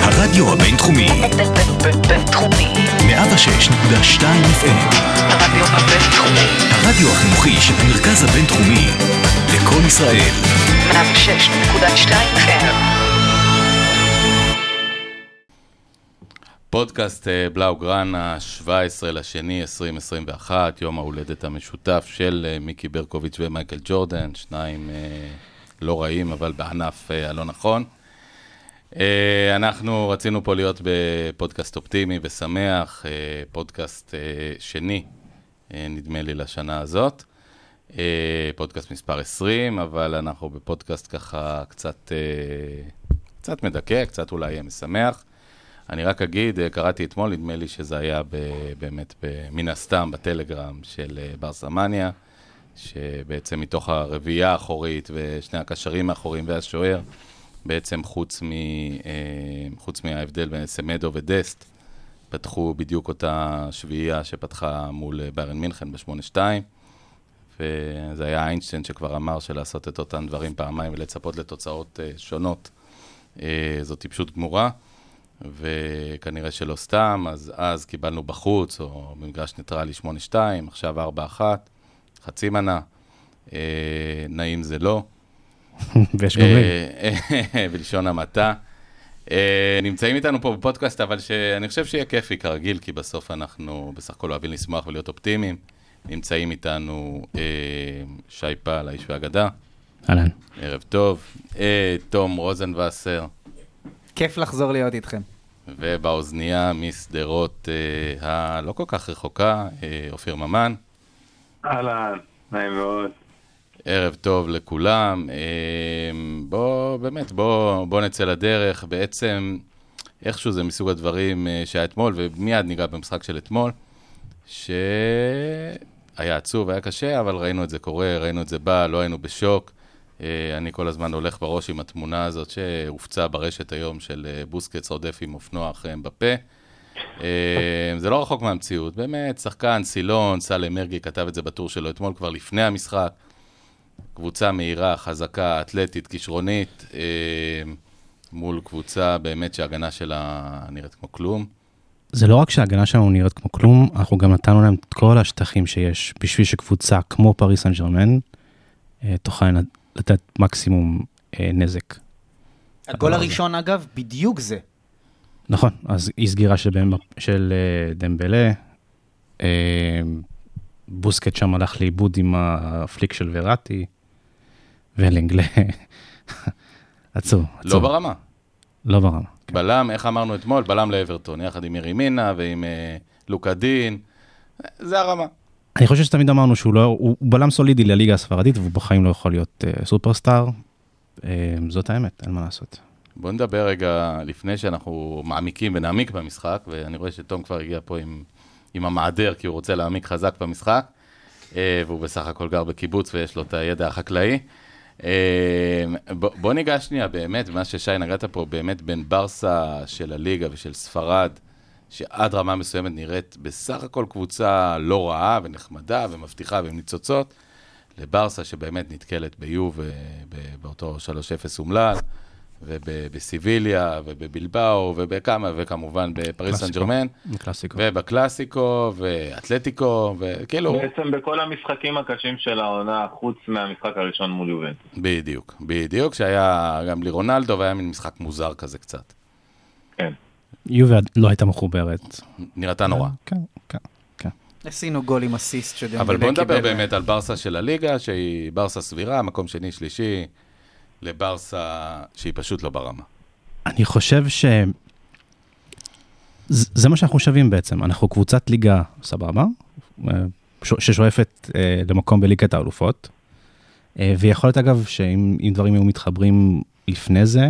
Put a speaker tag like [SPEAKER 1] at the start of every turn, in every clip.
[SPEAKER 1] הרדיו הבינתחומי,
[SPEAKER 2] בינתחומי.
[SPEAKER 1] 106.2 FM,
[SPEAKER 2] הרדיו הבינתחומי.
[SPEAKER 1] הרדיו החינוכי של המרכז הבינתחומי, לקום ישראל,
[SPEAKER 2] 106.2 FM.
[SPEAKER 3] פודקאסט אה, בלאוגרן, ה-17 לשני 2021, יום ההולדת המשותף של אה, מיקי ברקוביץ' ומייקל ג'ורדן, שניים אה, לא רעים, אבל בענף אה, הלא נכון. אה, אנחנו רצינו פה להיות בפודקאסט אופטימי ושמח, אה, פודקאסט אה, שני, אה, נדמה לי, לשנה הזאת. אה, פודקאסט מספר 20, אבל אנחנו בפודקאסט ככה קצת, אה, קצת מדכא, קצת אולי אה, משמח. אני רק אגיד, אה, קראתי אתמול, נדמה לי שזה היה ב, באמת, ב, מן הסתם, בטלגרם של אה, בר סמניה, שבעצם מתוך הרביעייה האחורית ושני הקשרים האחוריים והשוער, בעצם חוץ, מ, אה, חוץ מההבדל בין סמדו ודסט, פתחו בדיוק אותה שביעייה שפתחה מול אה, ביירן מינכן ב-8-2, וזה היה איינשטיין שכבר אמר שלעשות את אותם דברים פעמיים ולצפות לתוצאות אה, שונות, אה, זו טיפשות גמורה. וכנראה שלא סתם, אז אז קיבלנו בחוץ, או במגרש ניטרלי 8-2, עכשיו 4-1, חצי מנה, אה, נעים זה לא,
[SPEAKER 4] ויש גומלין.
[SPEAKER 3] אה, בלשון המעטה. אה, נמצאים איתנו פה בפודקאסט, אבל שאני חושב שיהיה כיפי כרגיל, כי בסוף אנחנו בסך הכל אוהבים לשמוח ולהיות אופטימיים. נמצאים איתנו אה, שי פעל, האיש והאגדה,
[SPEAKER 4] אהלן.
[SPEAKER 3] ערב טוב, אה, תום רוזנבסר.
[SPEAKER 5] כיף לחזור להיות איתכם.
[SPEAKER 3] ובאוזנייה משדרות אה, הלא כל כך רחוקה, אה, אופיר ממן.
[SPEAKER 6] אהלן, נעים מאוד.
[SPEAKER 3] ערב טוב לכולם. אה, בוא, באמת, בוא, בוא נצא לדרך. בעצם, איכשהו זה מסוג הדברים אה, שהיה אתמול, ומיד ניגע במשחק של אתמול, שהיה עצוב, היה קשה, אבל ראינו את זה קורה, ראינו את זה בא, לא היינו בשוק. אה, אני כל הזמן הולך בראש עם התמונה הזאת שהופצה ברשת היום של אה, בוסקץ רודף עם אופנוע אחריהם בפה. אה, זה לא רחוק מהמציאות, באמת, שחקן, סילון, סאלם מרגי כתב את זה בטור שלו אתמול, כבר לפני המשחק. קבוצה מהירה, חזקה, אתלטית, כישרונית, אה, מול קבוצה באמת שההגנה שלה נראית כמו כלום.
[SPEAKER 4] זה לא רק שההגנה שלנו נראית כמו כלום, אנחנו גם נתנו להם את כל השטחים שיש בשביל שקבוצה כמו פריס סן ג'רמן אה, תוכל לנ- לתת מקסימום אה, נזק.
[SPEAKER 5] הגול
[SPEAKER 4] לא,
[SPEAKER 5] הראשון, אגב, בדיוק זה.
[SPEAKER 4] נכון, אז אי סגירה של, בן- של אה, דמבלה, אה, בוסקט שם הלך לאיבוד עם הפליק של וראטי, ולנגלה, עצוב,
[SPEAKER 3] לא
[SPEAKER 4] עצוב,
[SPEAKER 3] ברמה.
[SPEAKER 4] לא ברמה.
[SPEAKER 3] בלם, איך אמרנו אתמול? בלם לאברטון, יחד עם מירי מינה ועם אה, לוקה דין. זה הרמה.
[SPEAKER 4] אני חושב שתמיד אמרנו שהוא לא, הוא, הוא בלם סולידי לליגה הספרדית, והוא בחיים לא יכול להיות אה, סופרסטאר. אה, זאת האמת, אין מה לעשות.
[SPEAKER 3] בואו נדבר רגע, לפני שאנחנו מעמיקים ונעמיק במשחק, ואני רואה שתום כבר הגיע פה עם, עם המעדר, כי הוא רוצה להעמיק חזק במשחק, אה, והוא בסך הכל גר בקיבוץ ויש לו את הידע החקלאי. אה, בוא, בוא ניגע שנייה באמת, מה ששי נגעת פה, באמת בין ברסה של הליגה ושל ספרד, שעד רמה מסוימת נראית בסך הכל קבוצה לא רעה ונחמדה ומבטיחה ועם ניצוצות, לברסה שבאמת נתקלת ביוב אה, ב- באותו 3-0 אומלל, ובסיביליה, ובבלבאו, ובכמה, וכמובן בפריס סן
[SPEAKER 4] קלאסיקו.
[SPEAKER 3] ג'רמן,
[SPEAKER 4] קלאסיקו.
[SPEAKER 3] ובקלאסיקו, ואתלטיקו, וכאילו,
[SPEAKER 4] כן.
[SPEAKER 6] בעצם בכל המשחקים הקשים של העונה, חוץ מהמשחק הראשון מול יובנטוס.
[SPEAKER 3] בדיוק, בדיוק, שהיה גם בלי רונלדו, והיה מין משחק מוזר כזה קצת.
[SPEAKER 6] כן.
[SPEAKER 4] יובה לא הייתה מחוברת.
[SPEAKER 3] נראתה נורא.
[SPEAKER 4] כן, כן, כן.
[SPEAKER 5] עשינו גול עם אסיסט שדמבלה
[SPEAKER 3] אבל בוא נדבר
[SPEAKER 4] אה,
[SPEAKER 5] קיבל.
[SPEAKER 3] באמת על ברסה של הליגה, שהיא ברסה סבירה, מקום שני, שלישי, לברסה שהיא פשוט לא ברמה.
[SPEAKER 4] אני חושב ש... ז- זה מה שאנחנו שווים בעצם, אנחנו קבוצת ליגה סבבה, אה, ש- ששואפת אה, למקום בליגת האלופות, אה, ויכול להיות אגב שאם אם דברים היו מתחברים לפני זה,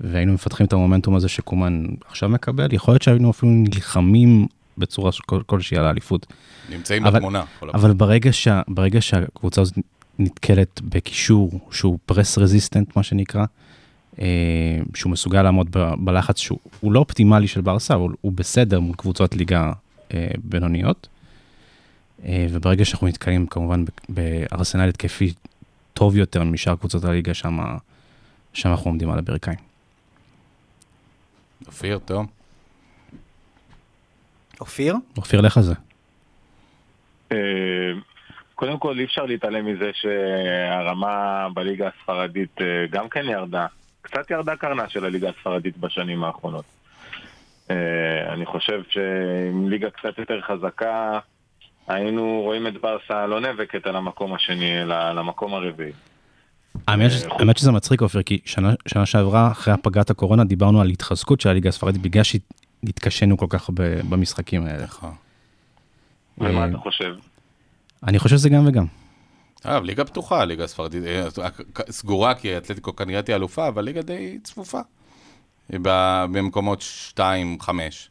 [SPEAKER 4] והיינו מפתחים את המומנטום הזה שקומן עכשיו מקבל, יכול להיות שהיינו אפילו נלחמים בצורה ש- כל- כלשהי על האליפות.
[SPEAKER 3] נמצאים
[SPEAKER 4] אבל-
[SPEAKER 3] בתמונה. כל הפעם.
[SPEAKER 4] אבל ברגע, שה, ברגע שהקבוצה הזאת נתקלת בקישור שהוא פרס רזיסטנט, מה שנקרא, אה, שהוא מסוגל לעמוד ב, בלחץ שהוא הוא לא אופטימלי של ברסה, אבל הוא בסדר מול קבוצות ליגה אה, בינוניות. אה, וברגע שאנחנו נתקלים כמובן ב- בארסנל התקפי טוב יותר משאר קבוצות הליגה, שם אנחנו עומדים על הברכיים.
[SPEAKER 3] אופיר, תום.
[SPEAKER 5] אופיר?
[SPEAKER 4] אופיר, לך על זה.
[SPEAKER 6] אה, קודם כל, אי אפשר להתעלם מזה שהרמה בליגה הספרדית אה, גם כן ירדה. קצת ירדה קרנה של הליגה הספרדית בשנים האחרונות. אה, אני חושב שעם ליגה קצת יותר חזקה, היינו רואים את ברסה לא נאבקת על המקום השני, אלא על המקום הרביעי.
[SPEAKER 4] האמת ש- האמת שזה מצחיק, אופיר, כי שנה- שנה שעברה, אחרי הפגרת הקורונה, דיברנו על התחזקות של הליגה הספרדית, בגלל שהתקשינו כל כך ב- במשחקים האלה.
[SPEAKER 3] נכון.
[SPEAKER 6] ומה אתה חושב?
[SPEAKER 4] אני חושב שזה גם וגם.
[SPEAKER 3] אה, אבל ליגה פתוחה, הליגה הספרדית, אה, סגורה כי האתלטיקו כנראה תהיה אלופה, אבל ליגה די צפופה. היא ב- במקומות 2-5.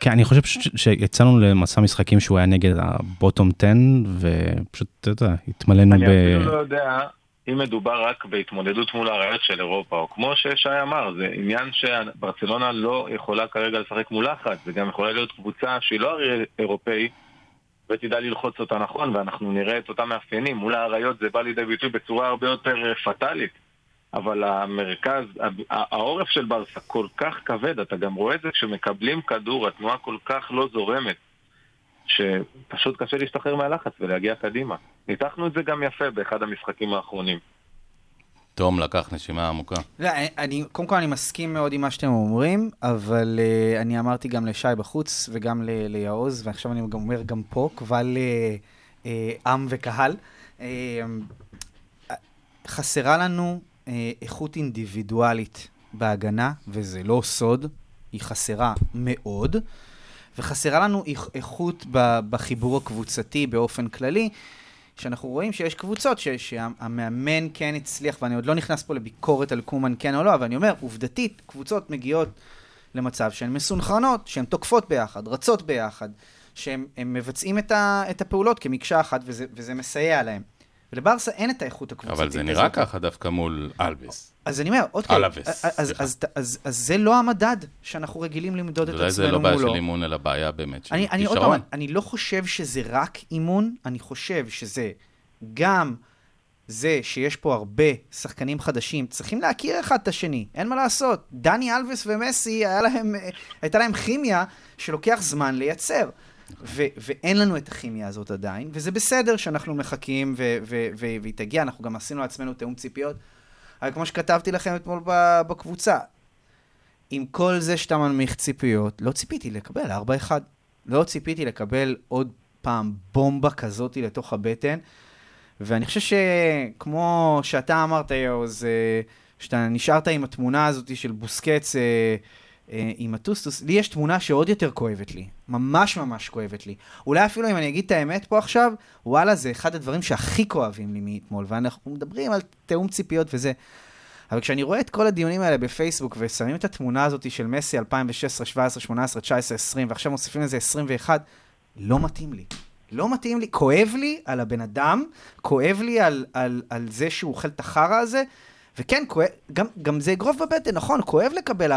[SPEAKER 4] כן, אני חושב פשוט ש- שיצאנו למסע משחקים שהוא היה נגד הבוטום 10, ופשוט, אתה יודע, התמלאנו ב...
[SPEAKER 6] אני אפילו לא יודע אם מדובר רק בהתמודדות מול הראיות של אירופה, או כמו ששי אמר, זה עניין שברצלונה לא יכולה כרגע לשחק מול לחץ, זה גם יכולה להיות קבוצה שהיא לא הרי אירופאי, ותדע ללחוץ אותה נכון, ואנחנו נראה את אותם מאפיינים. מול האריות זה בא לידי ביטוי בצורה הרבה יותר אה, פטאלית. אבל המרכז, ה- ה- העורף של ברסה כל כך כבד, אתה גם רואה את זה כשמקבלים כדור, התנועה כל כך לא זורמת, שפשוט קשה להשתחרר מהלחץ ולהגיע קדימה. ניתחנו את זה גם יפה באחד המשחקים האחרונים.
[SPEAKER 3] תום לקח נשימה עמוקה.
[SPEAKER 5] לא, אני, קודם כל אני מסכים מאוד עם מה שאתם אומרים, אבל uh, אני אמרתי גם לשי בחוץ וגם ל- ליעוז, ועכשיו אני גם אומר גם פה, קבל uh, uh, עם וקהל. Uh, חסרה לנו uh, איכות אינדיבידואלית בהגנה, וזה לא סוד, היא חסרה מאוד. וחסרה לנו איכ- איכות ב- בחיבור הקבוצתי באופן כללי, שאנחנו רואים שיש קבוצות ש- שהמאמן כן הצליח, ואני עוד לא נכנס פה לביקורת על קומן כן או לא, אבל אני אומר, עובדתית, קבוצות מגיעות למצב שהן מסונכרנות, שהן תוקפות ביחד, רצות ביחד, שהן הן מבצעים את, ה- את הפעולות כמקשה אחת, וזה, וזה מסייע להן. ולברסה אין את האיכות הקבוצתית
[SPEAKER 3] אבל זה נראה
[SPEAKER 5] הזאת.
[SPEAKER 3] ככה דווקא מול אלביס.
[SPEAKER 5] אז אני אומר, עוד
[SPEAKER 3] אלאבס,
[SPEAKER 5] אז, אז,
[SPEAKER 3] סליחה.
[SPEAKER 5] אז, אז, אז זה לא המדד שאנחנו רגילים למדוד את
[SPEAKER 3] אולי זה
[SPEAKER 5] עצמנו
[SPEAKER 3] לא
[SPEAKER 5] מולו.
[SPEAKER 3] בעיה של אימון, אלא בעיה באמת של
[SPEAKER 5] אני, אני עוד פעם,
[SPEAKER 3] כישרון.
[SPEAKER 5] אני לא חושב שזה רק אימון, אני חושב שזה גם זה שיש פה הרבה שחקנים חדשים, צריכים להכיר אחד את השני, אין מה לעשות. דני אלבס ומסי, היה להם, אה, הייתה להם כימיה שלוקח זמן לייצר. ו- ואין לנו את הכימיה הזאת עדיין, וזה בסדר שאנחנו מחכים ו- ו- ו- והיא תגיע, אנחנו גם עשינו לעצמנו תיאום ציפיות. אבל כמו שכתבתי לכם אתמול ב- בקבוצה, עם כל זה שאתה מנמיך ציפיות, לא ציפיתי לקבל 4-1. לא ציפיתי לקבל עוד פעם בומבה כזאת לתוך הבטן. ואני חושב שכמו שאתה אמרת, יאוז, אה, שאתה נשארת עם התמונה הזאת של בוסקץ אה, אה, עם הטוסטוס, לי יש תמונה שעוד יותר כואבת לי. ממש ממש כואבת לי. אולי אפילו אם אני אגיד את האמת פה עכשיו, וואלה, זה אחד הדברים שהכי כואבים לי מאתמול. ואנחנו מדברים על תיאום ציפיות וזה. אבל כשאני רואה את כל הדיונים האלה בפייסבוק ושמים את התמונה הזאת של מסי 2016, 17, 18, 19, 20 ועכשיו מוסיפים לזה 21, לא מתאים לי. לא מתאים לי, כואב לי על הבן אדם, כואב לי על, על, על זה שהוא אוכל את החרא הזה, וכן, כואב, גם, גם זה אגרוף בבטן, נכון, כואב לקבל 4-1,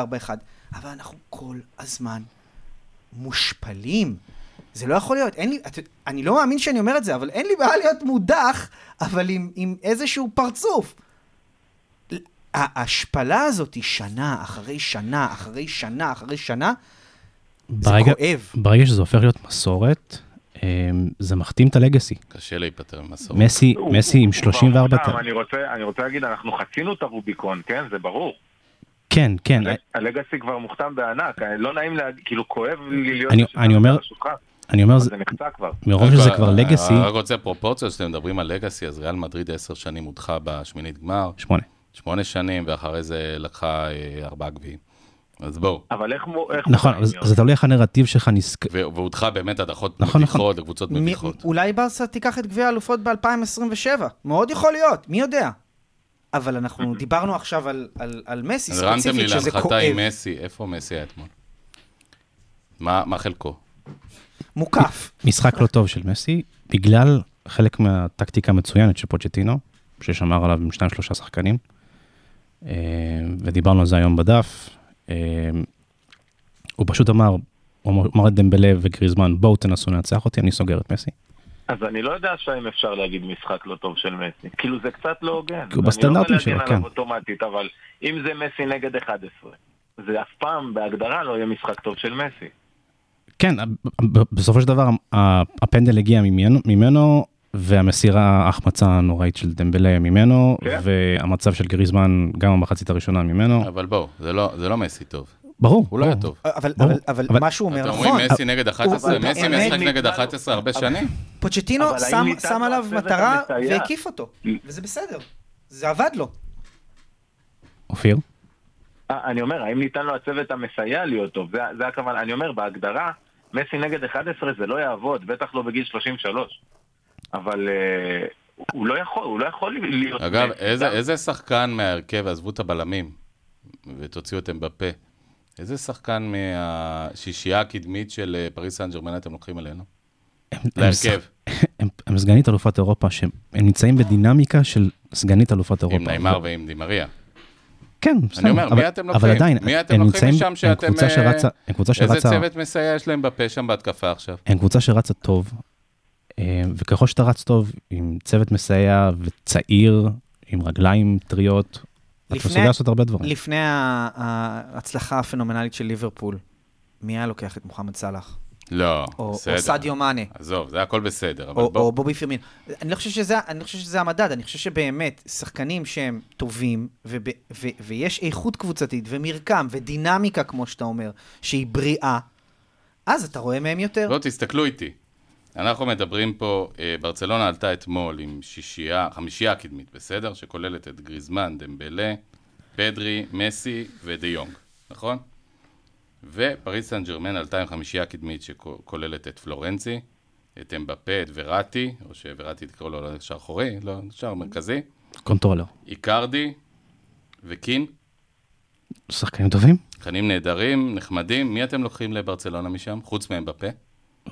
[SPEAKER 5] אבל אנחנו כל הזמן מושפלים. זה לא יכול להיות, אין לי, את, אני לא מאמין שאני אומר את זה, אבל אין לי בעיה להיות מודח, אבל עם, עם איזשהו פרצוף. ההשפלה הזאת היא שנה אחרי שנה אחרי שנה אחרי שנה, זה
[SPEAKER 4] ברגע-
[SPEAKER 5] כואב.
[SPEAKER 4] ברגע שזה הופך להיות מסורת, אה, זה מחתים את הלגאסי.
[SPEAKER 3] קשה להיפטר ממסורת.
[SPEAKER 4] מסי,
[SPEAKER 6] הוא-
[SPEAKER 4] מסי
[SPEAKER 6] הוא-
[SPEAKER 4] עם
[SPEAKER 6] הוא כבר
[SPEAKER 4] 34...
[SPEAKER 6] מושלם,
[SPEAKER 4] ת-
[SPEAKER 6] אני רוצה- אני רוצה להגיד, אנחנו חצינו את הרוביקון, כן? זה ברור.
[SPEAKER 4] כן, כן,
[SPEAKER 6] הלגאסי כבר מוכתם בענק, אה, לא נעים להגיד, כאילו כואב לי להיות...
[SPEAKER 4] אני-
[SPEAKER 6] בשטח
[SPEAKER 4] אני אומר-
[SPEAKER 6] על השולחן,
[SPEAKER 4] אני אומר,
[SPEAKER 6] אבל
[SPEAKER 4] זה-
[SPEAKER 6] זה נחצה כבר.
[SPEAKER 4] מרוב שזה
[SPEAKER 3] רק-
[SPEAKER 4] כבר
[SPEAKER 3] אה,
[SPEAKER 4] לגאסי,
[SPEAKER 3] אני רק רוצה פרופורציות, כשאתם מדברים על לגאסי, אז ריאל מדריד עשר שנים הודחה בשמינית גמר,
[SPEAKER 4] שמונה.
[SPEAKER 3] שמונה שנים, ואחרי זה לקחה אה, ארבעה גביעים. אז בואו.
[SPEAKER 6] אבל איך... מו- איך
[SPEAKER 4] נכון,
[SPEAKER 6] מוכרים
[SPEAKER 4] אבל זה-
[SPEAKER 6] להיות?
[SPEAKER 4] זה תלוי איך הנרטיב שלך נזכר.
[SPEAKER 3] ו- והודחה באמת הדחות
[SPEAKER 4] נכון,
[SPEAKER 3] מביכות, לקבוצות
[SPEAKER 5] מי-
[SPEAKER 3] מביכות.
[SPEAKER 5] אולי ברסה תיקח את גביע האלופות ב-2027, מאוד יכול להיות, מי יודע. אבל אנחנו דיברנו עכשיו על, על, על מסי
[SPEAKER 3] אוקיי. אז הרמתם לי
[SPEAKER 5] ספציפית, שזה
[SPEAKER 3] להנחתה
[SPEAKER 5] כואב,
[SPEAKER 3] עם מסי, איפה מסי היה אתמול? מה מה חלקו?
[SPEAKER 5] מוקף.
[SPEAKER 4] משחק לא טוב של מסי, בגלל חלק מהטקטיקה המצוינת של פוצ'טינו, ששמר עליו עם שניים שלושה שחקנים, אה, ודיברנו על זה היום בדף, אה, הוא פשוט אמר, הוא אמר לדמבלה וגריזמן, בואו תנסו לנצח אותי, אני סוגר את מסי.
[SPEAKER 6] אז אני לא יודע עכשיו אם אפשר להגיד משחק לא טוב של מסי. כאילו זה קצת לא הוגן.
[SPEAKER 4] כי הוא בסטנדרטים שלו,
[SPEAKER 6] אני לא בא
[SPEAKER 4] כן.
[SPEAKER 6] להגן עליו אוטומטית, אבל אם זה מסי נגד 11, זה אף פעם בהגדרה לא יהיה משחק טוב של מסי.
[SPEAKER 4] כן, ב- ב- בסופו של דבר ה- הפנדל הגיע ממנו, ממנו והמסירה, ההחמצה הנוראית של דמבלה ממנו,
[SPEAKER 6] כן.
[SPEAKER 4] והמצב של גריזמן גם המחצית הראשונה ממנו.
[SPEAKER 3] אבל בואו, זה לא- זה לא מסי טוב.
[SPEAKER 4] ברור.
[SPEAKER 3] הוא לא היה
[SPEAKER 4] ברור.
[SPEAKER 3] טוב.
[SPEAKER 5] אבל,
[SPEAKER 4] ברור.
[SPEAKER 5] אבל, אבל,
[SPEAKER 4] אבל-
[SPEAKER 5] מה שהוא
[SPEAKER 3] אתם
[SPEAKER 5] אומר
[SPEAKER 3] אומרים
[SPEAKER 5] נכון,
[SPEAKER 3] מסי נגד 11,
[SPEAKER 5] אבל-
[SPEAKER 3] מסי
[SPEAKER 5] אבל-
[SPEAKER 3] משחק
[SPEAKER 5] אבל-
[SPEAKER 3] נגד 11 הרבה שנים.
[SPEAKER 5] פוצ'טינו
[SPEAKER 6] אבל האם
[SPEAKER 5] שם,
[SPEAKER 6] ניתן
[SPEAKER 5] שם עליו
[SPEAKER 6] לעשות את
[SPEAKER 5] מטרה
[SPEAKER 6] המסייע?
[SPEAKER 5] והקיף אותו, וזה בסדר, זה עבד לו.
[SPEAKER 4] אופיר?
[SPEAKER 6] אה, אני אומר, האם ניתן לו הצוות המסייע להיות טוב? זה, זה הכוונה, אני אומר, בהגדרה, מסי נגד 11 זה לא יעבוד, בטח לא בגיל 33. אבל אה, הוא- הוא לא יכול, הוא לא יכול להיות...
[SPEAKER 3] אגב,
[SPEAKER 6] מסי.
[SPEAKER 3] איזה- איזה שחקן מההרכב, עזבו את הבלמים, ותוציאו אתם בפה, איזה שחקן מהשישייה הקדמית של אה, פריס סן ג'רמן אתם לוקחים אלינו?
[SPEAKER 4] הם- הם
[SPEAKER 3] להרכב,
[SPEAKER 4] ס- הם- הם סגנית אלופת אירופה, שהם הם נמצאים בדינמיקה של סגנית אלופת אירופה.
[SPEAKER 3] עם נעימר ועם דימריה.
[SPEAKER 4] כן, בסדר.
[SPEAKER 3] אומר,
[SPEAKER 4] אבל-
[SPEAKER 3] מי אתם
[SPEAKER 4] אבל
[SPEAKER 3] לוקחים?
[SPEAKER 4] עדיין,
[SPEAKER 3] מי אתם
[SPEAKER 4] הם
[SPEAKER 3] לוקחים
[SPEAKER 4] נמצאים-
[SPEAKER 3] משם
[SPEAKER 4] הם
[SPEAKER 3] שאתם,
[SPEAKER 4] קבוצה
[SPEAKER 3] אה,
[SPEAKER 4] שרצה, הם קבוצה
[SPEAKER 3] איזה
[SPEAKER 4] שרצה,
[SPEAKER 3] צוות מסייע יש להם בפה שם בהתקפה עכשיו?
[SPEAKER 4] הם קבוצה שרצה טוב, אה, וככל שאתה רץ טוב, עם צוות מסייע וצעיר, עם רגליים טריות, אתה
[SPEAKER 5] לפני-
[SPEAKER 4] מסוגל לעשות הרבה דברים.
[SPEAKER 5] לפני ה- ההצלחה הפנומנלית של ליברפול, מי היה לוקח את מוחמד סאלח?
[SPEAKER 3] לא,
[SPEAKER 5] או או
[SPEAKER 3] בסדר.
[SPEAKER 5] סעדיו מאנה?
[SPEAKER 3] עזוב, זה הכל בסדר, אבל
[SPEAKER 5] או,
[SPEAKER 3] בואו.
[SPEAKER 5] או בובי פרמין. אני לא, חושב שזה, אני לא חושב שזה המדד, אני חושב שבאמת, שחקנים שהם טובים, וב, ו, ויש איכות קבוצתית, ומרקם, ודינמיקה, כמו שאתה אומר, שהיא בריאה, אז אתה רואה מהם יותר.
[SPEAKER 3] לא, תסתכלו איתי. אנחנו מדברים פה, אה, ברצלונה עלתה אתמול עם שישייה, חמישייה קדמית, בסדר? שכוללת את גריזמן, דמבלה, פדרי, מסי ודי יונג, נכון? ופריס סן ג'רמן עלתה עם חמישייה קדמית שכוללת את פלורנצי, את אמבפה, את וראטי, או שוראטי תקראו לו, לא יודע, שער אחורי, לא, שער מרכזי,
[SPEAKER 4] קונטרולר.
[SPEAKER 3] איקרדי וקין,
[SPEAKER 4] שחקנים טובים?
[SPEAKER 3] תכנים נהדרים, נחמדים. מי אתם לוקחים לברצלונה משם? חוץ מאמבפה?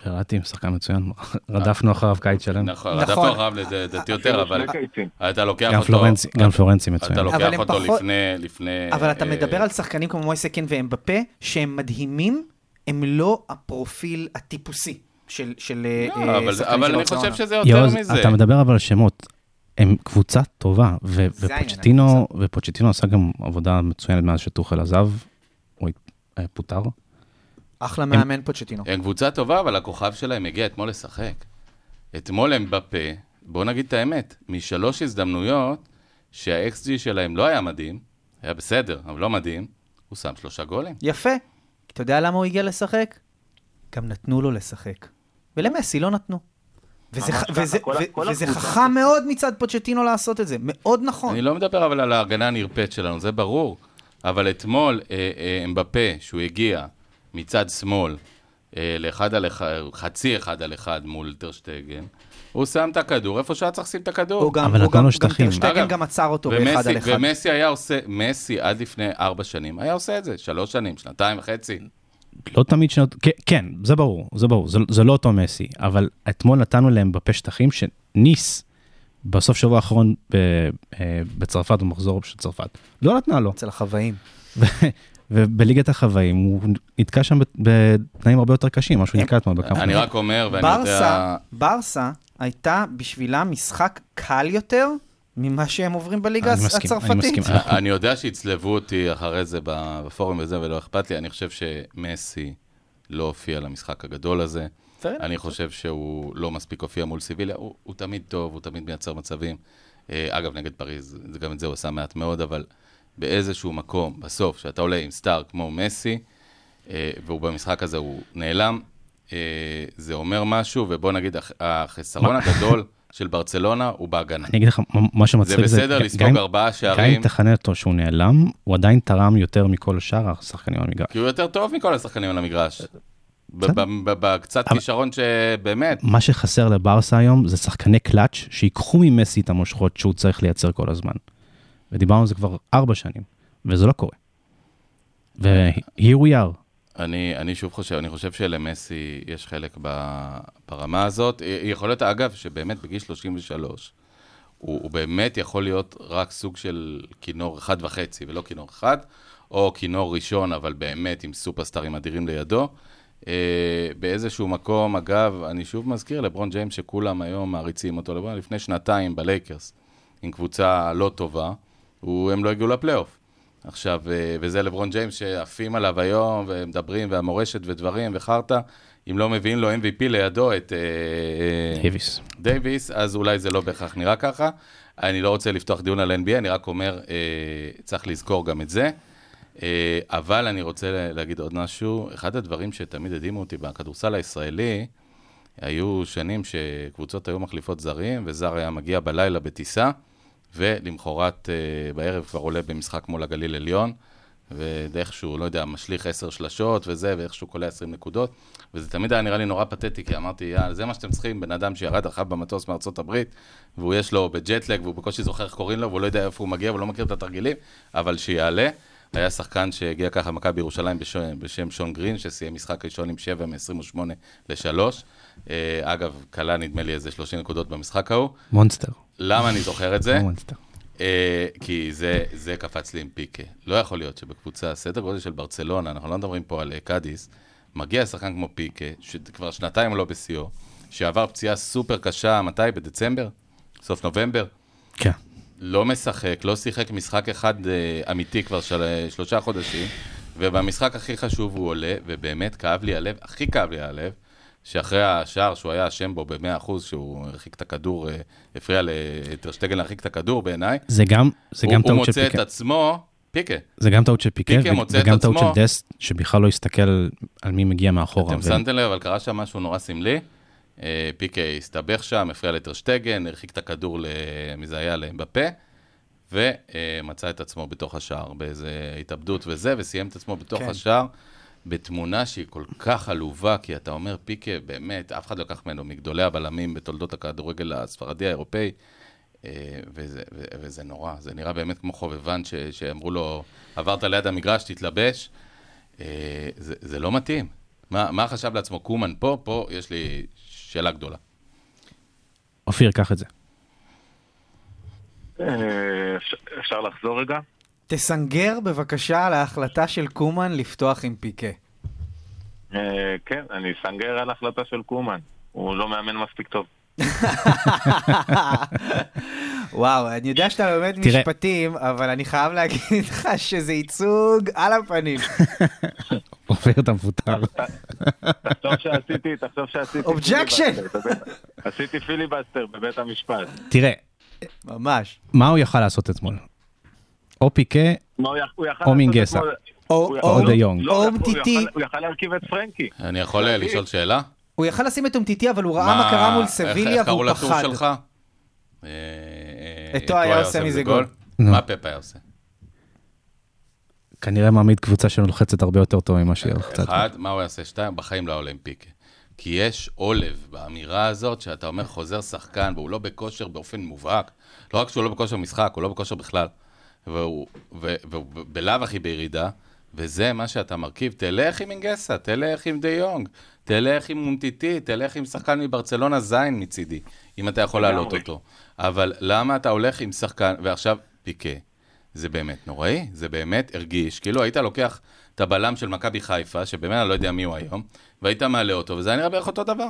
[SPEAKER 4] ראיתי עם שחקן מצוין, רדפנו אחריו קיץ שלם.
[SPEAKER 3] אה, נכון,
[SPEAKER 5] נכון.
[SPEAKER 3] רדפת אחריו לדעתי יותר, אבל
[SPEAKER 6] שני קיצים.
[SPEAKER 3] אתה לוקח
[SPEAKER 4] גם
[SPEAKER 3] אותו...
[SPEAKER 4] פלורנצי, גם פלורנצי מצוין.
[SPEAKER 3] אתה לוקח
[SPEAKER 5] אבל הם
[SPEAKER 3] אותו לא
[SPEAKER 5] פחות-
[SPEAKER 3] לפני... לפני...
[SPEAKER 5] אבל אתה
[SPEAKER 3] אה,
[SPEAKER 5] מדבר על שחקנים כמו מויסקין ואמבפה, שהם מדהימים, הם לא הפרופיל הטיפוסי של, של אה,
[SPEAKER 3] לא,
[SPEAKER 5] אה,
[SPEAKER 3] אבל-
[SPEAKER 5] שחקנים
[SPEAKER 3] אבל
[SPEAKER 5] של
[SPEAKER 3] אני
[SPEAKER 5] ברצלונה.
[SPEAKER 3] חושב שזה יותר
[SPEAKER 4] יואז,
[SPEAKER 3] מזה.
[SPEAKER 4] אתה מדבר אבל על שמות. הם קבוצה טובה, ו-
[SPEAKER 5] זה העניין,
[SPEAKER 4] ופוצ'טינו, ופוצ'טינו עשה גם עבודה מצוינת מאז שטוחל עזב, הוא הת- אה, פוטר.
[SPEAKER 5] אחלה מאמן פוצ'טינו.
[SPEAKER 3] הם קבוצה טובה, אבל הכוכב שלהם הגיע אתמול לשחק. אתמול הם בפה, בואו נגיד את האמת, משלוש הזדמנויות שה-XG שלהם לא היה מדהים, היה בסדר, אבל לא מדהים, הוא שם שלושה גולים.
[SPEAKER 5] יפה. אתה יודע למה הוא הגיע לשחק? גם נתנו לו לשחק. ולמסי לא נתנו. וזה,
[SPEAKER 6] ממש
[SPEAKER 5] ח-
[SPEAKER 6] ככה,
[SPEAKER 5] וזה,
[SPEAKER 6] כל ה- כל
[SPEAKER 5] ו- וזה
[SPEAKER 6] הקבוצה.
[SPEAKER 5] חכם מאוד מצד פוצ'טינו לעשות את זה, מאוד נכון.
[SPEAKER 3] אני לא מדבר אבל על ההגנה הנרפית שלנו, זה ברור. אבל אתמול, אה, אה, אמבפה, שהוא הגיע מצד שמאל, אה, לאחד על אחד, חצי אחד על אחד מול טרשטגן, הוא שם את הכדור איפה שהיה צריך לשים את הכדור.
[SPEAKER 5] הוא גם,
[SPEAKER 4] לא- אבל
[SPEAKER 5] הוא
[SPEAKER 4] נתנו
[SPEAKER 5] גם,
[SPEAKER 4] לו
[SPEAKER 5] גם
[SPEAKER 4] שטחים.
[SPEAKER 5] טרשטגן
[SPEAKER 3] אגב,
[SPEAKER 5] גם עצר אותו
[SPEAKER 3] ומסי-
[SPEAKER 5] באחד על אחד.
[SPEAKER 3] ומסי היה עושה, מסי עד לפני ארבע שנים, היה עושה את זה, שלוש שנים, שנתיים וחצי.
[SPEAKER 4] לא תמיד שנות, כן, כן, זה ברור, זה ברור, זה, זה לא אותו מסי, אבל אתמול נתנו להם בפה שטחים שניס, בסוף שבוע האחרון ב, אה, בצרפת, במחזור של צרפת, לא נתנה לו.
[SPEAKER 5] אצל החוואים.
[SPEAKER 4] ו- ובליגת החוואים הוא נתקע שם בת- בתנאים הרבה יותר קשים, מה שהוא נתקע אתמול בקמפ.
[SPEAKER 3] אני רק אומר, ואני
[SPEAKER 5] נכון. ברסה,
[SPEAKER 3] יודע...
[SPEAKER 5] ברסה הייתה בשבילה משחק קל יותר ממה שהם עוברים בליגה
[SPEAKER 4] אני מסכים, אני
[SPEAKER 5] הצרפתית.
[SPEAKER 4] מסכים.
[SPEAKER 3] אה, אני יודע שיצלבו אותי אחרי זה בפורום וזה, ולא אכפת לי. אני חושב שמסי לא הופיע למשחק הגדול הזה. אני חושב שהוא לא מספיק הופיע מול סיביליה. הוא הוא תמיד טוב, הוא תמיד מייצר מצבים. אה, אגב, נגד פריז, זה- גם את זה הוא עשה מעט מאוד, אבל באיזשהו מקום, בסוף, שאתה עולה עם סטאר כמו מסי, אה, והוא במשחק הזה, הוא נעלם, אה, זה אומר משהו, ובוא נגיד, הח- החסרון הגדול של ברצלונה הוא בהגנה.
[SPEAKER 4] אני אגיד לך מה- מה
[SPEAKER 3] זה
[SPEAKER 4] שמצחיק
[SPEAKER 3] בסדר
[SPEAKER 4] גם-
[SPEAKER 3] לספוג
[SPEAKER 4] גם-
[SPEAKER 3] ארבעה
[SPEAKER 4] גם אם
[SPEAKER 3] שערים,
[SPEAKER 4] תכנה כן, אותו שהוא נעלם, הוא עדיין תרם יותר מכל שאר השחקנים במגרש.
[SPEAKER 3] כי הוא יותר טוב מכל השחקנים על המגרש. ב-
[SPEAKER 4] בסדר.
[SPEAKER 3] ב- ב- בקצת
[SPEAKER 4] אבל-
[SPEAKER 3] כישרון שבאמת,
[SPEAKER 4] מה שחסר לברסה היום זה שחקני קלאץ' שיקחו ממסי את המושכות שהוא צריך לייצר כל הזמן. ודיברנו על זה כבר ארבע שנים, וזה לא קורה. ו-here we are.
[SPEAKER 3] אני, אני שוב חושב, אני חושב שלמסי יש חלק ב- ברמה הזאת. י- יכול להיות, אגב, שבאמת בגיל 33, הוא, הוא באמת יכול להיות רק סוג של כינור אחד וחצי, ולא כינור אחד, או כינור ראשון, אבל באמת עם סופרסטארים אדירים לידו. אה, באיזשהו מקום, אגב, אני שוב מזכיר לברון ג'יימס, שכולם היום מעריצים אותו לברון, לפני שנתיים בלייקרס, עם קבוצה לא טובה, הוא, הם לא הגיעו לפלייאוף. עכשיו, אה, וזה לברון ג'יימס שעפים עליו היום, ומדברים, והמורשת ודברים, וחרטא, אם לא מביאים לו MVP לידו את... אה, אה,
[SPEAKER 4] דייוויס.
[SPEAKER 3] דייוויס, אז אולי זה לא בהכרח נראה ככה. אני לא רוצה לפתוח דיון על NBA, אני רק אומר, אה, צריך לזכור גם את זה. אה, אבל אני רוצה לה- להגיד עוד משהו. אחד הדברים שתמיד הדהימו אותי בכדורסל הישראלי, היו שנים שקבוצות היו מחליפות זרים, וזר היה מגיע בלילה בטיסה, ולמחרת אה, בערב כבר עולה במשחק מול הגליל עליון, ואיכשהו, לא יודע, משליך עשר שלשות וזה, ואיכשהו קולע 20 נקודות, וזה תמיד היה נראה לי נורא פתטי, כי אמרתי, יאללה, זה מה שאתם צריכים, בן אדם שירד אחריו במטוס מארצות הברית, והוא יש לו בג'טלג, והוא בקושי זוכר איך קוראים לו, והוא לא יודע איפה הוא מגיע, והוא לא מכיר את התרגילים, אבל שיעלה. היה שחקן שהגיע ככה למכבי ירושלים בש... בשם שון גרין, שסיים משחק ראשון עם 7 מ-28 ל-3. אה, אגב, כלה נדמה לי איזה 30 נקודות במשחק ההוא.
[SPEAKER 4] מונסטר.
[SPEAKER 3] למה אני זוכר את זה?
[SPEAKER 4] מונסטר.
[SPEAKER 3] אה, כי זה, זה קפץ לי עם פיקה. לא יכול להיות שבקבוצה, סדר גודל של ברצלונה, אנחנו לא מדברים פה על אה, קאדיס, מגיע שחקן כמו פיקה, שכבר שנתיים לא בשיאו, שעבר פציעה סופר קשה, מתי? בדצמבר? סוף נובמבר?
[SPEAKER 4] כן.
[SPEAKER 3] לא משחק, לא שיחק משחק אחד אה, אמיתי כבר של אה, שלושה חודשים, ובמשחק הכי חשוב הוא עולה, ובאמת כאב לי הלב, הכי כאב לי הלב, שאחרי השער שהוא היה אשם בו ב-100%, שהוא הרחיק את הכדור, אה, הפריע לטרשטגן להרחיק את הכדור בעיניי,
[SPEAKER 4] זה גם, זה
[SPEAKER 3] הוא,
[SPEAKER 4] גם
[SPEAKER 3] הוא
[SPEAKER 4] טעות של
[SPEAKER 3] מוצא את
[SPEAKER 4] פיקה.
[SPEAKER 3] עצמו, פיקה.
[SPEAKER 4] זה גם טעות של פיקה,
[SPEAKER 3] פיקה
[SPEAKER 4] ו-
[SPEAKER 3] מוצא את
[SPEAKER 4] וגם טעות
[SPEAKER 3] עצמו.
[SPEAKER 4] של דסט, שבכלל לא הסתכל על מי מגיע מאחורה.
[SPEAKER 3] אתם
[SPEAKER 4] ו-
[SPEAKER 3] שמתם לב, אבל קרה שם משהו נורא סמלי. אה, פיקה הסתבך שם, הפריע לטרשטגן, הרחיק את הכדור, ל- מי זה היה להם בפה, ומצא את עצמו בתוך השער, באיזה התאבדות וזה, וסיים את עצמו בתוך
[SPEAKER 5] כן.
[SPEAKER 3] השער, בתמונה שהיא כל כך עלובה, כי אתה אומר, פיקה, באמת, אף אחד לא לקח ממנו מגדולי הבלמים בתולדות הכדורגל הספרדי האירופאי. אה, וזה, ו- וזה נורא, זה נראה באמת כמו חובבן ש, שאמרו לו, עברת ליד המגרש, תתלבש. אה, זה, זה לא מתאים. מה, מה חשב לעצמו קומן פה? פה יש לי שאלה גדולה.
[SPEAKER 4] אופיר, קח את זה.
[SPEAKER 6] אה, אפשר- אפשר לחזור רגע?
[SPEAKER 5] תסנגר בבקשה על ההחלטה של קומן לפתוח עם פיקה.
[SPEAKER 6] אה, כן, אני אסנגר על ההחלטה של קומן. הוא לא מאמן מספיק טוב.
[SPEAKER 5] וואו, אני יודע שאתה לומד
[SPEAKER 4] תראה-
[SPEAKER 5] משפטים, אבל אני חייב להגיד לך שזה ייצוג על הפנים.
[SPEAKER 4] אופיר, אתה מפוטר.
[SPEAKER 3] אה.
[SPEAKER 6] תחשוב שעשיתי, תחשוב שעשיתי...
[SPEAKER 5] Objection!
[SPEAKER 6] פיליבסטר בבית- עשיתי פיליבסטר בבית המשפט.
[SPEAKER 4] תראה,
[SPEAKER 5] ממש.
[SPEAKER 4] מה הוא יכל לעשות אתמול? או פיקה,
[SPEAKER 6] מה, הוא יכל לעשות
[SPEAKER 4] או מינגסה.
[SPEAKER 6] אתמול-
[SPEAKER 5] או
[SPEAKER 6] הוא
[SPEAKER 5] או-
[SPEAKER 6] יכול-
[SPEAKER 4] דה יונג.
[SPEAKER 6] לא, הוא יכול-
[SPEAKER 5] OMTT.
[SPEAKER 6] הוא יכל להרכיב את פרנקי.
[SPEAKER 3] אני יכול אה, לשאול שאלה?
[SPEAKER 5] הוא יכל לשים את אומטיטי, אבל הוא ראה מה קרה מול
[SPEAKER 3] איך-
[SPEAKER 5] סביליה והוא
[SPEAKER 3] איך קראו
[SPEAKER 5] פחד.
[SPEAKER 3] לטור שלך? אה, אה,
[SPEAKER 5] אתו היה עושה מזה גול.
[SPEAKER 4] נו.
[SPEAKER 3] מה פפ היה עושה?
[SPEAKER 4] כנראה מעמיד קבוצה שנולחצת הרבה יותר טוב ממה שהיא הולחצת.
[SPEAKER 3] אחד, מה הוא יעשה? שתיים, בחיים לא עולה עם פיקה. כי יש עולב באמירה הזאת, שאתה אומר חוזר שחקן, והוא לא בכושר באופן מובהק. לא רק שהוא לא בכושר משחק, הוא לא בכושר בכלל. והוא, ו- והוא ב- בלאו הכי בירידה, וזה מה שאתה מרכיב. תלך עם אינגסה, תלך עם דה יונג, תלך עם מומטיטי, תלך עם שחקן מברצלונה זין מצידי, אם אתה יכול להעלות
[SPEAKER 6] לגמרי.
[SPEAKER 3] אותו. אבל למה אתה הולך עם שחקן, ועכשיו פיקה. זה באמת נוראי, זה באמת הרגיש, כאילו היית לוקח את הבלם של מכבי חיפה, שבאמת אני לא יודע מי הוא היום, והיית מעלה אותו, וזה היה נראה בערך אותו דבר.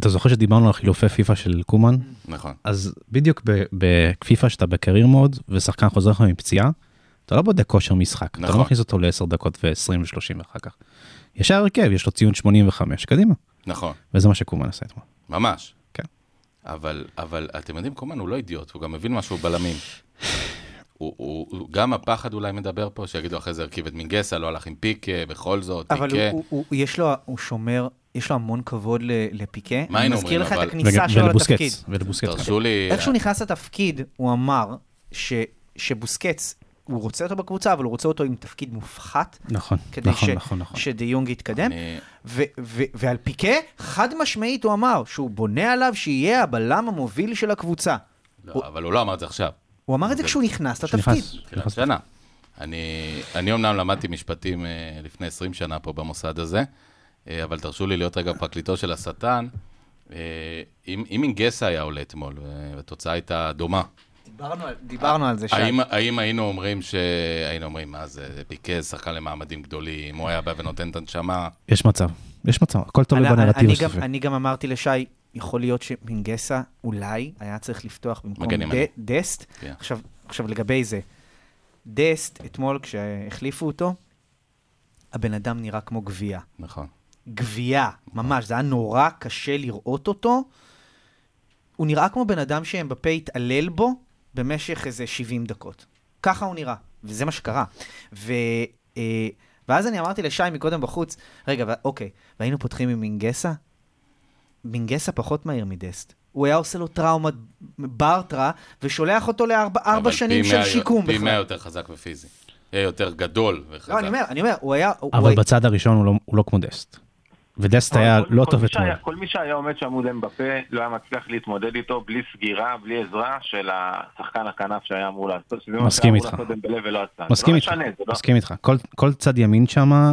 [SPEAKER 4] אתה זוכר שדיברנו על חילופי פיפא של קומן?
[SPEAKER 3] נכון.
[SPEAKER 4] אז בדיוק ב- בפיפא שאתה בקרייר מוד ושחקן חוזר לך מפציעה, אתה לא בודק כושר משחק, אתה
[SPEAKER 3] נכון.
[SPEAKER 4] לא מכניס אותו ל-10 דקות ו-20 ו-30 אחר כך. ישר הרכב, יש לו ציון 85, קדימה.
[SPEAKER 3] נכון,
[SPEAKER 4] וזה מה שקומן עשה אתמול.
[SPEAKER 3] ממש.
[SPEAKER 4] כן.
[SPEAKER 3] אבל, אבל אתם יודעים, קומן הוא לא אידיוט, הוא גם מבין משהו בלמים. הוא, הוא, הוא, גם הפחד אולי מדבר פה, שיגידו אחרי זה הרכיב את מינגסה, לא הלך עם פיקה, בכל זאת,
[SPEAKER 5] אבל הוא-
[SPEAKER 3] פיקה.
[SPEAKER 5] הוא- הוא- יש לו, הוא שומר, יש לו המון כבוד ל- לפיקה.
[SPEAKER 3] מה היינו
[SPEAKER 5] אני
[SPEAKER 3] אומרים,
[SPEAKER 5] מזכיר לך
[SPEAKER 3] אבל-
[SPEAKER 5] את הכניסה שלו לתפקיד.
[SPEAKER 4] ולבוסקץ, ולבוסקץ.
[SPEAKER 5] כן,
[SPEAKER 3] תרשו לי...
[SPEAKER 5] איך שהוא נכנס לתפקיד, הוא אמר ש- שבוסקץ, הוא רוצה אותו בקבוצה, אבל הוא רוצה אותו עם תפקיד מופחת.
[SPEAKER 4] נכון,
[SPEAKER 5] כדי
[SPEAKER 4] נכון,
[SPEAKER 5] ש-
[SPEAKER 4] נכון, נכון.
[SPEAKER 5] שדה יונג יתקדם.
[SPEAKER 3] אני-
[SPEAKER 5] ו- ו- ועל פיקה, חד משמעית הוא אמר שהוא בונה עליו שיהיה הבלם המוביל של הקבוצה.
[SPEAKER 3] לא, אבל הוא לא אמר את זה עכשיו.
[SPEAKER 5] הוא אמר את זה כשהוא נכנס לתפקיד.
[SPEAKER 4] שנכנס,
[SPEAKER 3] תחילת
[SPEAKER 4] נכנס.
[SPEAKER 3] שנה. אני, אני אמנם למדתי משפטים אה, לפני 20 שנה פה במוסד הזה, אה, אבל תרשו לי להיות רגע פרקליטו של השטן. אה, אם אם אינגסה היה עולה אתמול, אה, והתוצאה הייתה דומה,
[SPEAKER 5] דיברנו על זה שם.
[SPEAKER 3] האם, האם היינו אומרים ש... היינו אומרים, מה זה, זה פיקז, שחקן למעמדים גדולים, הוא היה בא ונותן את הנשמה,
[SPEAKER 4] יש מצב, יש מצב, הכל תלוי
[SPEAKER 5] אני-
[SPEAKER 4] בנרטיב
[SPEAKER 5] אני גם-
[SPEAKER 4] הסופי.
[SPEAKER 5] אני גם אמרתי לשי, יכול להיות שמינגסה אולי היה צריך לפתוח במקום
[SPEAKER 3] מגן ימני.
[SPEAKER 5] ד- דסט.
[SPEAKER 3] כן.
[SPEAKER 5] עכשיו- עכשיו לגבי זה, דסט, אתמול כשהחליפו אותו, הבן אדם נראה כמו גבייה.
[SPEAKER 3] נכון.
[SPEAKER 5] גבייה, ממש, זה היה נורא קשה לראות אותו. הוא נראה כמו בן אדם שאמבפה התעלל בו במשך איזה 70 דקות. ככה הוא נראה, וזה מה שקרה. ו... אה, ואז אני אמרתי לשי מקודם בחוץ, רגע, ו- אוקיי, והיינו פותחים עם מינגסה? מינגסה פחות מהיר מדסט. הוא היה עושה לו טראומה ברטרה, ושולח אותו לארבע ארבע
[SPEAKER 3] אבל
[SPEAKER 5] שנים
[SPEAKER 3] פי
[SPEAKER 5] של
[SPEAKER 3] מאה-
[SPEAKER 5] שיקום
[SPEAKER 3] פי מאה
[SPEAKER 5] בכלל.
[SPEAKER 3] יותר חזק ופיזי. אה, יותר גדול וחזק.
[SPEAKER 5] לא, אני אומר, אני אומר, הוא היה... הוא
[SPEAKER 4] אבל
[SPEAKER 5] היה-
[SPEAKER 4] בצד הראשון הוא לא- הוא לא כמו דסט. ודסט היה
[SPEAKER 6] כל-
[SPEAKER 4] לא
[SPEAKER 6] כל
[SPEAKER 4] טוב
[SPEAKER 6] מי שהיה-
[SPEAKER 4] אתמול.
[SPEAKER 6] כל מי שהיה עומד שם מול אמבפה לא היה מצליח להתמודד איתו בלי סגירה, בלי עזרה של השחקן הכנף שהיה אמור לעשות. שזה מה
[SPEAKER 4] מסכים
[SPEAKER 6] שהיה
[SPEAKER 4] איתך.
[SPEAKER 6] אמור לעשות דמבלה ולא עשה. זה
[SPEAKER 4] מסכים
[SPEAKER 6] לא
[SPEAKER 4] איתך,
[SPEAKER 6] משנה, זה לא-
[SPEAKER 4] מסכים איתך. כל- כל צד ימין שם,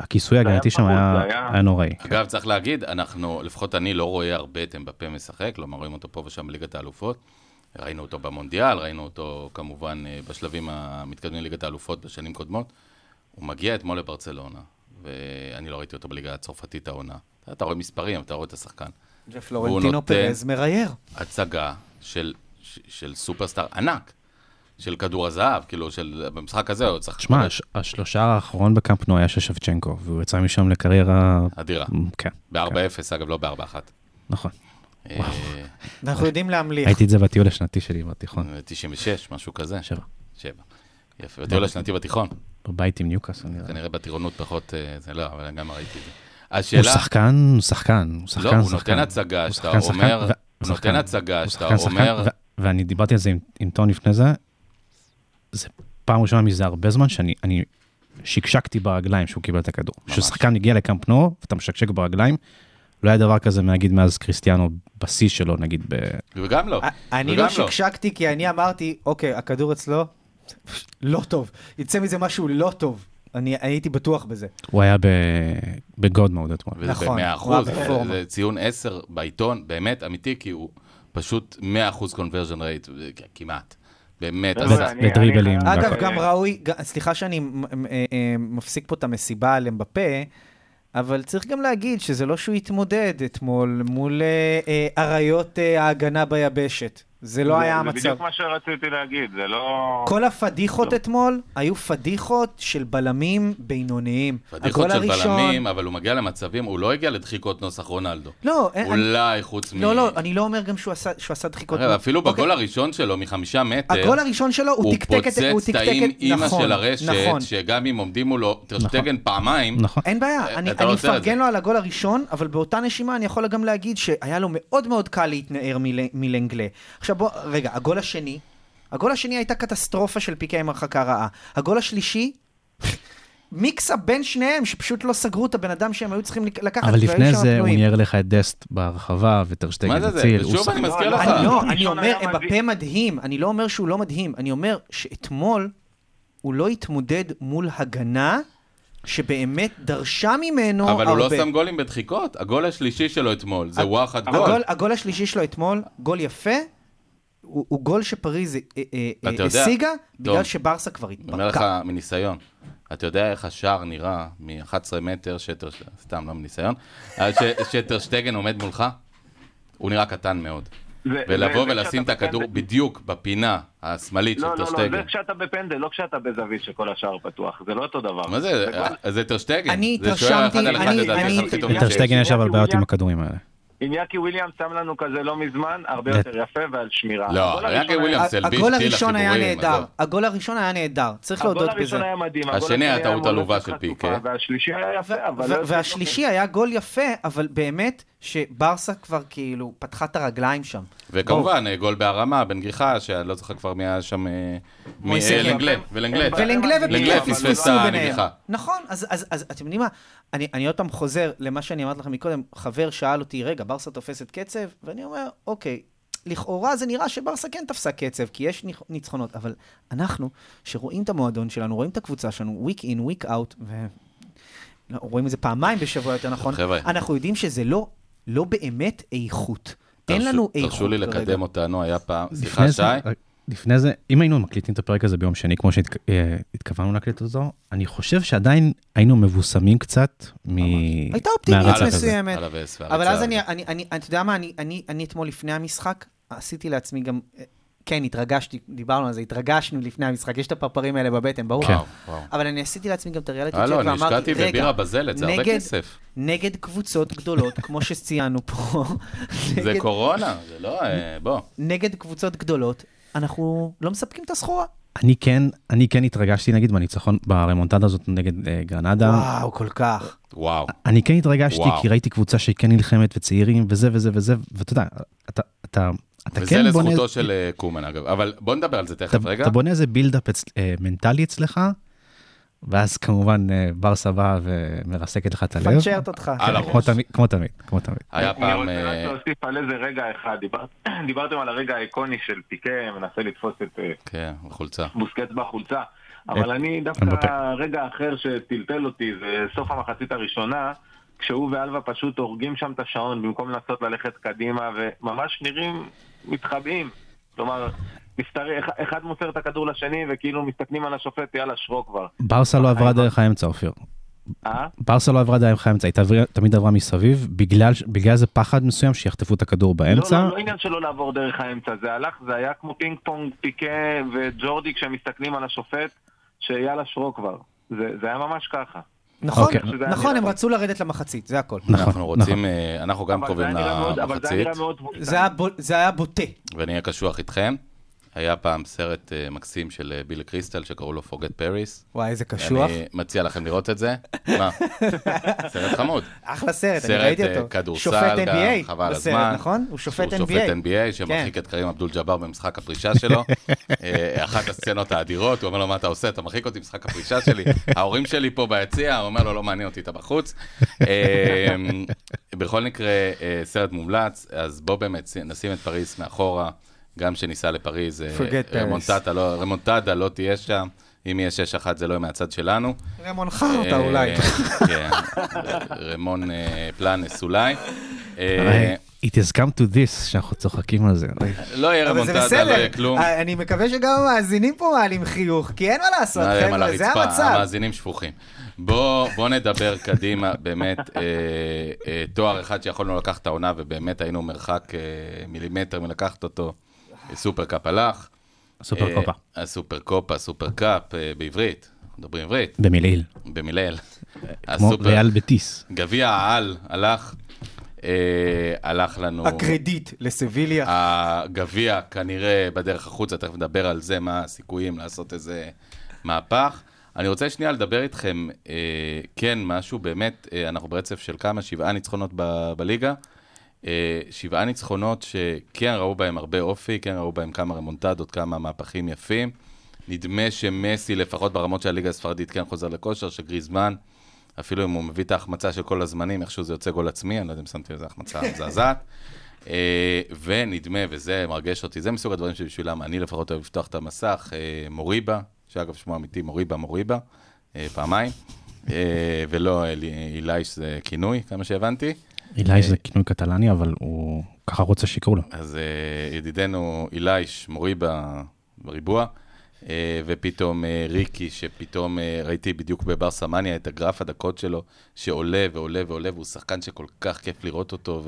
[SPEAKER 4] הכיסוי
[SPEAKER 6] היה
[SPEAKER 4] הגנתי שם
[SPEAKER 6] פרוץ,
[SPEAKER 4] היה
[SPEAKER 6] זה היה-
[SPEAKER 4] היה נוראי.
[SPEAKER 3] אגב, צריך להגיד, אנחנו, לפחות אני לא רואה הרבה את אמבפה משחק, כלומר, רואים אותו פה ושם בליגת האלופות. ראינו אותו במונדיאל, ראינו אותו כמובן אה, בשלבים המתקדמים לליגת האלופות בשנים קודמות. הוא מגיע אתמול לברצלונה, ואני לא ראיתי אותו בליגה הצרפתית העונה. אתה רואה מספרים, אתה רואה את השחקן. והוא
[SPEAKER 5] ופלורנטינו
[SPEAKER 3] נותן-
[SPEAKER 5] פרז מרייר.
[SPEAKER 3] הצגה של, ש- של סופרסטאר ענק, של כדור הזהב, כאילו, של, במשחק הזה הוא צריך...
[SPEAKER 4] שמע, הש- השלושה האחרון בקמפנו היה של שבצ'נקו, והוא יצא משם לקריירה...
[SPEAKER 3] אדירה.
[SPEAKER 4] כן,
[SPEAKER 3] ב-4-0, אגב, לא ב-4-1.
[SPEAKER 4] נכון.
[SPEAKER 3] אה,
[SPEAKER 5] אנחנו יודעים להמליך.
[SPEAKER 4] ראיתי את זה בטיול השנתי שלי בתיכון.
[SPEAKER 3] 96, אה, משהו כזה.
[SPEAKER 4] שבע.
[SPEAKER 3] שבע. יפה, בטיול השנתי בתיכון.
[SPEAKER 4] בבית עם ניוקאסל. נראה לי.
[SPEAKER 3] כנראה בטירונות פחות, אה, זה לא, אבל גם ראיתי את זה.
[SPEAKER 4] הוא
[SPEAKER 3] השאלה,
[SPEAKER 4] שחקן, הוא שחקן, הוא שחקן,
[SPEAKER 3] לא, הוא
[SPEAKER 4] שחקן.
[SPEAKER 3] נותן הצגה
[SPEAKER 4] הוא
[SPEAKER 3] שאתה
[SPEAKER 4] שחקן, שחקן,
[SPEAKER 3] אומר-
[SPEAKER 4] ו-
[SPEAKER 3] הוא
[SPEAKER 4] הוא
[SPEAKER 3] נותן
[SPEAKER 4] שחקן.
[SPEAKER 3] הצגה
[SPEAKER 4] הוא
[SPEAKER 3] שאתה
[SPEAKER 4] שחקן, שחקן,
[SPEAKER 3] אומר-
[SPEAKER 4] ו- ואני דיברתי על זה עם- עם טון לפני זה, זה פעם ראשונה מזה הרבה זמן שאני אני שקשקתי ברגליים שהוא קיבל את הכדור. כששחקן הגיע לקמפנו ואתה משקשק ברגליים, לא היה דבר כזה נגיד מאז קריסטיאנו בשיא שלו נגיד ב...
[SPEAKER 3] וגם לא,
[SPEAKER 5] אני
[SPEAKER 3] וגם
[SPEAKER 5] לא שקשקתי כי אני אמרתי, אוקיי, הכדור אצלו לא טוב. יצא מזה משהו לא טוב. אני הייתי בטוח בזה.
[SPEAKER 4] הוא היה ב... בגוד מוד אתמול.
[SPEAKER 3] וזה
[SPEAKER 5] נכון,
[SPEAKER 3] ב-100
[SPEAKER 5] הוא היה
[SPEAKER 3] אחוז,
[SPEAKER 5] בפורמה.
[SPEAKER 3] זה ציון 10 בעיתון, באמת אמיתי, כי הוא פשוט 100 אחוז קונברג'ן רייט, כמעט. באמת,
[SPEAKER 6] חבר'ה,
[SPEAKER 3] עשה-
[SPEAKER 6] לא אני-
[SPEAKER 4] בדריבלים.
[SPEAKER 6] אני-
[SPEAKER 4] והכל.
[SPEAKER 5] אגב, גם ראוי, ג- סליחה שאני מ- מ- אה, אה, מפסיק פה את המסיבה על אמבפה, אבל צריך גם להגיד שזה לא שהוא התמודד אתמול מול אה, אה, אריות אה, ההגנה ביבשת. זה לא
[SPEAKER 6] זה-
[SPEAKER 5] היה
[SPEAKER 6] זה
[SPEAKER 5] המצב.
[SPEAKER 6] בדיוק מה שרציתי להגיד, זה לא...
[SPEAKER 5] כל הפדיחות אתמול היו פדיחות של בלמים בינוניים.
[SPEAKER 3] פדיחות
[SPEAKER 5] הגול
[SPEAKER 3] של
[SPEAKER 5] הראשון-
[SPEAKER 3] בלמים, אבל הוא מגיע למצבים, הוא לא הגיע לדחיקות נוסח רונלדו.
[SPEAKER 5] לא, אין- אני-
[SPEAKER 3] אולי חוץ מ...
[SPEAKER 5] לא, לא, אני לא אומר גם שהוא עשה- שהוא עשה דחיקות.
[SPEAKER 3] הרי אה, אפילו
[SPEAKER 5] אוקיי.
[SPEAKER 3] בגול הראשון שלו, מחמישה מטר,
[SPEAKER 5] הגול הראשון שלו, הוא
[SPEAKER 3] הוא
[SPEAKER 5] תקתק את...
[SPEAKER 3] פוצץ
[SPEAKER 5] הוא
[SPEAKER 3] את
[SPEAKER 5] תקתק
[SPEAKER 3] האם
[SPEAKER 5] את...
[SPEAKER 3] אימא
[SPEAKER 5] נכון,
[SPEAKER 3] של הרשת,
[SPEAKER 5] נכון.
[SPEAKER 3] שגם אם עומדים מולו טרשטגן פעמיים,
[SPEAKER 4] נכון.
[SPEAKER 5] אין בעיה, אני
[SPEAKER 3] אה, אתה
[SPEAKER 5] אני
[SPEAKER 3] עושה את
[SPEAKER 5] מפרגן
[SPEAKER 3] זה.
[SPEAKER 5] לו על הגול הראשון, אבל באותה נשימה אני יכול גם להגיד שהיה לו מאוד מאוד קל להתנער מל- מלנגלה. עכשיו בוא, רגע, הגול השני, הגול השני הייתה קטסטרופה של פיקי עם הרחקה רעה. הגול השלישי, מיקסה בין שניהם, שפשוט לא סגרו את הבן אדם שהם היו צריכים לק- לקחת,
[SPEAKER 4] אבל
[SPEAKER 5] והיו
[SPEAKER 4] לפני
[SPEAKER 5] שם
[SPEAKER 4] זה הוא
[SPEAKER 5] פנויים.
[SPEAKER 4] ניער לך את דסט בהרחבה וטרשטגן
[SPEAKER 3] מה
[SPEAKER 4] הציל.
[SPEAKER 3] זה זה?
[SPEAKER 4] הוא
[SPEAKER 3] ושוב
[SPEAKER 4] שחקן-
[SPEAKER 3] אני מזכיר
[SPEAKER 6] לא,
[SPEAKER 3] לך.
[SPEAKER 5] אני לא,
[SPEAKER 6] הראשון
[SPEAKER 5] אני אומר,
[SPEAKER 6] היה
[SPEAKER 5] הם בפה
[SPEAKER 6] מדהים.
[SPEAKER 5] מדהים, אני לא אומר שהוא לא מדהים, אני אומר שאתמול הוא לא התמודד מול הגנה שבאמת דרשה ממנו הרבה.
[SPEAKER 3] אבל הוא לא שם גולים בדחיקות, הגול השלישי שלו אתמול, זה וואחד גול.
[SPEAKER 5] הגול, הגול השלישי שלו אתמול, גול יפה, הוא, הוא גול שפריז אה, אה, אה,
[SPEAKER 3] אתה יודע,
[SPEAKER 5] השיגה, בגלל
[SPEAKER 3] דום,
[SPEAKER 5] שברסה כבר
[SPEAKER 3] אני אומר לך
[SPEAKER 5] התפרקה.
[SPEAKER 3] מניסיון, אתה יודע איך השער נראה מ-11 מטר, שטר- סתם, לא מניסיון, אה, ש- שטרשטגן עומד מולך? הוא נראה קטן מאוד.
[SPEAKER 6] זה-
[SPEAKER 3] ולבוא
[SPEAKER 6] זה- זה
[SPEAKER 3] ולשים את
[SPEAKER 6] כשאתה
[SPEAKER 3] הכדור
[SPEAKER 6] בפנדל.
[SPEAKER 3] בדיוק בפינה השמאלית של
[SPEAKER 6] לא, לא, לא,
[SPEAKER 3] טרשטגן.
[SPEAKER 6] זה כשאתה בפנדל, לא כשאתה בזווית שכל השאר פתוח, זה לא אותו דבר.
[SPEAKER 3] מה זה? אה,
[SPEAKER 6] כבר-
[SPEAKER 3] זה טרשטגן.
[SPEAKER 5] אני
[SPEAKER 3] זה שוער אחד
[SPEAKER 5] התרשמתי,
[SPEAKER 3] על אחד,
[SPEAKER 5] אני-
[SPEAKER 3] לדעתי,
[SPEAKER 5] אני-
[SPEAKER 3] אחד הכי טובים שיש.
[SPEAKER 4] לטרשטגן יש אבל
[SPEAKER 6] הוא
[SPEAKER 4] בעיות
[SPEAKER 6] היה-
[SPEAKER 4] עם הכדורים האלה.
[SPEAKER 6] איניאקי וויליאם שם לנו כזה לא מזמן, הרבה
[SPEAKER 4] נט.
[SPEAKER 6] יותר יפה ועל שמירה.
[SPEAKER 3] לא,
[SPEAKER 6] הגול
[SPEAKER 3] איניאקי
[SPEAKER 6] הראשון היה-
[SPEAKER 3] וויליאמס, אלביש,
[SPEAKER 5] הגול
[SPEAKER 3] טיל
[SPEAKER 5] הראשון היה
[SPEAKER 3] החיבורים,
[SPEAKER 5] נהדר,
[SPEAKER 3] עזוב.
[SPEAKER 5] הגול הראשון היה נהדר, צריך
[SPEAKER 6] הגול
[SPEAKER 5] להודות
[SPEAKER 6] הראשון
[SPEAKER 5] בזה.
[SPEAKER 6] היה מדהים. הגול
[SPEAKER 3] השני
[SPEAKER 6] השני
[SPEAKER 3] היה טעות
[SPEAKER 6] מול
[SPEAKER 3] עלובה
[SPEAKER 6] אפס
[SPEAKER 3] של
[SPEAKER 6] חטופה,
[SPEAKER 3] פיקה.
[SPEAKER 6] והשלישי היה יפה, אבל... לא
[SPEAKER 5] ו-
[SPEAKER 6] יוצא
[SPEAKER 5] והשלישי היה גול יפה, אבל באמת שברסה כבר כאילו פתחה את הרגליים שם.
[SPEAKER 3] וכמובן, אה, גול בהרמה, בנגיחה, שאני לא זוכר כבר מי היה שם... אה, מי-
[SPEAKER 5] מויסה
[SPEAKER 3] אה,
[SPEAKER 5] קלאפ.
[SPEAKER 3] לנגלה, ולנגלה.
[SPEAKER 6] הם-
[SPEAKER 5] ולנגלה
[SPEAKER 6] אבל
[SPEAKER 5] ופיקה
[SPEAKER 3] לנגלה
[SPEAKER 6] לא,
[SPEAKER 5] פספסו
[SPEAKER 3] פספסה
[SPEAKER 5] ביניהם.
[SPEAKER 3] נגיחה.
[SPEAKER 5] נכון, אז, אז, אז אתם יודעים מה, אני, אני עוד פעם חוזר למה שאני אמרתי לכם מקודם, חבר שאל אותי, רגע, ברסה תופסת קצב? ואני אומר, אוקיי, לכאורה זה נראה שברסה כן תפסה קצב, כי יש ניח- ניצחונות, אבל אנחנו, שרואים את המועדון שלנו, רואים את הקבוצה שלנו, וויק אין, וויק אאוט, ו... לא, רואים את זה פעמיים בשבוע יותר נכון,
[SPEAKER 3] חבר'ה.
[SPEAKER 5] אנחנו יודעים שזה לא, לא באמת איכות. אין
[SPEAKER 3] תרשו-
[SPEAKER 5] לנו איכות
[SPEAKER 3] תרשו לי
[SPEAKER 5] כרגע.
[SPEAKER 3] לקדם אותנו, היה פעם... סליחה,
[SPEAKER 4] לפני
[SPEAKER 3] שי?
[SPEAKER 4] זה- לפני זה, אם היינו מקליטים את הפרק הזה ביום שני, כמו שהתכוונו להקליט אותו, אני חושב שעדיין היינו מבוסמים קצת מ...
[SPEAKER 5] הייתה אופטימיות
[SPEAKER 4] מהרצח הזה.
[SPEAKER 5] מסוימת.
[SPEAKER 3] על הווס והרצה
[SPEAKER 5] אבל אז אני,
[SPEAKER 3] הזה.
[SPEAKER 5] אני, אני, אני, אתה יודע מה, אני, אני, אני אתמול לפני המשחק, עשיתי לעצמי גם אה, כן, התרגשתי, דיברנו על זה, התרגשנו לפני המשחק, יש את הפרפרים האלה בבטן, ברור.
[SPEAKER 4] כן.
[SPEAKER 3] וואו, וואו.
[SPEAKER 5] אבל אני עשיתי לעצמי גם את הריאליטי צ'ק,
[SPEAKER 3] הלו,
[SPEAKER 5] ואמרתי,
[SPEAKER 3] אני
[SPEAKER 5] רגע,
[SPEAKER 3] השקעתי בבירה בזלת, זה הרבה
[SPEAKER 5] נגד-
[SPEAKER 3] כסף.
[SPEAKER 5] נגד קבוצות גדולות, כמו שציינו פה,
[SPEAKER 3] זה
[SPEAKER 5] נגד-
[SPEAKER 3] קורונה, זה לא... אה, בוא.
[SPEAKER 5] נגד קבוצות גדולות, אנחנו לא מספקים את הסחורה.
[SPEAKER 4] אני כן, אני כן התרגשתי נגיד בניצחון, ברמונטדה הזאת נגד אה, גרנדה.
[SPEAKER 5] וואו, כל כך.
[SPEAKER 3] וואו.
[SPEAKER 4] אני כן התרגשתי
[SPEAKER 3] וואו.
[SPEAKER 4] כי ראיתי קבוצה שהיא כן נלחמת וצעירים וזה וזה וזה, ואתה יודע, אתה, אתה, אתה
[SPEAKER 3] וזה
[SPEAKER 4] כן בונה,
[SPEAKER 3] לזכותו של אה, קומן, אגב. אבל בוא נדבר על זה
[SPEAKER 4] אתה,
[SPEAKER 3] תכף, רגע.
[SPEAKER 4] אתה בונה איזה בילדאפ אצ, אה, מנטלי אצלך, ואז כמובן אה, בר סבא ומרסקת לך את הלב.
[SPEAKER 5] פנצ'רת אותך.
[SPEAKER 3] על הראש.
[SPEAKER 4] כמו תמיד, כמו תמיד, כמו תמיד.
[SPEAKER 3] היה
[SPEAKER 6] אני
[SPEAKER 3] פעם...
[SPEAKER 6] רוצה
[SPEAKER 3] אה,
[SPEAKER 6] רק להוסיף על איזה רגע אחד, דיבר- דיברתם על הרגע האיקוני של פיקה, מנסה לתפוס את אה,
[SPEAKER 3] כן, חולצה.
[SPEAKER 6] בוסקט בחולצה, אבל אני
[SPEAKER 4] אמבפה.
[SPEAKER 6] דווקא הרגע האחר שטלטל אותי זה סוף המחצית הראשונה, כשהוא ואלווה פשוט הורגים שם את השעון במקום לנסות ללכת קדימה, וממש נראים מתחבאים. כלומר, מסתרי, אח- אחד מוסר את הכדור לשני וכאילו מסתכלים על השופט, יאללה, שרו כבר.
[SPEAKER 4] ברסה לא עברה דרך האמצע, אופיר.
[SPEAKER 6] אה?
[SPEAKER 4] ברסה לא עברה דרך האמצע, היא תעביר- תמיד עברה מסביב, בגלל ש- בגלל איזה פחד מסוים שיחטפו את הכדור
[SPEAKER 6] לא,
[SPEAKER 4] באמצע.
[SPEAKER 6] לא, לא עניין שלא לעבור דרך האמצע, זה הלך, זה היה כמו פינג פונג, פיקה וג'ורדי כשהם מסתכלים על השופט, שיאללה, שרו כבר. זה, זה היה ממש ככה.
[SPEAKER 5] נכון,
[SPEAKER 4] אוקיי.
[SPEAKER 5] נכון, הם רצו לרדת למחצית, זה הכל.
[SPEAKER 4] נכון,
[SPEAKER 3] אנחנו רוצים, אה, אנחנו גם
[SPEAKER 6] אבל זה
[SPEAKER 3] קרובים
[SPEAKER 6] היה נראה מאוד- אבל זה היה
[SPEAKER 3] למחצית,
[SPEAKER 6] נראה מאוד מופתע.
[SPEAKER 5] זה היה בו- זה היה בוטה.
[SPEAKER 3] ונהיה קשוח איתכם. היה פעם סרט אה, מקסים של אה, ביל קריסטל שקראו לו Forget Paris.
[SPEAKER 5] וואי, איזה קשוח.
[SPEAKER 3] אני מציע לכם לראות את זה. מה? סרט חמוד.
[SPEAKER 5] אחלה סרט, אני
[SPEAKER 3] סרט,
[SPEAKER 5] ראיתי
[SPEAKER 3] אה,
[SPEAKER 5] אותו.
[SPEAKER 3] כדורסל
[SPEAKER 5] שופט
[SPEAKER 3] גם,
[SPEAKER 5] NBA
[SPEAKER 3] חבל על
[SPEAKER 5] בסרט,
[SPEAKER 3] הזמן.
[SPEAKER 5] נכון? הוא שופט
[SPEAKER 3] שהוא שופט
[SPEAKER 5] NBA.
[SPEAKER 3] NBA שמרחיק
[SPEAKER 5] כן.
[SPEAKER 3] את קרים אבדול ג'אבר במשחק הפרישה שלו. אה, אחת הסצנות האדירות, הוא אומר לו, מה אתה עושה? אתה מרחיק אותי במשחק הפרישה שלי? ההורים שלי פה ביציע, הוא אומר לו, לא מעניין אותי, אתה בחוץ. אה, בכל מקרה, אה, סרט מומלץ, אז בוא באמת נשים את פריס מאחורה, גם שניסע לפריז. אה,
[SPEAKER 5] Forget Paris.
[SPEAKER 3] רמונטדה לא- רמונטדה לא תהיה שם, אם יהיה 6-1 זה לא יהיה מהצד שלנו.
[SPEAKER 5] רמון חרטה אולי.
[SPEAKER 3] אה, כן, רמון אה, פלנס אולי. אה,
[SPEAKER 4] אה, It has come to this, שאנחנו צוחקים על זה.
[SPEAKER 3] לא יהיה
[SPEAKER 5] אבל זה
[SPEAKER 3] רמונטדה, לא
[SPEAKER 5] בסדר,
[SPEAKER 3] יהיה כלום.
[SPEAKER 5] אה, אני מקווה שגם המאזינים פה מעלים חיוך, כי אין מה לעשות,
[SPEAKER 3] נעלה להם על
[SPEAKER 5] חבר'ה, זה
[SPEAKER 3] הרצפה,
[SPEAKER 5] המצב.
[SPEAKER 3] המאזינים שפוכים. בוא בוא נדבר קדימה, באמת, אה, אה, תואר אחד שיכולנו לקחת העונה, ובאמת היינו מרחק אה, מילימטר מלקחת אותו, סופרקאפ הלך.
[SPEAKER 4] סופר קופה.
[SPEAKER 3] אה, הסופרקופה, סופרקאפ, אה, בעברית, אנחנו מדברים עברית,
[SPEAKER 4] במילעיל.
[SPEAKER 3] במילל.
[SPEAKER 4] כמו
[SPEAKER 3] הסופר-
[SPEAKER 4] ריאל בטיס.
[SPEAKER 3] גביע העל הלך, אה, הלך לנו...
[SPEAKER 5] הקרדיט לסביליה.
[SPEAKER 3] הגביע כנראה בדרך החוצה, תכף נדבר על זה, מה הסיכויים לעשות איזה מהפך. אני רוצה שנייה לדבר איתכם, אה, כן, משהו, באמת, אה, אנחנו ברצף של כמה, שבעה ניצחונות ב- בליגה. אה, שבעה ניצחונות שכן ראו בהם הרבה אופי, כן ראו בהם כמה רמונטדות, כמה מהפכים יפים. נדמה שמסי, לפחות ברמות של הליגה הספרדית, כן חוזר לכושר, שגריזמן, אפילו אם הוא מביא את ההחמצה של כל הזמנים, איכשהו זה יוצא גול עצמי, אני לא יודע אם שמתי לזה החמצה מזעזעת. אה, ונדמה, וזה מרגש אותי, זה מסוג הדברים שבשבילם אני לפחות אוהב לפתוח את המסך, אה, מוריבה, שאגב שמו אמיתי מוריבה מוריבה, אה, פעמיים, אה, ולא אלי- אילייש זה כינוי, כמה שהבנתי.
[SPEAKER 4] אילי זה כינוי קטלני, אבל הוא ככה רוצה שיקראו לו.
[SPEAKER 3] אז אה, ידידנו אילייש מורי ב- בריבוע, אה, ופתאום אה, ריקי, שפתאום אה, ראיתי בדיוק בבר סמניה את הגרף הדקות שלו, שעולה ועולה ועולה, והוא שחקן שכל כך כיף לראות אותו,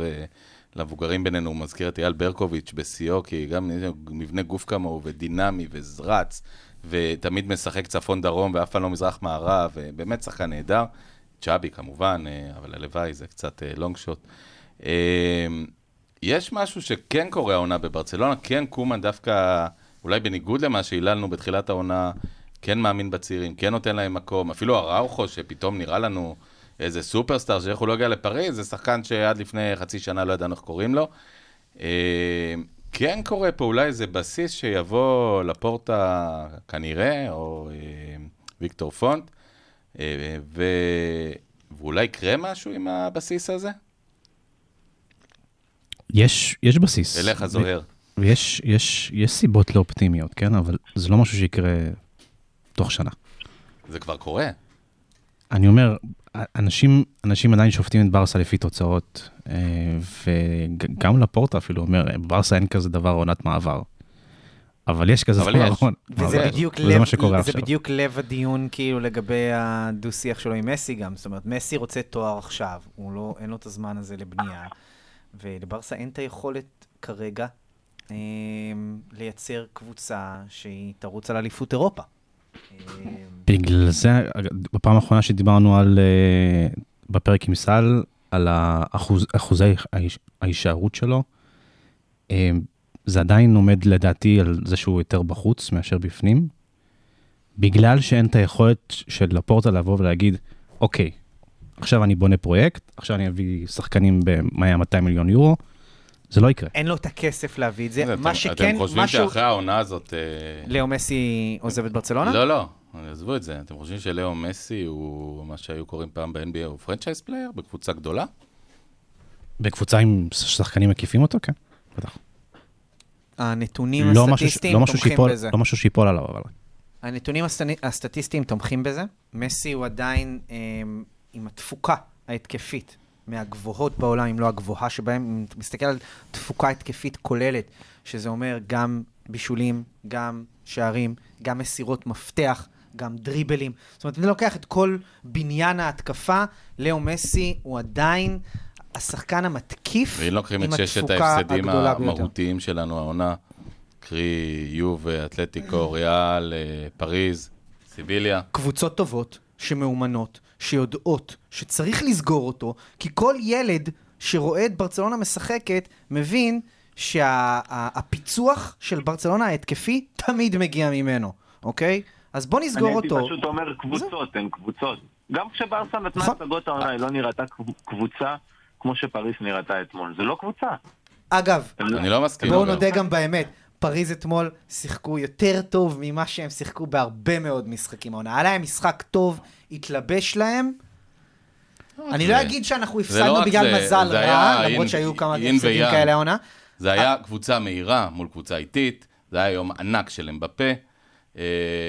[SPEAKER 3] ולמבוגרים בינינו הוא מזכיר את אייל ברקוביץ' בשיאו, כי גם יש לו מבנה גוף כמוהו, ודינמי, וזרץ, ותמיד משחק צפון-דרום, ואף פעם לא מזרח-מערב, באמת שחקן נהדר. צ'אבי כמובן, אה, אבל הלוואי, זה קצת אה, לונג שוט. אה, יש משהו שכן קורה העונה בברצלונה, כן קומן דווקא, אולי בניגוד למה שהיללנו בתחילת העונה, כן מאמין בצעירים, כן נותן להם מקום, אפילו הראוכו שפתאום נראה לנו איזה סופרסטאר שאיך הוא לא הגיע לפריז, זה שחקן שעד לפני חצי שנה לא ידענו איך קוראים לו. אה, כן קורה פה אולי איזה בסיס שיבוא לפורטה כנראה, או אה, ויקטור פונט, אה, ו... ואולי יקרה משהו עם הבסיס הזה?
[SPEAKER 4] יש, יש בסיס.
[SPEAKER 3] אליך זוהר.
[SPEAKER 4] ויש יש, יש סיבות לא אופטימיות, כן? אבל זה לא משהו שיקרה תוך שנה.
[SPEAKER 3] זה כבר קורה.
[SPEAKER 4] אני אומר, אנשים, אנשים עדיין שופטים את ברסה לפי תוצאות, אה, וגם לפורטה אפילו אומר, ברסה אין כזה דבר עונת מעבר. אבל יש כזה
[SPEAKER 3] אבל
[SPEAKER 4] דבר
[SPEAKER 3] יש.
[SPEAKER 4] עונת
[SPEAKER 5] וזה
[SPEAKER 4] מעבר,
[SPEAKER 5] בדיוק
[SPEAKER 4] אוקיי. וזה
[SPEAKER 5] לב-
[SPEAKER 4] מה שקורה
[SPEAKER 5] זה
[SPEAKER 4] עכשיו.
[SPEAKER 5] בדיוק לב הדיון כאילו לגבי הדו-שיח שלו עם מסי גם. זאת אומרת, מסי רוצה תואר עכשיו, הוא לא, אין לו את הזמן הזה לבנייה, ולברסה אין את היכולת כרגע אה, לייצר קבוצה שהיא תרוץ על אליפות אירופה. אה,
[SPEAKER 4] בגלל זה, אגב, בפעם האחרונה שדיברנו על, אה, בפרק עם סל, על האחוז, אחוזי ההיש- ההישארות שלו, אה, זה עדיין עומד לדעתי על זה שהוא יותר בחוץ מאשר בפנים, בגלל שאין את היכולת של לפורטה לבוא ולהגיד, אוקיי, עכשיו אני בונה פרויקט, עכשיו אני אביא שחקנים ב-200 מיליון יורו, זה לא יקרה.
[SPEAKER 5] אין לו את הכסף להביא את
[SPEAKER 3] אתם-
[SPEAKER 5] זה. מה שכן,
[SPEAKER 3] אתם חושבים
[SPEAKER 5] משהו...
[SPEAKER 3] שאחרי העונה הזאת... אה,
[SPEAKER 5] לאו מסי עוזב את ברצלונה?
[SPEAKER 3] לא, לא, עזבו את זה. אתם חושבים שלאו מסי הוא מה שהיו קוראים פעם ב-NBA הוא פרנצ'ייז פלייר בקבוצה גדולה?
[SPEAKER 4] בקבוצה עם שחקנים מקיפים אותו, כן, בטח.
[SPEAKER 5] הנתונים
[SPEAKER 4] לא משהו ש-
[SPEAKER 5] הסטטיסטיים
[SPEAKER 4] לא משהו
[SPEAKER 5] תומכים
[SPEAKER 4] שיפול-
[SPEAKER 5] בזה.
[SPEAKER 4] לא משהו שיפול עליו, אבל.
[SPEAKER 5] הנתונים הסטני- הסטטיסטיים תומכים בזה. מסי הוא עדיין אמ, עם התפוקה ההתקפית מהגבוהות בעולם, אם לא הגבוהה שבהם, אם אתה מסתכל על תפוקה התקפית כוללת, שזה אומר גם בישולים, גם שערים, גם מסירות מפתח, גם דריבלים. זאת אומרת, אם אני לוקח את כל בניין ההתקפה, לאו מסי הוא עדיין השחקן המתקיף
[SPEAKER 3] ואם לוקחים את
[SPEAKER 5] עם
[SPEAKER 3] ששת
[SPEAKER 5] התפוקה
[SPEAKER 3] ההפסדים
[SPEAKER 5] הגדולה ביותר.
[SPEAKER 3] המהותיים שלנו העונה, קרי יוב, אתלטיקו, ריאל, אה, פריז, סיביליה,
[SPEAKER 5] קבוצות טובות, שמאומנות, שיודעות, שצריך לסגור אותו, כי כל ילד שרואה את ברצלונה משחקת, מבין שהפיצוח של ברצלונה ההתקפי תמיד מגיע ממנו, אוקיי? אז בוא נסגור אותו.
[SPEAKER 6] אני הייתי פשוט אומר קבוצות, הן קבוצות. גם כשברסה נתנה
[SPEAKER 5] נכון.
[SPEAKER 6] הצגות העונה, היא לא נראתה קב- קבוצה כמו שפריס נראתה אתמול. זה לא קבוצה.
[SPEAKER 3] אה,
[SPEAKER 5] אגב,
[SPEAKER 6] הם לא-
[SPEAKER 3] אני לא מסכים.
[SPEAKER 5] בואו
[SPEAKER 3] אבל.
[SPEAKER 5] נודה גם באמת, פריז אתמול שיחקו יותר טוב ממה שהם שיחקו בהרבה מאוד משחקים העונה. היה להם משחק טוב, התלבש להם. אני לא
[SPEAKER 3] אה, זה-
[SPEAKER 5] אגיד שאנחנו
[SPEAKER 3] זה לא
[SPEAKER 5] הפסדנו
[SPEAKER 3] רק
[SPEAKER 5] בגלל
[SPEAKER 3] זה,
[SPEAKER 5] מזל
[SPEAKER 3] זה היה
[SPEAKER 5] רע,
[SPEAKER 3] אין-
[SPEAKER 5] למרות שהיו כמה
[SPEAKER 3] אין
[SPEAKER 5] הפסדים
[SPEAKER 3] ויאן.
[SPEAKER 5] כאלה העונה.
[SPEAKER 3] זה היה קבוצה מהירה מול קבוצה איטית, זה היה יום ענק של אמבפה. אה,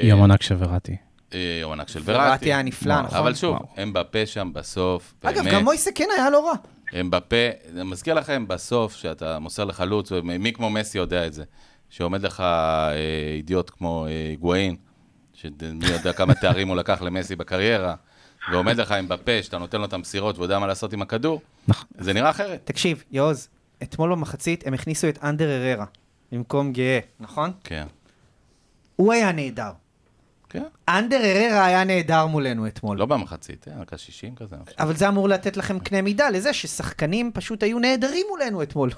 [SPEAKER 4] יום ענק שווירתי.
[SPEAKER 3] אה, יום ענק של וראטי.
[SPEAKER 5] וראטי היה נפלא, נכון?
[SPEAKER 3] אבל שוב,
[SPEAKER 4] וואו.
[SPEAKER 3] אמבפה שם בסוף, באמת.
[SPEAKER 5] אגב, גם מויסה כן היה לא רע.
[SPEAKER 3] אמבפה, אני מזכיר לכם בסוף, שאתה מוסר לחלוץ, ומי כמו מסי יודע את זה, שעומד לך אה, אידיוט כמו אה, היגואין, שמי יודע כמה תארים הוא לקח למסי בקריירה, ועומד לך אמבפה, שאתה נותן לו את המסירות והוא יודע מה לעשות עם הכדור,
[SPEAKER 4] נכון.
[SPEAKER 3] זה נראה אחרת.
[SPEAKER 5] תקשיב, יעוז, אתמול במחצית הם הכניסו את אנדר אררה במקום גאה, נכון?
[SPEAKER 3] כן,
[SPEAKER 5] הוא היה נהדר.
[SPEAKER 3] כן.
[SPEAKER 5] אנדר אררה היה נהדר מולנו אתמול.
[SPEAKER 3] לא במחצית, אה, רק ה-60 כזה. אני חושב.
[SPEAKER 5] אבל זה אמור לתת לכם קנה מידה לזה ששחקנים פשוט היו נהדרים מולנו אתמול.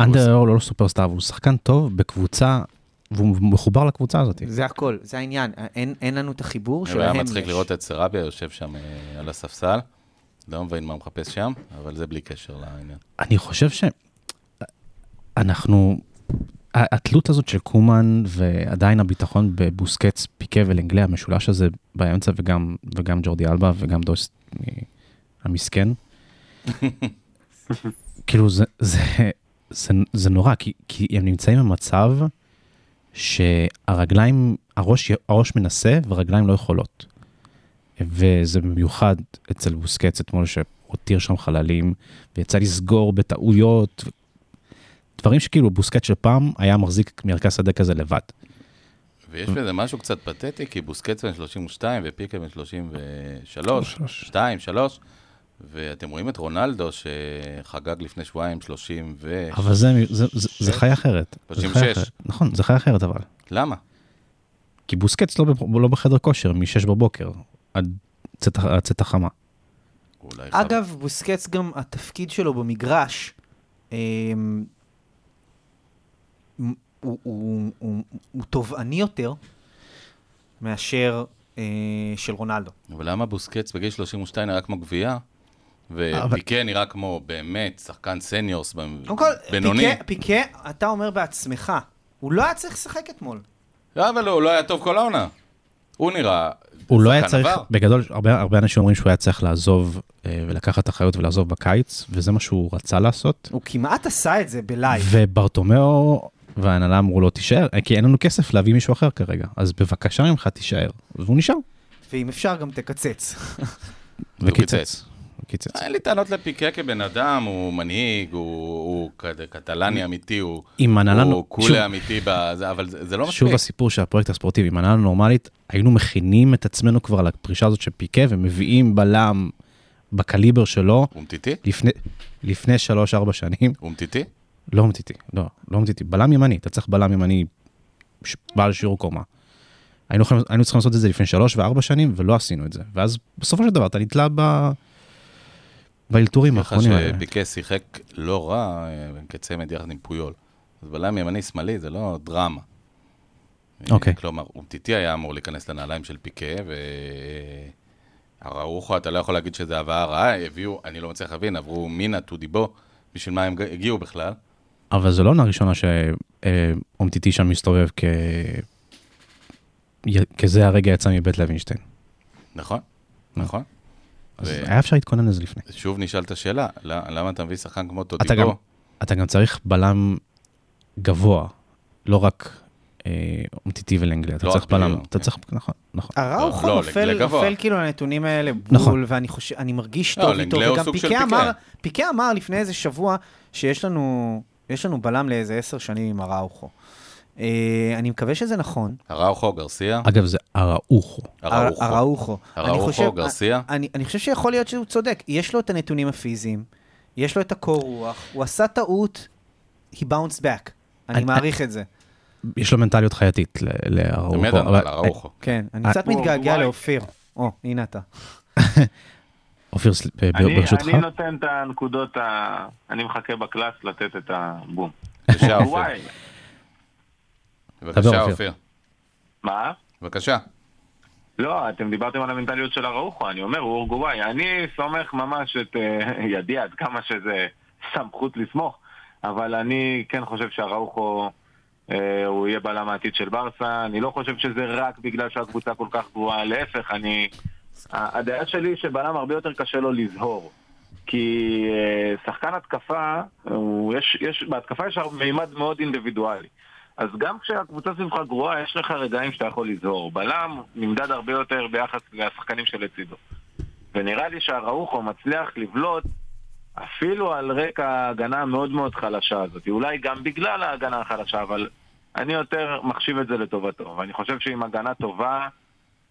[SPEAKER 4] אנדר הוא לא סופרסטאר, אבל הוא שחקן טוב בקבוצה, והוא מחובר לקבוצה הזאת.
[SPEAKER 5] זה הכל, זה העניין. אין, אין לנו את החיבור שלהם.
[SPEAKER 3] היה מצחיק
[SPEAKER 5] יש.
[SPEAKER 3] לראות את סרביה יושב שם אה, על הספסל. לא מבין מה הוא מחפש שם, אבל זה בלי קשר לעניין.
[SPEAKER 4] אני חושב שאנחנו, ה- התלות הזאת של קומן ועדיין הביטחון בבוסקץ, פיקה ולנגלה, המשולש הזה באמצע וגם, וגם ג'ורדי אלבה וגם דוס מ- המסכן, כאילו זה, זה, זה, זה נורא, כי, כי הם נמצאים במצב שהרגליים, הראש, הראש מנסה ורגליים לא יכולות. וזה במיוחד אצל בוסקץ אתמול שהותיר שם חללים ויצא לסגור בטעויות, דברים שכאילו בוסקט של פעם היה מחזיק מרכז שדה כזה לבד.
[SPEAKER 3] ויש בזה משהו קצת פתטי, כי בוסקץ בן 32 ופיקה בן 33, 2, 3, ואתם רואים את רונלדו שחגג לפני שבועיים 30 ו...
[SPEAKER 4] אבל זה, זה, זה, זה חי אחרת. זה חי
[SPEAKER 3] 36.
[SPEAKER 4] אחרת. נכון, זה חי אחרת אבל.
[SPEAKER 3] למה?
[SPEAKER 4] כי בוסקץ לא, ב- לא בחדר כושר מ-6 בבוקר עד צאת- עד צאת החמה.
[SPEAKER 3] אולי חב-
[SPEAKER 5] אגב, בוסקץ גם, התפקיד שלו במגרש, אמ, הוא, הוא, הוא, הוא, הוא תובעני יותר מאשר אה, של רונלדו.
[SPEAKER 3] אבל למה בוסקץ בגיל 32 נראה כמו גבייה?
[SPEAKER 4] אבל-
[SPEAKER 3] ופיקה נראה כמו באמת שחקן סניורס, במ-
[SPEAKER 5] קודם כל,
[SPEAKER 3] בינוני.
[SPEAKER 5] פיקה, פיקה, אתה אומר בעצמך, הוא לא היה צריך לשחק אתמול.
[SPEAKER 3] לא, אבל הוא לא היה טוב כל העונה. הוא נראה...
[SPEAKER 4] הוא לא היה
[SPEAKER 3] שחקן
[SPEAKER 4] צריך,
[SPEAKER 3] עבר.
[SPEAKER 4] בגדול, הרבה, הרבה אנשים אומרים שהוא היה צריך לעזוב אה, ולקחת אחריות ולעזוב בקיץ, וזה מה שהוא רצה לעשות.
[SPEAKER 5] הוא כמעט עשה את זה בלייב.
[SPEAKER 4] וברטומיאו וההנהלה אמרו לו, תישאר, אה, כי אין לנו כסף להביא מישהו אחר כרגע, אז בבקשה ממך תישאר. והוא נשאר.
[SPEAKER 5] ואם אפשר גם תקצץ.
[SPEAKER 3] והוא
[SPEAKER 4] וקיצץ. הוא קיצץ.
[SPEAKER 3] אין לי טענות לפיקה כבן אדם, הוא מנהיג, הוא, הוא קט- קטלני אמיתי, הוא,
[SPEAKER 4] עם הנהלה- לא-
[SPEAKER 3] הוא
[SPEAKER 4] שוב-
[SPEAKER 3] כולה אמיתי, בזה, אבל זה, זה לא
[SPEAKER 4] שוב
[SPEAKER 3] מספיק.
[SPEAKER 4] הסיפור של הפרויקט הספורטיבי, עם הנהלה נורמלית, היינו מכינים את עצמנו כבר לפרישה הזאת של פיקה ומביאים בלם בקליבר שלו
[SPEAKER 3] הוא מתיתי?
[SPEAKER 4] לפני, לפני 3-4 שנים.
[SPEAKER 3] הוא מתיתי?
[SPEAKER 4] לא אומטיטי, לא, לא אומטיטי. בלם ימני, אתה צריך בלם ימני ש- בעל שיעור קומה. היינו, יכולים- היינו צריכים לעשות את זה לפני שלוש וארבע שנים, ולא עשינו את זה. ואז בסופו של דבר אתה נתלה ב... באלתורים
[SPEAKER 3] ככה
[SPEAKER 4] האחרונים האלה.
[SPEAKER 3] שביקש שיחק לא רע אה, כצמד יחד עם פויול. אז בלם ימני שמאלי זה לא דרמה. אה,
[SPEAKER 4] אוקיי.
[SPEAKER 3] כלומר, אומטיטי היה אמור להיכנס לנעליים של פיקה, והראוכו, אתה לא יכול להגיד שזה הבאה רעה, הביאו, אני לא מצליח להבין, עברו מינה, טודיבו, בשביל מה הם ג- הגיעו בכלל?
[SPEAKER 4] אבל זו לא עונה ראשונה שאומטיטי שם מסתובב כ... י- כזה הרגע יצא מבית לוינשטיין.
[SPEAKER 3] נכון,
[SPEAKER 4] אה.
[SPEAKER 3] נכון.
[SPEAKER 4] אז
[SPEAKER 3] ו-
[SPEAKER 4] היה אפשר להתכונן לזה לפני.
[SPEAKER 3] שוב נשאלת השאלה, ל- למה אתה מביא שחקן כמו
[SPEAKER 4] אתה גם,
[SPEAKER 3] טודיבו?
[SPEAKER 4] אתה גם צריך בלם גבוה, לא רק אה, אומטיטי ולנגלי, אתה
[SPEAKER 3] לא
[SPEAKER 4] צריך
[SPEAKER 3] רק
[SPEAKER 4] בלם,
[SPEAKER 3] פליון,
[SPEAKER 4] אתה
[SPEAKER 3] כן.
[SPEAKER 4] צריך, נכון, נכון.
[SPEAKER 5] הראוכו
[SPEAKER 3] לא,
[SPEAKER 5] נופל,
[SPEAKER 3] לגבוה.
[SPEAKER 5] נופל כאילו לנתונים האלה בול,
[SPEAKER 4] נכון.
[SPEAKER 5] ואני חושב, אני מרגיש
[SPEAKER 3] לא,
[SPEAKER 5] טוב איתו,
[SPEAKER 3] לנגלה הוא
[SPEAKER 5] וגם
[SPEAKER 3] סוג של
[SPEAKER 5] פיקה
[SPEAKER 3] פיקה.
[SPEAKER 5] אמר, פיקה אמר לפני איזה שבוע שיש לנו, יש לנו בלם לאיזה עשר שנים עם הראוכו. אה, אני מקווה שזה נכון,
[SPEAKER 3] הראוכו, גרסיה?
[SPEAKER 4] אגב, זה אראוחו.
[SPEAKER 3] הראוכו.
[SPEAKER 5] הראוכו. אני
[SPEAKER 3] הראוכו,
[SPEAKER 5] חושב-
[SPEAKER 3] גרסיה?
[SPEAKER 5] אני, אני חושב שיכול להיות שהוא צודק. יש לו את הנתונים הפיזיים, יש לו את הקור רוח, הוא עשה טעות, he bounced back. אני
[SPEAKER 4] אני-
[SPEAKER 5] מעריך את זה.
[SPEAKER 4] יש לו מנטליות חייתית ל- לאראוחו.
[SPEAKER 3] באמת,
[SPEAKER 4] אבל-
[SPEAKER 3] הראוכו.
[SPEAKER 5] כן, אני
[SPEAKER 4] אה,
[SPEAKER 5] קצת
[SPEAKER 6] וואו,
[SPEAKER 5] מתגעגע
[SPEAKER 6] וואי.
[SPEAKER 5] לאופיר. או, הנה אתה.
[SPEAKER 4] אופיר, סל- ב-
[SPEAKER 6] אני,
[SPEAKER 4] ברשותך,
[SPEAKER 6] אני לא- נותן את הנקודות, ה... אני מחכה בקלאס לתת את הבום.
[SPEAKER 3] בבקשה, אופיר.
[SPEAKER 6] וואי,
[SPEAKER 4] דבר,
[SPEAKER 3] בבקשה,
[SPEAKER 4] אה, אופיר.
[SPEAKER 3] אופיר.
[SPEAKER 6] מה?
[SPEAKER 3] בבקשה.
[SPEAKER 6] לא, אתם דיברתם על המנטליות של הראוכו, אני אומר, הוא אורוגוואי. אני סומך ממש את אה, ידי עד כמה שזה סמכות לסמוך, אבל אני כן חושב שהראוכו, אה, הוא יהיה בלם העתיד של ברסה. אני לא חושב שזה רק בגלל שהקבוצה כל כך גרועה, להפך, אני... ה- הדעה שלי היא שבלם הרבה יותר קשה לו לזהור. כי אה, שחקן התקפה, הוא- יש, יש, בהתקפה יש מימד מאוד אינדיבידואלי. אז גם כשהקבוצה סביבך גרועה, יש לך רגעים שאתה יכול לזהור. בלם נמדד הרבה יותר ביחס לשחקנים שלצידו. ונראה לי שהראוכו מצליח לבלוט אפילו על רקע ההגנה המאוד מאוד חלשה הזאת. אולי גם בגלל ההגנה החלשה, אבל אני יותר מחשיב את זה לטובתו. ואני חושב שעם הגנה טובה,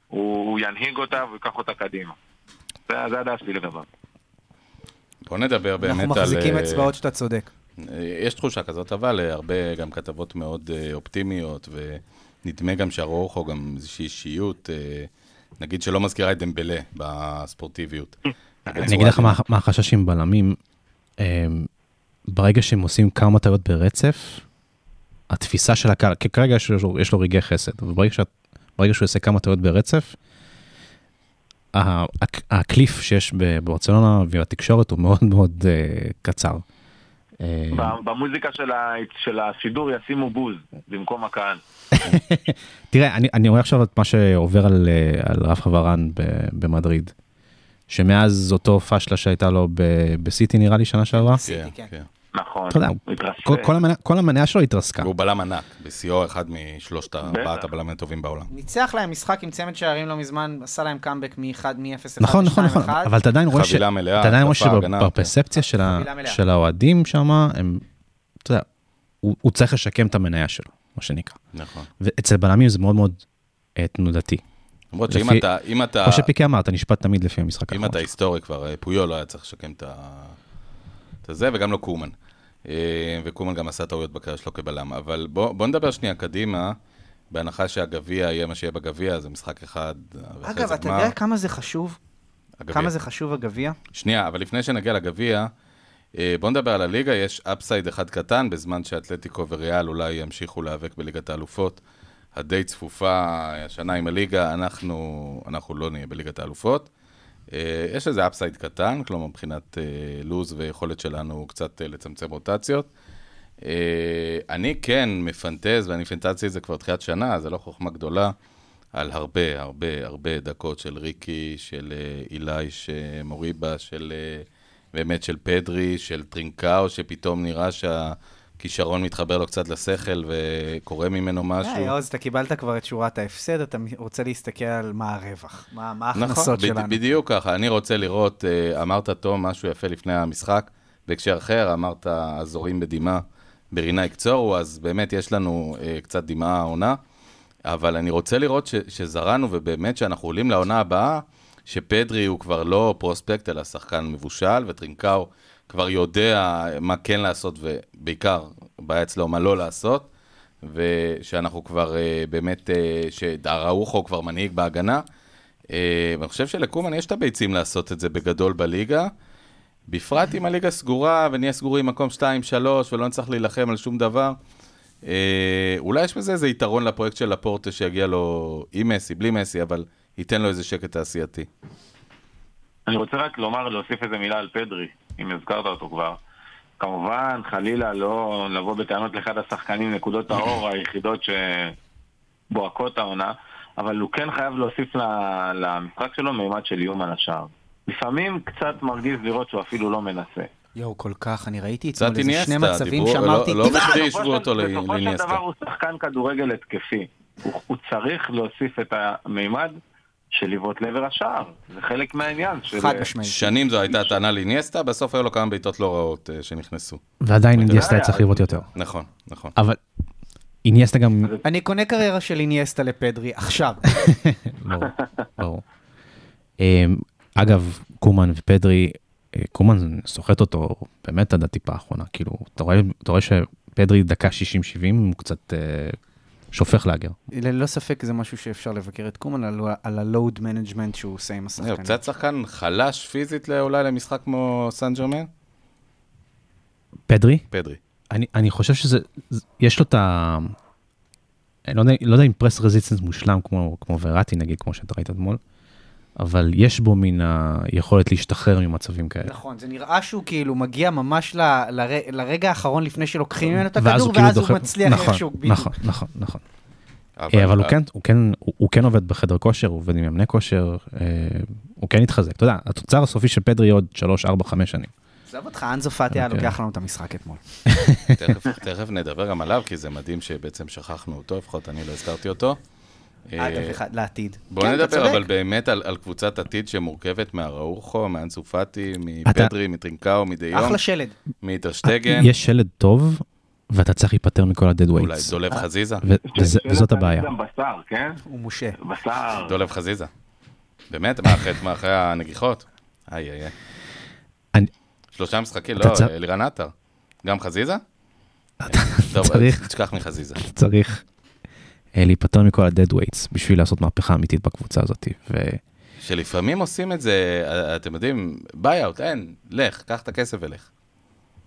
[SPEAKER 6] הוא, הוא ינהיג אותה והוא ייקח אותה קדימה. זה, זה הדעה שלי לגביו.
[SPEAKER 3] בוא נדבר באמת על...
[SPEAKER 5] אנחנו מחזיקים
[SPEAKER 3] אה,
[SPEAKER 5] אצבעות שאתה צודק.
[SPEAKER 3] אה, יש תחושה כזאת, אבל אה, הרבה גם כתבות מאוד אה, אופטימיות, ונדמה גם שהרוחו גם איזושהי אישיות, אה, נגיד שלא מזכירה את דמבלה בספורטיביות.
[SPEAKER 4] אני אגיד לך מה- מה החשש עם בלמים. אה, ברגע שהם עושים כמה טעויות ברצף, התפיסה של הקהל, כי כרגע יש לו, יש לו רגעי חסד, אבל ברגע, שאת, ברגע שהוא יעשה כמה טעויות ברצף, ה- הק- הקליף שיש ב- בברצלונה והתקשורת הוא מאוד מאוד אה, קצר. אה,
[SPEAKER 6] ב- במוזיקה של, ה, של השידור ישימו בוז במקום הקהל.
[SPEAKER 4] תראה, אני, אני רואה עכשיו את מה שעובר על, אה, על רף חברן ב, במדריד, שמאז אותו פשלה שהייתה לו ב, בסיטי נראה לי שנה שעברה,
[SPEAKER 3] כן,
[SPEAKER 5] כן.
[SPEAKER 3] כן.
[SPEAKER 6] נכון.
[SPEAKER 4] אתה יודע,
[SPEAKER 6] הוא התרסק.
[SPEAKER 4] כל, כל, המנה, כל המניה שלו התרסקה.
[SPEAKER 3] והוא בלם ענק, בשיאו אחד משלושת ארבעת
[SPEAKER 6] בטח.
[SPEAKER 3] הבלמים הטובים בעולם.
[SPEAKER 5] ניצח להם משחק עם צמד שערים לא מזמן, עשה להם קאמבק מ-1, מ-0-1
[SPEAKER 4] נכון, נכון, נכון, אבל אתה עדיין רואה ש-
[SPEAKER 3] חבילה מלאה,
[SPEAKER 4] אתה עדיין רואה
[SPEAKER 3] התקפה, הגנה,
[SPEAKER 4] שבפרספציה של ה-
[SPEAKER 5] חבילה מלאה.
[SPEAKER 4] של האוהדים שם, הם, אתה יודע, הוא הוא צריך לשקם את המניה שלו, מה שנקרא.
[SPEAKER 3] נכון.
[SPEAKER 4] ואצל בלמים זה מאוד מאוד אה, תנודתי.
[SPEAKER 3] למרות
[SPEAKER 4] לפי-
[SPEAKER 3] שאם אתה, אם אתה,
[SPEAKER 4] כמו שפיקי אמר, אתה נשפט תמיד לפי המשחק
[SPEAKER 3] אם
[SPEAKER 5] נכון.
[SPEAKER 4] האחרון.
[SPEAKER 3] אתה היסטורי כבר, אה, פויו לא היה צריך לשקם את ה- את הזה, וגם לא קורמן. אה, וקורמן גם עשה טעויות בקריירה שלו כבלם. אבל בוא בוא נדבר שנייה קדימה, בהנחה שהגביע יהיה מה שיהיה בגביע, זה משחק אחד, ואחרי
[SPEAKER 5] אגב,
[SPEAKER 3] זה
[SPEAKER 5] אתה
[SPEAKER 3] גמר.
[SPEAKER 5] יודע כמה זה חשוב?
[SPEAKER 3] הגביע.
[SPEAKER 5] כמה זה חשוב הגביע?
[SPEAKER 3] שנייה, אבל לפני שנגיע לגביע, אה, בוא נדבר על הליגה, יש אפסייד אחד קטן, בזמן שאתלטיקו וריאל אולי ימשיכו להיאבק בליגת האלופות. הדי צפופה השנה עם הליגה, אנחנו, אנחנו לא נהיה בליגת האלופות. אה, יש איזה אפסייד קטן, כלומר מבחינת אה, לוז ויכולת שלנו קצת אה, לצמצם רוטציות. אה, אני כן מפנטז, ואני פנטזתי את זה כבר תחילת שנה, זה לא חוכמה גדולה, על הרבה, הרבה, הרבה דקות של ריקי, של אה, אילי, של מוריבה, של אה, באמת של פדרי, של טרינקאו, שפתאום נראה שהכישרון מתחבר לו קצת לשכל וקורה ממנו משהו.
[SPEAKER 5] היי, עוז, אתה קיבלת כבר את שורת ההפסד, אתה רוצה להסתכל על מה הרווח, מה מה
[SPEAKER 3] נכון,
[SPEAKER 5] ההכנסות
[SPEAKER 3] בד-
[SPEAKER 5] שלנו.
[SPEAKER 3] בדיוק ככה. אני רוצה לראות, אה, אמרת, תום, משהו יפה לפני המשחק. בהקשר אחר, אמרת, הזורים בדמעה ברינה יקצורו, אז באמת יש לנו אה, קצת דמעה העונה, אבל אני רוצה לראות ש- שזרענו, ובאמת שאנחנו עולים לעונה הבאה, שפדרי הוא כבר לא פרוספקט, אלא שחקן מבושל, וטרינקאו כבר יודע מה כן לעשות, ובעיקר, הבעיה אצלו מה לא לעשות, ושאנחנו כבר אה, באמת, אה, שדראוכו כבר מנהיג בהגנה. אה, ואני חושב שלקומן יש את הביצים לעשות את זה בגדול בליגה. בפרט אם הליגה סגורה ונהיה סגורים מקום 2-3 ולא נצטרך להילחם על שום דבר. אה, אולי יש בזה איזה יתרון לפרויקט של לפורטה שיגיע לו עם מסי, בלי מסי, אבל ייתן לו איזה שקט תעשייתי.
[SPEAKER 6] אני רוצה רק לומר, להוסיף איזה מילה על פדרי, אם הזכרת אותו כבר. כמובן, חלילה לא לבוא בטענות לאחד השחקנים נקודות האור היחידות שבוהקות העונה, אבל הוא כן חייב להוסיף ל- למשחק שלו מימד של איום על השער. לפעמים קצת מרגיז לראות שהוא אפילו לא מנסה.
[SPEAKER 5] יואו, כל כך, אני ראיתי
[SPEAKER 3] קצת
[SPEAKER 5] אתמול איזה שני
[SPEAKER 3] איניאסטה,
[SPEAKER 5] מצבים
[SPEAKER 3] דיברו-
[SPEAKER 5] שאמרתי,
[SPEAKER 3] לא- לא
[SPEAKER 5] "תראה,
[SPEAKER 3] בכדי
[SPEAKER 6] בסופו
[SPEAKER 3] השוו
[SPEAKER 6] של-
[SPEAKER 3] אותו ל-
[SPEAKER 6] בסופו של
[SPEAKER 3] לאיניאסטה.
[SPEAKER 6] דבר הוא שחקן כדורגל התקפי. הוא, הוא צריך להוסיף את המימד של לבעוט לעבר השער. זה חלק מהעניין. של-
[SPEAKER 5] חד משמעית.
[SPEAKER 3] שנים זו הייתה הטענה לאיניאסטה, בסוף היו לו כמה בעיטות לא רעות אה, שנכנסו.
[SPEAKER 4] ועדיין
[SPEAKER 3] יודע,
[SPEAKER 4] אינדיאסטה היה
[SPEAKER 6] אז-
[SPEAKER 4] צריך לראות יותר.
[SPEAKER 3] נכון, נכון.
[SPEAKER 4] אבל אינדיאסטה גם...
[SPEAKER 5] אני קונה קריירה של איניאסטה לפדרי עכשיו.
[SPEAKER 4] ברור, ברור. אמ, אגב, קומן ופדרי, אה, קומן סוחט אותו באמת עד הטיפה האחרונה, כאילו, אתה רואה, אתה רואה שפדרי דקה 60-70 הוא קצת אה, שופך לאגר.
[SPEAKER 5] ללא ספק זה משהו שאפשר לבקר את קומן על ה- על ה-load management שהוא עושה עם השחקנים.
[SPEAKER 3] זהו, קצת שחקן חלש פיזית לא- אולי למשחק כמו סן ג'רמן?
[SPEAKER 4] פדרי,
[SPEAKER 3] פדרי.
[SPEAKER 4] אני, אני חושב שזה, זה- יש לו את ה... אני לא יודע, לא יודע אם פרס רזיסטנס מושלם כמו, כמו וראטי נגיד, כמו שאתה ראית אתמול, אבל יש בו מן היכולת להשתחרר ממצבים כאלה.
[SPEAKER 5] נכון, זה נראה שהוא כאילו מגיע ממש ל- לר- לרגע האחרון לפני שלוקחים ממנו את
[SPEAKER 4] ואז
[SPEAKER 5] הכדור,
[SPEAKER 4] הוא כאילו
[SPEAKER 5] ואז הוא
[SPEAKER 4] דוחף-
[SPEAKER 5] מצליח
[SPEAKER 4] נכון,
[SPEAKER 5] איכשהו. בדיוק.
[SPEAKER 4] נכון, נכון, נכון. אה, אבל הוא כן, הוא כן, הוא הוא כן עובד בחדר כושר, הוא עובד עם מאמני כושר, אה, הוא כן התחזק. אתה יודע, התוצר הסופי של פדרי עוד 3, 4, 5 שנים.
[SPEAKER 5] עזוב אותך, אנזו פאטי היה
[SPEAKER 4] אוקיי.
[SPEAKER 5] לוקח לנו את המשחק אתמול.
[SPEAKER 3] תכף- תכף נדבר גם עליו, כי זה מדהים שבעצם שכחנו אותו, לפחות אני לא הזכרתי אותו.
[SPEAKER 5] עד
[SPEAKER 3] אה,
[SPEAKER 5] אף אחד, לעתיד.
[SPEAKER 3] בואו
[SPEAKER 5] כן, אתה
[SPEAKER 3] נדבר אבל
[SPEAKER 5] צודק.
[SPEAKER 3] באמת על, על קבוצת עתיד שמורכבת מהראוכו, מאנסופטי, מפדרי, מטרינקאו, מדיום,
[SPEAKER 5] אחלה שלד.
[SPEAKER 3] מאיטרשטגן,
[SPEAKER 4] יש שלד טוב, ואתה צריך להיפטר מכל ה-dead
[SPEAKER 3] אולי
[SPEAKER 4] weights.
[SPEAKER 3] דולב חזיזה,
[SPEAKER 4] ו- וזה- וזאת הבעיה.
[SPEAKER 6] גם בשר, כן?
[SPEAKER 5] הוא משה.
[SPEAKER 6] בשר.
[SPEAKER 3] דולב חזיזה. באמת, מה אחרי, מה אחרי הנגיחות? איי איי איי.
[SPEAKER 4] אני-
[SPEAKER 3] שלושה משחקים,
[SPEAKER 4] אתה
[SPEAKER 3] לא,
[SPEAKER 4] צר-
[SPEAKER 3] אלירן עטר. גם חזיזה? טוב,
[SPEAKER 4] אתה צריך-
[SPEAKER 3] אז תשכח מחזיזה.
[SPEAKER 4] צריך אה, להיפטר מכל ה-dead weights בשביל לעשות מהפכה אמיתית בקבוצה הזאת. ו-
[SPEAKER 3] שלפעמים עושים את זה, אה, אתם יודעים, ביי-אוט, אין, לך, קח את הכסף ולך.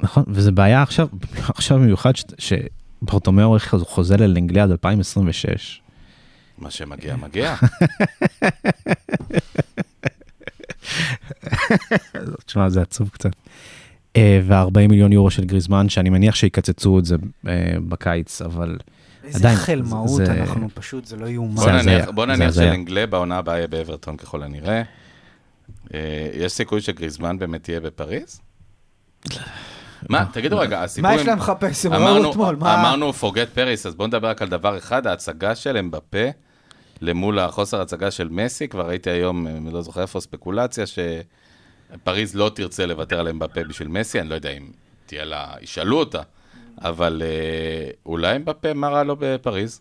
[SPEAKER 4] נכון, וזו בעיה עכשיו, עכשיו במיוחד ש- שברטומיאו חוזר ללנגליה עד 2026.
[SPEAKER 3] מה שמגיע, מגיע.
[SPEAKER 4] תשמע, זה עצוב קצת. ו-40 מיליון יורו של גריזמן, שאני מניח שיקצצו את זה אה, בקיץ, אבל
[SPEAKER 5] איזה
[SPEAKER 4] עדיין,
[SPEAKER 5] חלמאות
[SPEAKER 4] זה-
[SPEAKER 5] אנחנו פשוט, זה לא יאומן.
[SPEAKER 3] בוא
[SPEAKER 4] זה
[SPEAKER 3] נניח-
[SPEAKER 4] הזיה,
[SPEAKER 3] בוא
[SPEAKER 4] זה
[SPEAKER 3] נניח
[SPEAKER 4] הזיה.
[SPEAKER 3] שלנגלה בעונה הבאה יהיה באברטון ככל הנראה. אה, יש סיכוי שגריזמן באמת יהיה בפריז?
[SPEAKER 4] אה,
[SPEAKER 3] מה, תגידו רגע, הסיפורים...
[SPEAKER 5] מה יש להם לחפש? הם ראו
[SPEAKER 3] אמרנו-
[SPEAKER 5] אתמול, מה?
[SPEAKER 3] אמרנו forget Paris, אז בואו נדבר רק על דבר אחד, ההצגה של אמבפה למול החוסר הצגה של מסי, כבר ראיתי היום, אני לא זוכר איפה, ספקולציה, שפריז לא תרצה לוותר על אמבפה בשביל מסי, אני לא יודע אם תהיה לה, ישאלו אותה, אבל אה, אולי אמבפה, מה רע לו בפריז?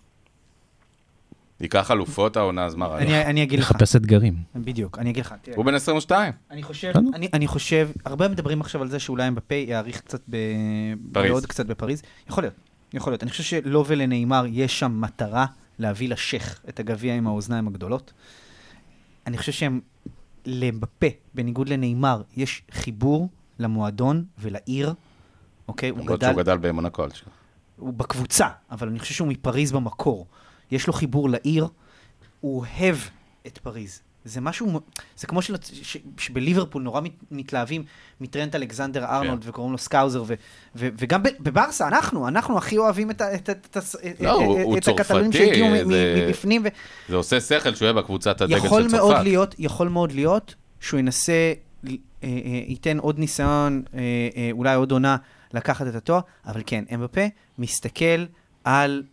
[SPEAKER 3] ייקח אלופות העונה, אז מה רע לו?
[SPEAKER 5] אני אני אגיד לך,
[SPEAKER 4] לחפש אתגרים.
[SPEAKER 5] בדיוק, אני אגיד לך. תראה.
[SPEAKER 3] הוא בן 22,
[SPEAKER 5] אני חושב,
[SPEAKER 4] בסדר.
[SPEAKER 5] אני, אני חושב, הרבה מדברים עכשיו על זה שאולי אמבפה יאריך קצת ב...
[SPEAKER 3] פריז.
[SPEAKER 5] בעוד קצת בפריז. יכול להיות, יכול להיות. אני חושב שלו ולנאמר יש שם מטרה להביא לשייח את הגביע עם האוזניים הגדולות. אני חושב שהם, לאמבפה, בניגוד לנאמר, יש חיבור למועדון ולעיר, אוקיי? הוא
[SPEAKER 3] למרות
[SPEAKER 5] גדל,
[SPEAKER 3] שהוא גדל במונקו, אל תשכח.
[SPEAKER 5] הוא בקבוצה, אבל אני חושב שהוא מפריז במקור. יש לו חיבור לעיר, הוא אוהב את פריז. זה משהו, מ- זה כמו של, ש, שבליברפול נורא מת, מתלהבים מטרנט אלכזנדר ארנולד
[SPEAKER 3] כן.
[SPEAKER 5] וקוראים לו סקאוזר, ו, ו, וגם ב, בברסה, אנחנו, אנחנו הכי אוהבים את, ה- את, ה- את, ה- את,
[SPEAKER 3] לא, הוא- הוא
[SPEAKER 5] את הקטלונים
[SPEAKER 3] צרפתי,
[SPEAKER 5] שהגיעו מ-
[SPEAKER 3] זה-
[SPEAKER 5] מ- מבפנים,
[SPEAKER 3] זה עושה שכל שהוא יהיה בקבוצת הדגל של צרפת.
[SPEAKER 5] ויכול מאוד להיות, יכול מאוד להיות שהוא ינסה, ל- אה, אה, ייתן עוד ניסיון, אה, אה, אולי עוד עונה לקחת את התואר, אבל כן, אמבפה מסתכל על...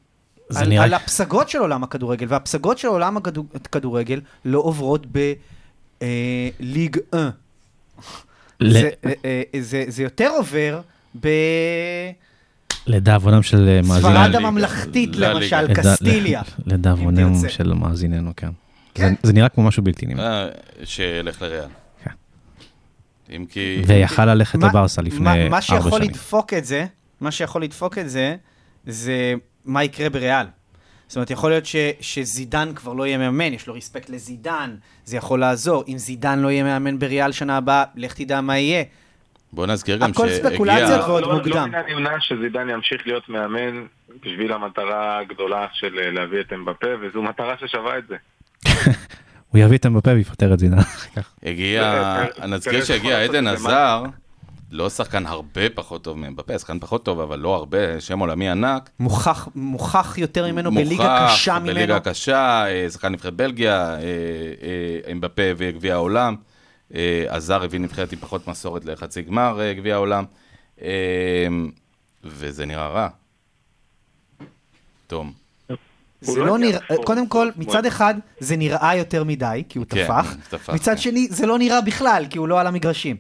[SPEAKER 4] זה
[SPEAKER 5] על,
[SPEAKER 4] נראה-
[SPEAKER 5] על הפסגות של עולם הכדורגל, והפסגות של עולם הכדו- הכדורגל לא עוברות בליג אה, 1.
[SPEAKER 4] ל-
[SPEAKER 5] זה, אה, אה, זה, זה יותר עובר בספרד
[SPEAKER 4] לדאבונם של אה, מאזיננו.
[SPEAKER 3] ליגה.
[SPEAKER 5] הממלכתית,
[SPEAKER 3] לה
[SPEAKER 5] למשל,
[SPEAKER 3] ליגה.
[SPEAKER 4] לדא-
[SPEAKER 5] קסטיליה.
[SPEAKER 4] ל- לדאבונם
[SPEAKER 5] אם תרצה.
[SPEAKER 4] של מאזיננו, כן.
[SPEAKER 5] כן.
[SPEAKER 4] זה- זה נראה כמו משהו בלתי נמנע.
[SPEAKER 3] אה, שילך לריאל. אה, אם כי...
[SPEAKER 4] ויכל ללכת
[SPEAKER 5] מה-
[SPEAKER 4] לברסה לפני
[SPEAKER 5] מה-
[SPEAKER 4] ארבע
[SPEAKER 5] מה שיכול
[SPEAKER 4] שנים.
[SPEAKER 5] לדפוק את זה, מה שיכול לדפוק את זה, זה מה יקרה בריאל. זאת אומרת, יכול להיות ש, שזידן כבר לא יהיה מאמן, יש לו רספקט לזידן, זה יכול לעזור. אם זידן לא יהיה מאמן בריאל שנה הבאה, לך תדע מה יהיה.
[SPEAKER 3] בוא נזכיר גם
[SPEAKER 5] הכל
[SPEAKER 3] שהגיע...
[SPEAKER 5] ספקולציות ועוד
[SPEAKER 6] לא- לא
[SPEAKER 5] מוקדם.
[SPEAKER 6] מן הנמנע שזידן ימשיך להיות מאמן בשביל המטרה הגדולה של אה, להביא את אמבפה, וזו מטרה ששווה את זה.
[SPEAKER 4] הוא יביא את אמבפה ויפטר את זידן אחר כך.
[SPEAKER 3] הגיע, נזכיר
[SPEAKER 6] תראה,
[SPEAKER 3] שהגיע
[SPEAKER 6] לעשות
[SPEAKER 3] עדן
[SPEAKER 6] את זה, מה?
[SPEAKER 3] עזר, לא שחקן הרבה פחות טוב מבפה, שחקן פחות טוב, אבל לא הרבה, שם עולמי ענק.
[SPEAKER 5] מוכח, מוכח יותר ממנו
[SPEAKER 3] מוכח,
[SPEAKER 5] בליגה קשה ממנו.
[SPEAKER 3] בליגה קשה, אה, שחקן נבחרת בלגיה, אה, אמבפה הביא גביע העולם, אה, עזר הביא נבחרת עם פחות מסורת לחצי גמר אה, גביע העולם, אה, וזה נראה רע. תום.
[SPEAKER 5] זה
[SPEAKER 6] הוא לא
[SPEAKER 5] לא
[SPEAKER 6] הגיע
[SPEAKER 5] נראה,
[SPEAKER 6] לספורט.
[SPEAKER 5] קודם כל,
[SPEAKER 6] הוא-
[SPEAKER 5] מצד אחד, זה נראה יותר מדי, כי הוא
[SPEAKER 3] כן,
[SPEAKER 5] טפח.
[SPEAKER 3] טפח, כן.
[SPEAKER 5] מצד שני, זה לא נראה בכלל, כי הוא לא על המגרשים.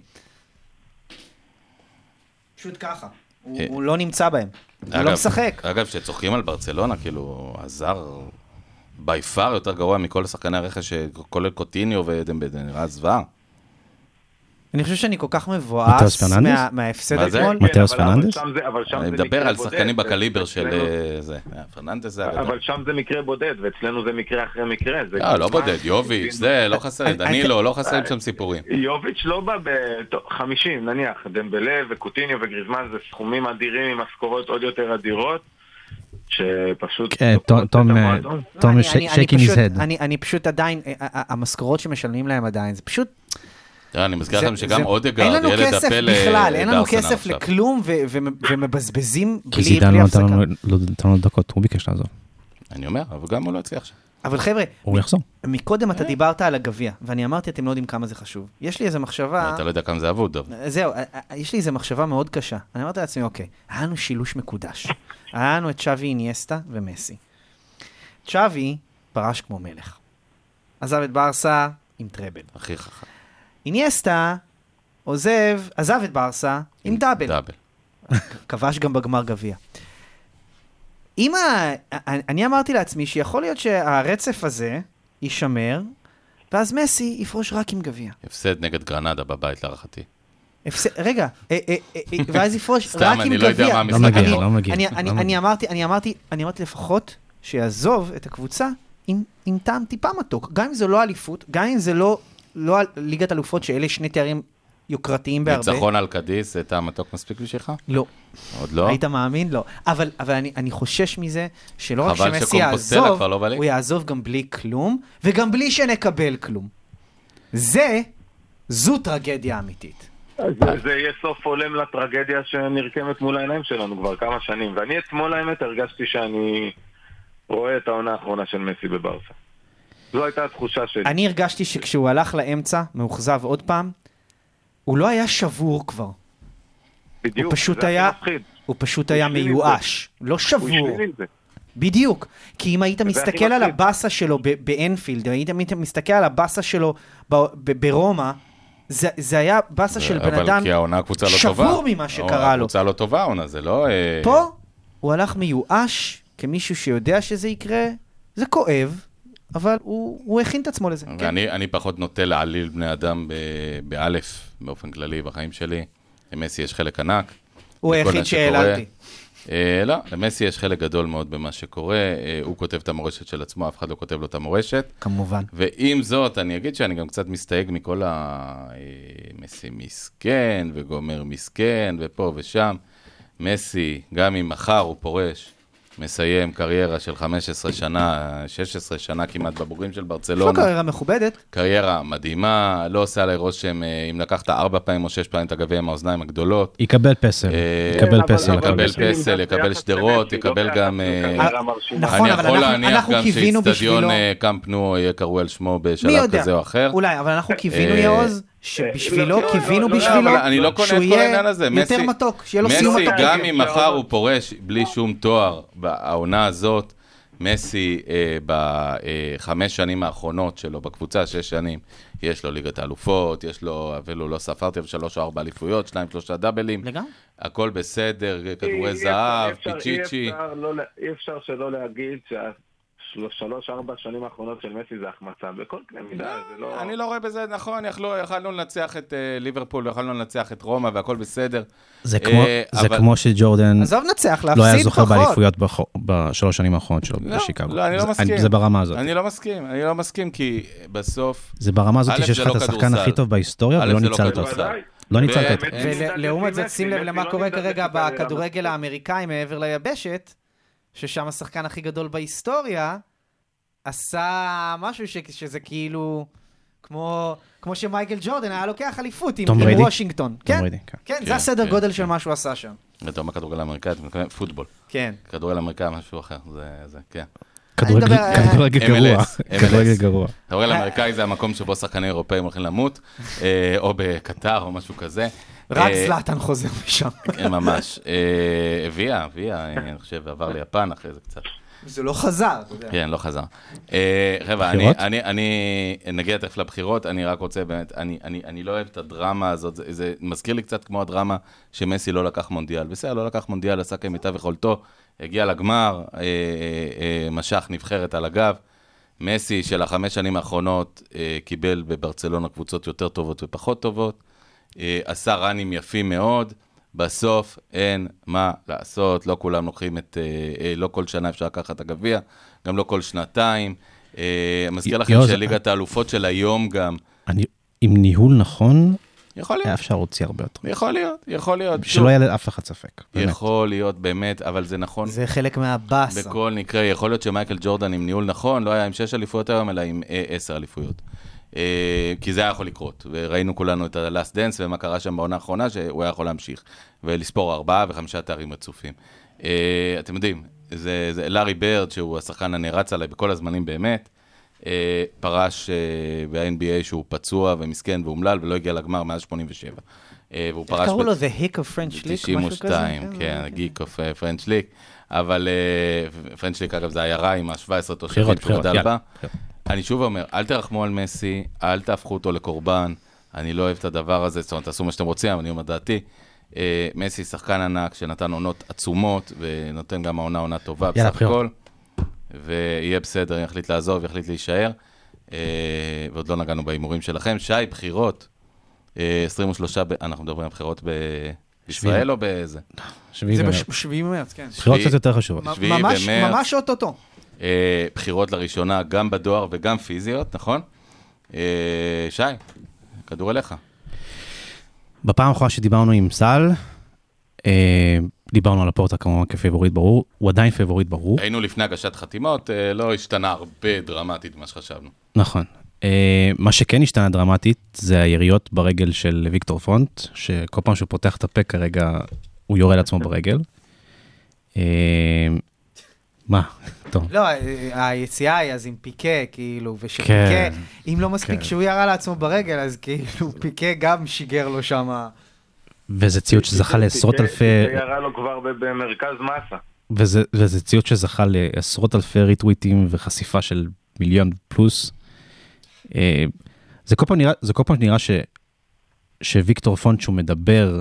[SPEAKER 5] פשוט ככה. הוא
[SPEAKER 3] אה.
[SPEAKER 5] הוא לא נמצא בהם. הוא
[SPEAKER 3] אגב-
[SPEAKER 5] לא משחק.
[SPEAKER 3] אגב, כשצוחקים על ברצלונה, כאילו, עזר בי פאר יותר גרוע מכל שחקני הרכש, כולל קוטיניו ודמבדה, נראה זוועה.
[SPEAKER 5] אני חושב שאני כל כך
[SPEAKER 4] מתאוס
[SPEAKER 5] מבואס
[SPEAKER 4] פרננדס?
[SPEAKER 5] מה- מההפסד
[SPEAKER 3] מה זה?
[SPEAKER 5] אתמול.
[SPEAKER 6] כן,
[SPEAKER 4] מתאוס
[SPEAKER 6] אבל- אבל
[SPEAKER 4] פרננדס?
[SPEAKER 6] שם זה- אבל שם
[SPEAKER 3] אני
[SPEAKER 6] זה
[SPEAKER 3] מדבר
[SPEAKER 6] מקרה
[SPEAKER 3] על
[SPEAKER 6] בודד,
[SPEAKER 3] שחקנים
[SPEAKER 6] ו-
[SPEAKER 3] בקליבר של
[SPEAKER 6] ואצלנו-
[SPEAKER 3] אה, זה. אה, פרננדס זה הגדול.
[SPEAKER 6] אבל שם זה מקרה בודד, ואצלנו זה מקרה אחרי מקרה. זה
[SPEAKER 3] אה, לא
[SPEAKER 6] כבר-
[SPEAKER 3] בודד, יוביץ', זה, לא חסר,
[SPEAKER 5] אני-
[SPEAKER 3] דנילו, לא חסרים שם סיפורים.
[SPEAKER 6] יוביץ' לא בא ב... טוב, 50 נניח, דמבלה וקוטיניו וגריזמן זה סכומים אדירים עם משכורות עוד יותר אדירות, שפשוט...
[SPEAKER 4] כן,
[SPEAKER 6] תוקפות את
[SPEAKER 4] תום, אה,
[SPEAKER 6] המועדון.
[SPEAKER 4] תום
[SPEAKER 5] לא, אני-
[SPEAKER 4] ש-
[SPEAKER 5] אני- אני
[SPEAKER 4] shaking his
[SPEAKER 5] פשוט-
[SPEAKER 4] head.
[SPEAKER 5] אני- אני פשוט עדיין, אה, אה, המשכורות שמשלמים להם עדיין, זה פשוט
[SPEAKER 3] תראה, אני מזכיר לכם
[SPEAKER 5] זה-
[SPEAKER 3] שגם
[SPEAKER 5] זה-
[SPEAKER 3] אודגרד,
[SPEAKER 5] אין לנו
[SPEAKER 3] ילד
[SPEAKER 5] כסף
[SPEAKER 3] הפלא,
[SPEAKER 5] בכלל, אין לנו
[SPEAKER 3] בארסנל
[SPEAKER 5] כסף
[SPEAKER 3] אה, עכשיו.
[SPEAKER 5] לכלום ו- ו- ומבזבזים
[SPEAKER 4] כי
[SPEAKER 5] בלי
[SPEAKER 4] זידן
[SPEAKER 5] בלי
[SPEAKER 4] לא נתן
[SPEAKER 5] הפסקה. אה,
[SPEAKER 4] לנו- לא נתן לנו דקות, הוא ביקש לעזוב.
[SPEAKER 3] אני אומר, אבל גם הוא לא הצליח שם.
[SPEAKER 5] אבל חבר'ה,
[SPEAKER 4] הוא יחזור.
[SPEAKER 5] מקודם אתה דיברת על הגביע, ואני אמרתי, אתם לא יודעים כמה זה חשוב. יש לי איזו מחשבה,
[SPEAKER 3] אתה לא יודע כמה זה אבוד, אבל.
[SPEAKER 5] זהו, אה, אה, יש לי איזו מחשבה מאוד קשה. אני אמרתי לעצמי, אוקיי, היה לנו שילוש מקודש. היה לנו את צ'אבי איניאסטה ומסי. צ'אבי פרש כמו מלך. עזב את ברסה עם טראבל.
[SPEAKER 3] הכי חכם.
[SPEAKER 5] איניאסטה עוזב, עזב את ברסה עם דאבל.
[SPEAKER 3] דאבל.
[SPEAKER 5] כבש גם בגמר גביע. אם ה... אני אמרתי לעצמי שיכול להיות שהרצף הזה יישמר, ואז מסי יפרוש רק עם גביע.
[SPEAKER 3] הפסד נגד גרנדה בבית, להערכתי.
[SPEAKER 5] הפס... רגע, אה, אה, אה, אה, ואז יפרוש
[SPEAKER 3] סתם,
[SPEAKER 5] רק עם גביע.
[SPEAKER 3] אני לא יודע מה המשחק
[SPEAKER 4] לא מגיע,
[SPEAKER 5] אני-
[SPEAKER 4] לא מגיע,
[SPEAKER 5] אני-
[SPEAKER 4] לא
[SPEAKER 5] אני-
[SPEAKER 4] מגיע.
[SPEAKER 5] אני אמרתי, אני אמרתי, אני אמרתי לפחות שיעזוב את הקבוצה עם, עם טעם טיפה מתוק. גם אם זה לא אליפות, גם אם זה לא, לא על- ליגת אלופות, שאלה שני תארים יוקרתיים בהרבה.
[SPEAKER 3] ניצחון על קדיס, זה טעם מתוק מספיק בשבילך?
[SPEAKER 5] לא.
[SPEAKER 3] עוד לא?
[SPEAKER 5] היית מאמין? לא. אבל, אבל אני, אני חושש מזה שלא רק
[SPEAKER 3] חבל
[SPEAKER 5] שמסי
[SPEAKER 3] שקומפוסטלה
[SPEAKER 5] יעזוב,
[SPEAKER 3] כבר לא בליגה.
[SPEAKER 5] הוא יעזוב גם בלי כלום, וגם בלי שנקבל כלום. זה, זו טרגדיה אמיתית.
[SPEAKER 3] אה.
[SPEAKER 6] זה- זה יהיה סוף הולם לטרגדיה שנרקמת מול העיניים שלנו כבר כמה שנים. ואני אתמול האמת הרגשתי שאני רואה את העונה האחרונה של מסי בברסה. זו הייתה התחושה שלי.
[SPEAKER 5] אני הרגשתי שכשהוא הלך לאמצע, מאוכזב עוד פעם, הוא לא היה שבור כבר.
[SPEAKER 6] בדיוק,
[SPEAKER 5] הוא פשוט
[SPEAKER 6] זה הכי
[SPEAKER 5] היה,
[SPEAKER 6] מפחיד.
[SPEAKER 5] הוא פשוט
[SPEAKER 6] הוא
[SPEAKER 5] היה
[SPEAKER 6] השלים עם
[SPEAKER 5] מיואש. לא
[SPEAKER 6] הוא
[SPEAKER 5] שבור.
[SPEAKER 6] השלים עם זה.
[SPEAKER 5] בדיוק. כי אם היית
[SPEAKER 6] הכי
[SPEAKER 5] מסתכל על
[SPEAKER 6] מפחיד.
[SPEAKER 5] הבאסה שלו ב- באנפילד, היית היית מסתכל על הבאסה שלו ב- ב- ברומא, זה זה היה באסה של בן אדם
[SPEAKER 3] אבל כי העונה הקבוצה לא טובה.
[SPEAKER 5] שבור ממה שקרה לו.
[SPEAKER 3] הקבוצה לא טובה העונה, זה לא... אה,
[SPEAKER 5] פה הוא הלך מיואש כמישהו שיודע שזה יקרה, זה כואב, אבל הוא, הוא הכין את עצמו לזה. כן.
[SPEAKER 3] ואני אני פחות נוטה להעליל בני אדם ב- באלף, באופן כללי, בחיים שלי. למסי יש חלק ענק.
[SPEAKER 5] הוא
[SPEAKER 3] בכל מה
[SPEAKER 5] היחיד
[SPEAKER 3] שקורה.
[SPEAKER 5] שהעללתי.
[SPEAKER 3] אה, לא, למסי יש חלק גדול מאוד במה שקורה. אה, הוא כותב את המורשת של עצמו, אף אחד לא כותב לו את המורשת.
[SPEAKER 5] כמובן.
[SPEAKER 3] ועם זאת, אני אגיד שאני גם קצת מסתייג מכל ה... אה, מסי מסכן, וגומר מסכן, ופה ושם. מסי, גם אם מחר הוא פורש, מסיים קריירה של 15 שנה, 16 שנה כמעט בבוגרים של
[SPEAKER 5] יש לו
[SPEAKER 3] ברצלונה.
[SPEAKER 5] לא קריירה מכובדת,
[SPEAKER 3] קריירה מדהימה, לא עושה עליי רושם אה, אם לקחת ארבע פעמים או שש פעמים את הגביע עם האוזניים הגדולות.
[SPEAKER 4] יקבל פסל,
[SPEAKER 3] אה,
[SPEAKER 4] יקבל
[SPEAKER 6] אבל-
[SPEAKER 4] פסל.
[SPEAKER 6] אבל
[SPEAKER 4] לקבל
[SPEAKER 6] מסי נמדד
[SPEAKER 3] פסל, יקבל
[SPEAKER 6] ביחס
[SPEAKER 3] שדרות,
[SPEAKER 6] למסי, לא
[SPEAKER 3] יקבל
[SPEAKER 6] ביחס
[SPEAKER 3] גם,
[SPEAKER 6] לקריירה
[SPEAKER 5] אה,
[SPEAKER 6] מרשימה.
[SPEAKER 5] נכון,
[SPEAKER 3] אני
[SPEAKER 5] אבל
[SPEAKER 3] יכול
[SPEAKER 5] אנחנו-
[SPEAKER 3] להניח
[SPEAKER 5] אנחנו
[SPEAKER 3] גם
[SPEAKER 5] קיווינו
[SPEAKER 3] שאיצטדיון
[SPEAKER 5] בשבילו-
[SPEAKER 3] אה, קאמפ נו יהיה קרוי על שמו
[SPEAKER 5] מי
[SPEAKER 3] בשלב
[SPEAKER 5] יודע,
[SPEAKER 3] כזה או אחר.
[SPEAKER 5] אולי, אבל אנחנו קיווינו
[SPEAKER 3] אה,
[SPEAKER 5] יעוז, שבשבילו,
[SPEAKER 6] לא, לא,
[SPEAKER 5] קיווינו
[SPEAKER 6] לא, לא,
[SPEAKER 5] בשבילו,
[SPEAKER 3] אבל אני לא קונה
[SPEAKER 5] שהוא
[SPEAKER 3] את כל העניין
[SPEAKER 5] יהיה
[SPEAKER 3] הזה.
[SPEAKER 5] יותר
[SPEAKER 3] מסי-
[SPEAKER 5] מתוק, שיהיה לו סיום
[SPEAKER 3] מסי,
[SPEAKER 5] מתוק.
[SPEAKER 3] גם אם מחר הוא פורש בלי שום תואר בעונה הזאת, מסי אה, בחמש שנים האחרונות שלו בקבוצה, שש שנים, יש לו ליגת האלופות, יש לו, אפילו לא ספרתי, אבל שלוש או ארבע אליפויות, שניים, שלושה דאבלים,
[SPEAKER 5] לגמרי.
[SPEAKER 3] הכל בסדר,
[SPEAKER 6] אי
[SPEAKER 3] כדורי
[SPEAKER 6] אפשר-
[SPEAKER 3] זהב,
[SPEAKER 6] אי אפשר-
[SPEAKER 3] פיצ'יצ'י.
[SPEAKER 6] אי אפשר לא ל- אי אפשר שלא להגיד שה- השלוש-ארבע שנים האחרונות של מסי זה החמצה, בכל קנה מידה, זה לא...
[SPEAKER 3] אני לא רואה בזה, נכון, יכלו- יכלנו לנצח את אה, ליברפול, יכלנו לנצח את רומא והכל בסדר.
[SPEAKER 4] זה כמו-
[SPEAKER 3] אה,
[SPEAKER 4] זה
[SPEAKER 3] אבל-
[SPEAKER 4] כמו שג'ורדן
[SPEAKER 5] עזוב נצח,
[SPEAKER 4] לא היה
[SPEAKER 5] להפסיד
[SPEAKER 4] זוכה
[SPEAKER 5] פחות.
[SPEAKER 4] באליפויות בחו- בשלוש שנים האחרונות שלו
[SPEAKER 3] לא,
[SPEAKER 4] בשיקגו.
[SPEAKER 3] לא, אני לא
[SPEAKER 4] זה-
[SPEAKER 3] מסכים.
[SPEAKER 4] זה ברמה הזאת.
[SPEAKER 3] אני לא מסכים, אני לא מסכים, כי בסוף...
[SPEAKER 4] זה ברמה הזאת
[SPEAKER 3] א',
[SPEAKER 4] שיש
[SPEAKER 3] זה
[SPEAKER 4] לך
[SPEAKER 3] לא
[SPEAKER 4] את השחקן
[SPEAKER 3] כדורסל.
[SPEAKER 4] הכי טוב בהיסטוריה
[SPEAKER 3] א',
[SPEAKER 4] ולא
[SPEAKER 3] זה לא
[SPEAKER 4] ניצלת אותו.
[SPEAKER 3] כדורסל.
[SPEAKER 6] בוודאי.
[SPEAKER 4] לא ניצלת
[SPEAKER 3] באמת,
[SPEAKER 4] אותו.
[SPEAKER 3] אין-
[SPEAKER 5] ולעומת זאת, שים לב למה קורה כרגע בכדורגל
[SPEAKER 6] האמריקאי.
[SPEAKER 5] האמריקאי מעבר ליבשת, ששם השחקן הכי גדול בהיסטוריה, עשה משהו ש- שזה כאילו, כמו כמו שמייקל ג'ורדן היה לוקח אליפות עם
[SPEAKER 4] תום
[SPEAKER 5] עם
[SPEAKER 4] בריידי?
[SPEAKER 5] וושינגטון. כן,
[SPEAKER 4] בריידי, כן.
[SPEAKER 5] כן,
[SPEAKER 3] כן,
[SPEAKER 5] זה הסדר
[SPEAKER 3] כן,
[SPEAKER 5] גודל של מה שהוא עשה שם.
[SPEAKER 3] אתה אומר כדורגל אמריקאי, אתה מתכוון פוטבול.
[SPEAKER 5] כן.
[SPEAKER 3] כדורגל אמריקאי משהו אחר, זה, זה, כן.
[SPEAKER 4] כדורגל-
[SPEAKER 5] אני מדבר-
[SPEAKER 4] כדורגל
[SPEAKER 3] MLS,
[SPEAKER 4] גרוע.
[SPEAKER 3] MLS.
[SPEAKER 4] כדורגל גרוע.
[SPEAKER 3] כדורגל אמריקאי זה המקום שבו שחקני אירופאים הולכים למות, אה, או בקטר או משהו כזה.
[SPEAKER 5] רק
[SPEAKER 3] אה,
[SPEAKER 5] זלאטן חוזר משם.
[SPEAKER 3] כן, ממש. אה, הביאה, הביאה, אה, אני חושב, עבר ליפן אחרי זה קצת.
[SPEAKER 5] זה לא חזר. אתה יודע.
[SPEAKER 3] כן, לא חזר. אה, חבר'ה, אני,
[SPEAKER 4] בחירות?
[SPEAKER 3] אני, אני, נגיע תכף לבחירות, אני רק רוצה באמת, אני, אני, אני לא אוהב את הדרמה הזאת, זה, זה מזכיר לי קצת כמו הדרמה שמסי לא לקח מונדיאל. בסדר, לא לקח מונדיאל, עשה כמיטב יכולתו, הגיע לגמר, אה, אה, אה, משך נבחרת על הגב. מסי של החמש שנים האחרונות אה, קיבל בברצלונה קבוצות יותר טובות ופחות טובות, אה, עשה ראנים יפים מאוד, בסוף אין מה לעשות, לא כולם לוקחים את, אה, אה, לא כל שנה אפשר לקחת את הגביע, גם לא כל שנתיים. אה, מזכיר
[SPEAKER 4] י-
[SPEAKER 3] לכם
[SPEAKER 4] יוז-
[SPEAKER 3] שליגת האלופות של היום גם,
[SPEAKER 4] אני- עם ניהול נכון,
[SPEAKER 3] יכול
[SPEAKER 4] היה
[SPEAKER 3] להיות,
[SPEAKER 4] אפשר להוציא הרבה יותר.
[SPEAKER 3] יכול להיות, יכול להיות,
[SPEAKER 4] שלא יהיה לאף אחד ספק. באמת.
[SPEAKER 3] לא. יכול להיות באמת, אבל זה נכון.
[SPEAKER 5] זה חלק מהבאסה.
[SPEAKER 3] בכל מקרה, יכול להיות שמייקל ג'ורדן עם ניהול נכון, לא היה עם שש אליפויות היום, אלא עם אה, עשר אליפויות. אה, כי זה היה יכול לקרות, וראינו כולנו את ה-last dance ומה קרה שם בעונה האחרונה, שהוא היה יכול להמשיך, ולספור ארבעה וחמישה תארים רצופים. אה, אתם יודעים, זה, זה לארי ברד, שהוא השחקן הנערץ עליי בכל הזמנים באמת, אה, פרש אה, ב-NBA שהוא פצוע ומסכן ואומלל ולא הגיע לגמר מאז 87. אה, והוא פרש...
[SPEAKER 5] איך קראו
[SPEAKER 3] ב-
[SPEAKER 5] לו? The Hick of French League? משהו כזה? אה, אוקיי.
[SPEAKER 3] 92, כן, גיק אוף פרנץ' ליק. אבל אה, פרנץ' ליק, אגב, זה עיירה עם ה-17 תושבים
[SPEAKER 4] בחירות,
[SPEAKER 3] שהוא
[SPEAKER 4] בחירות,
[SPEAKER 3] גדל
[SPEAKER 4] יאללה,
[SPEAKER 3] בה. אני שוב אומר, אל תרחמו על מסי, אל תהפכו אותו לקורבן, אני לא אוהב את הדבר הזה, זאת אומרת, תעשו מה שאתם רוצים, אבל אני אומר דעתי. אה, מסי שחקן ענק שנתן עונות עצומות, ונותן גם העונה עונה טובה
[SPEAKER 4] יאללה,
[SPEAKER 3] בסך הכל.
[SPEAKER 4] בחירות.
[SPEAKER 3] ויהיה בסדר, יחליט לעזוב, יחליט להישאר. אה, ועוד לא נגענו בהימורים שלכם. שי, בחירות. אה, 23, ב- אנחנו מדברים על בחירות בישראל
[SPEAKER 4] שביעי.
[SPEAKER 3] או באיזה?
[SPEAKER 4] שביעי
[SPEAKER 5] זה
[SPEAKER 4] במרץ.
[SPEAKER 5] ב-70 מרץ, כן.
[SPEAKER 4] בחירות
[SPEAKER 3] שביעי.
[SPEAKER 4] קצת יותר חשובות.
[SPEAKER 3] שביעי
[SPEAKER 5] ממש-
[SPEAKER 3] במרץ.
[SPEAKER 5] ממש אוטוטו.
[SPEAKER 3] אה, בחירות לראשונה, גם בדואר וגם פיזיות, נכון? אה, שי, כדור אליך.
[SPEAKER 4] בפעם האחרונה שדיברנו עם סל, אה, דיברנו על הפורטה כמובן כפייבוריט ברור, הוא עדיין פייבוריט ברור,
[SPEAKER 3] היינו לפני הגשת חתימות, אה, לא השתנה הרבה דרמטית ממה שחשבנו.
[SPEAKER 4] נכון. אה, מה שכן השתנה דרמטית זה היריות ברגל של ויקטור פונט, שכל פעם שהוא פותח את הפה כרגע, הוא יורה לעצמו ברגל. אה, מה? טוב.
[SPEAKER 5] לא, אה, היציאה היא אז עם פיקה, כאילו, ושפיקה,
[SPEAKER 4] כן,
[SPEAKER 5] אם לא מספיק
[SPEAKER 4] כן.
[SPEAKER 5] שהוא ירה לעצמו ברגל, אז כאילו פיקה גם שיגר לו שם.
[SPEAKER 4] וזה ציוץ שזכה לעשרות אלפי...
[SPEAKER 6] זה ירה לו כבר ב- במרכז מסה.
[SPEAKER 4] וזה, וזה ציוץ שזכה לעשרות אלפי ריטוויטים וחשיפה של מיליון פלוס. אה, זה כל פעם נראה, זה כל פעם נראה ש, שוויקטור פונט שהוא מדבר,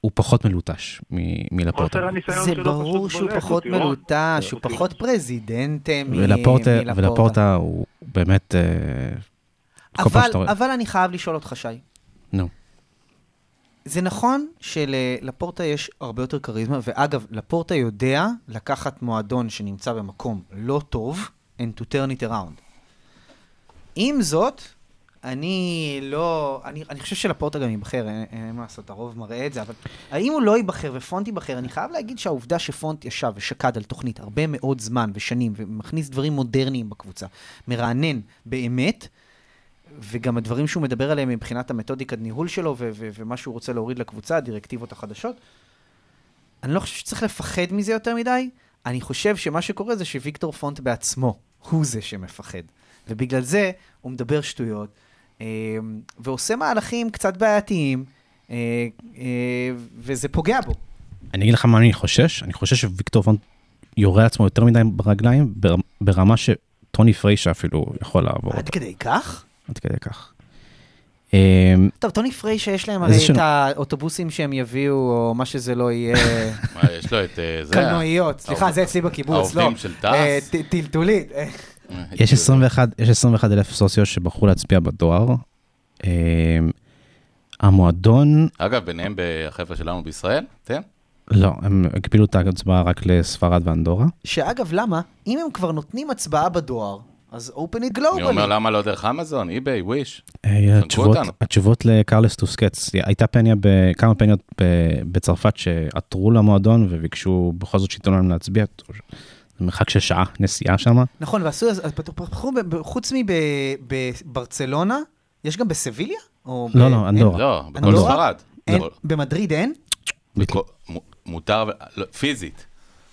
[SPEAKER 4] הוא פחות מלוטש מ- מלפורטה.
[SPEAKER 6] חוסר הניסיון
[SPEAKER 5] זה
[SPEAKER 6] שלו
[SPEAKER 5] ברור
[SPEAKER 6] פשוט
[SPEAKER 5] שהוא
[SPEAKER 6] בולט,
[SPEAKER 5] פחות
[SPEAKER 6] הוא טירון.
[SPEAKER 5] מלוטש, הוא
[SPEAKER 6] הוא טירון.
[SPEAKER 5] פחות פרזידנטה מ-
[SPEAKER 4] ולפורטה, ולפורטה הוא באמת, אה, כל פעם
[SPEAKER 5] אבל-
[SPEAKER 4] שאתה רואה,
[SPEAKER 5] אבל אני חייב לשאול אותך, שי.
[SPEAKER 4] נו,
[SPEAKER 5] זה נכון שללפורטה יש הרבה יותר כריזמה, ואגב, לפורטה יודע לקחת מועדון שנמצא במקום לא טוב, and to turn it around. עם זאת, אני לא... אני, אני חושב שלפורטה גם ייבחר, אין, אין מה לעשות, הרוב מראה את זה, אבל האם הוא לא ייבחר ופונט ייבחר, אני חייב להגיד שהעובדה שפונט ישב ושקד על תוכנית הרבה מאוד זמן ושנים, ומכניס דברים מודרניים בקבוצה, מרענן באמת, וגם הדברים שהוא מדבר עליהם מבחינת המתודיקת ניהול שלו ו- ו- ומה שהוא רוצה להוריד לקבוצה, הדירקטיבות החדשות. אני לא חושב שצריך לפחד מזה יותר מדי, אני חושב שמה שקורה זה שוויקטור פונט בעצמו הוא זה שמפחד. ובגלל זה הוא מדבר שטויות, אה, ועושה מהלכים קצת בעייתיים, אה, אה, וזה פוגע בו.
[SPEAKER 4] אני אגיד לך מה אני חושש, אני חושש שוויקטור פונט יורה לעצמו יותר מדי ברגליים, בר- ברמה שטוני פריישה אפילו יכול לעבור.
[SPEAKER 5] עד כדי כך?
[SPEAKER 4] עד כדי כך. אה,
[SPEAKER 5] טוב, טוני פריי שיש להם
[SPEAKER 4] איזה
[SPEAKER 5] הרי את
[SPEAKER 4] שנו-
[SPEAKER 5] האוטובוסים שהם יביאו, או מה שזה לא יהיה,
[SPEAKER 3] מה, יש לו את אה, זה...
[SPEAKER 5] קלנועיות, סליחה, זה אצלי בקיבוץ, לא.
[SPEAKER 3] העובדים של תעש?
[SPEAKER 5] אה, ט- טלטולית. אה,
[SPEAKER 4] יש 21 יש 21 אלף סוציו שבחרו להצביע בדואר. אה, המועדון,
[SPEAKER 3] אגב, ביניהם בחבר'ה שלנו בישראל, אתם?
[SPEAKER 4] לא, הם הגבילו את ההצבעה רק לספרד ואנדורה.
[SPEAKER 5] שאגב, למה? אם הם כבר נותנים הצבעה בדואר, אז open it globally.
[SPEAKER 3] אני אומר, למה לא דרך אמזון, אי-ביי, וויש?
[SPEAKER 4] אה, התשובות,
[SPEAKER 3] אותנו.
[SPEAKER 4] התשובות לקרלס טוסקץ, הייתה פניה, ב, כמה פניות ב, בצרפת שעתרו למועדון וביקשו בכל זאת שייתנו להם להצביע. זה מרחק של שעה נסיעה שם.
[SPEAKER 5] נכון, ועשו, אז- אז פתחו- פתחו ב- ב- חוץ מברצלונה, יש גם בסביליה? או
[SPEAKER 4] לא,
[SPEAKER 5] ב-
[SPEAKER 4] לא,
[SPEAKER 5] אין?
[SPEAKER 4] אנדורה.
[SPEAKER 3] לא, בכל
[SPEAKER 5] אנדורה?
[SPEAKER 3] ספרד.
[SPEAKER 5] אין-
[SPEAKER 3] לא,
[SPEAKER 5] במדריד אין?
[SPEAKER 3] בכל- מ- מותר, לא, פיזית.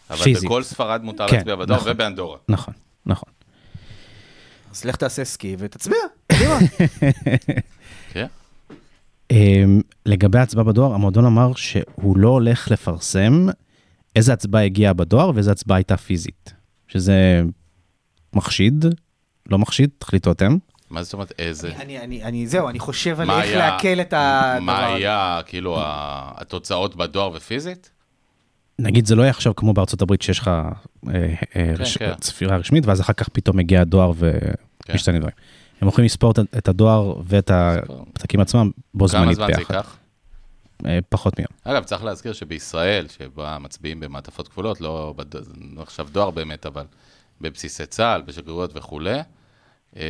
[SPEAKER 3] אבל
[SPEAKER 4] פיזית.
[SPEAKER 3] בכל ספרד מותר
[SPEAKER 4] כן,
[SPEAKER 3] להצביע בדואר
[SPEAKER 4] נכון.
[SPEAKER 3] ובאנדורה.
[SPEAKER 4] נכון, נכון.
[SPEAKER 5] אז לך תעשה סקי ותצביע, קדימה.
[SPEAKER 3] כן?
[SPEAKER 4] אמ, לגבי ההצבעה בדואר, המועדון אמר שהוא לא הולך לפרסם איזה הצבעה הגיעה בדואר ואיזה הצבעה הייתה פיזית. שזה מחשיד, לא מחשיד, תחליטו אתם.
[SPEAKER 3] מה זאת אומרת, איזה?
[SPEAKER 5] אני, אני, אני, זהו, אני חושב על
[SPEAKER 3] מה
[SPEAKER 5] איך
[SPEAKER 3] היה-
[SPEAKER 5] לעכל את הדבר.
[SPEAKER 3] מה
[SPEAKER 5] הזה.
[SPEAKER 3] היה, כאילו, ה- התוצאות בדואר ופיזית?
[SPEAKER 4] נגיד זה לא יהיה עכשיו כמו בארצות הברית שיש לך אה, אה,
[SPEAKER 3] כן,
[SPEAKER 4] רש...
[SPEAKER 3] כן.
[SPEAKER 4] צפירה רשמית ואז אחר כך פתאום מגיע הדואר
[SPEAKER 3] כן.
[SPEAKER 4] ומשתנה דברים. הם הולכים לספור את- את הדואר ואת הפתקים עצמם בו
[SPEAKER 3] כמה
[SPEAKER 4] זמנית
[SPEAKER 3] זמן זה
[SPEAKER 4] ביחד.
[SPEAKER 3] ייקח?
[SPEAKER 4] אה, פחות מיום.
[SPEAKER 3] אגב, צריך להזכיר שבישראל, שבה מצביעים במעטפות כפולות, לא בד- לא עכשיו דואר באמת, אבל בבסיסי צה"ל, בשגרירויות וכולי, אה,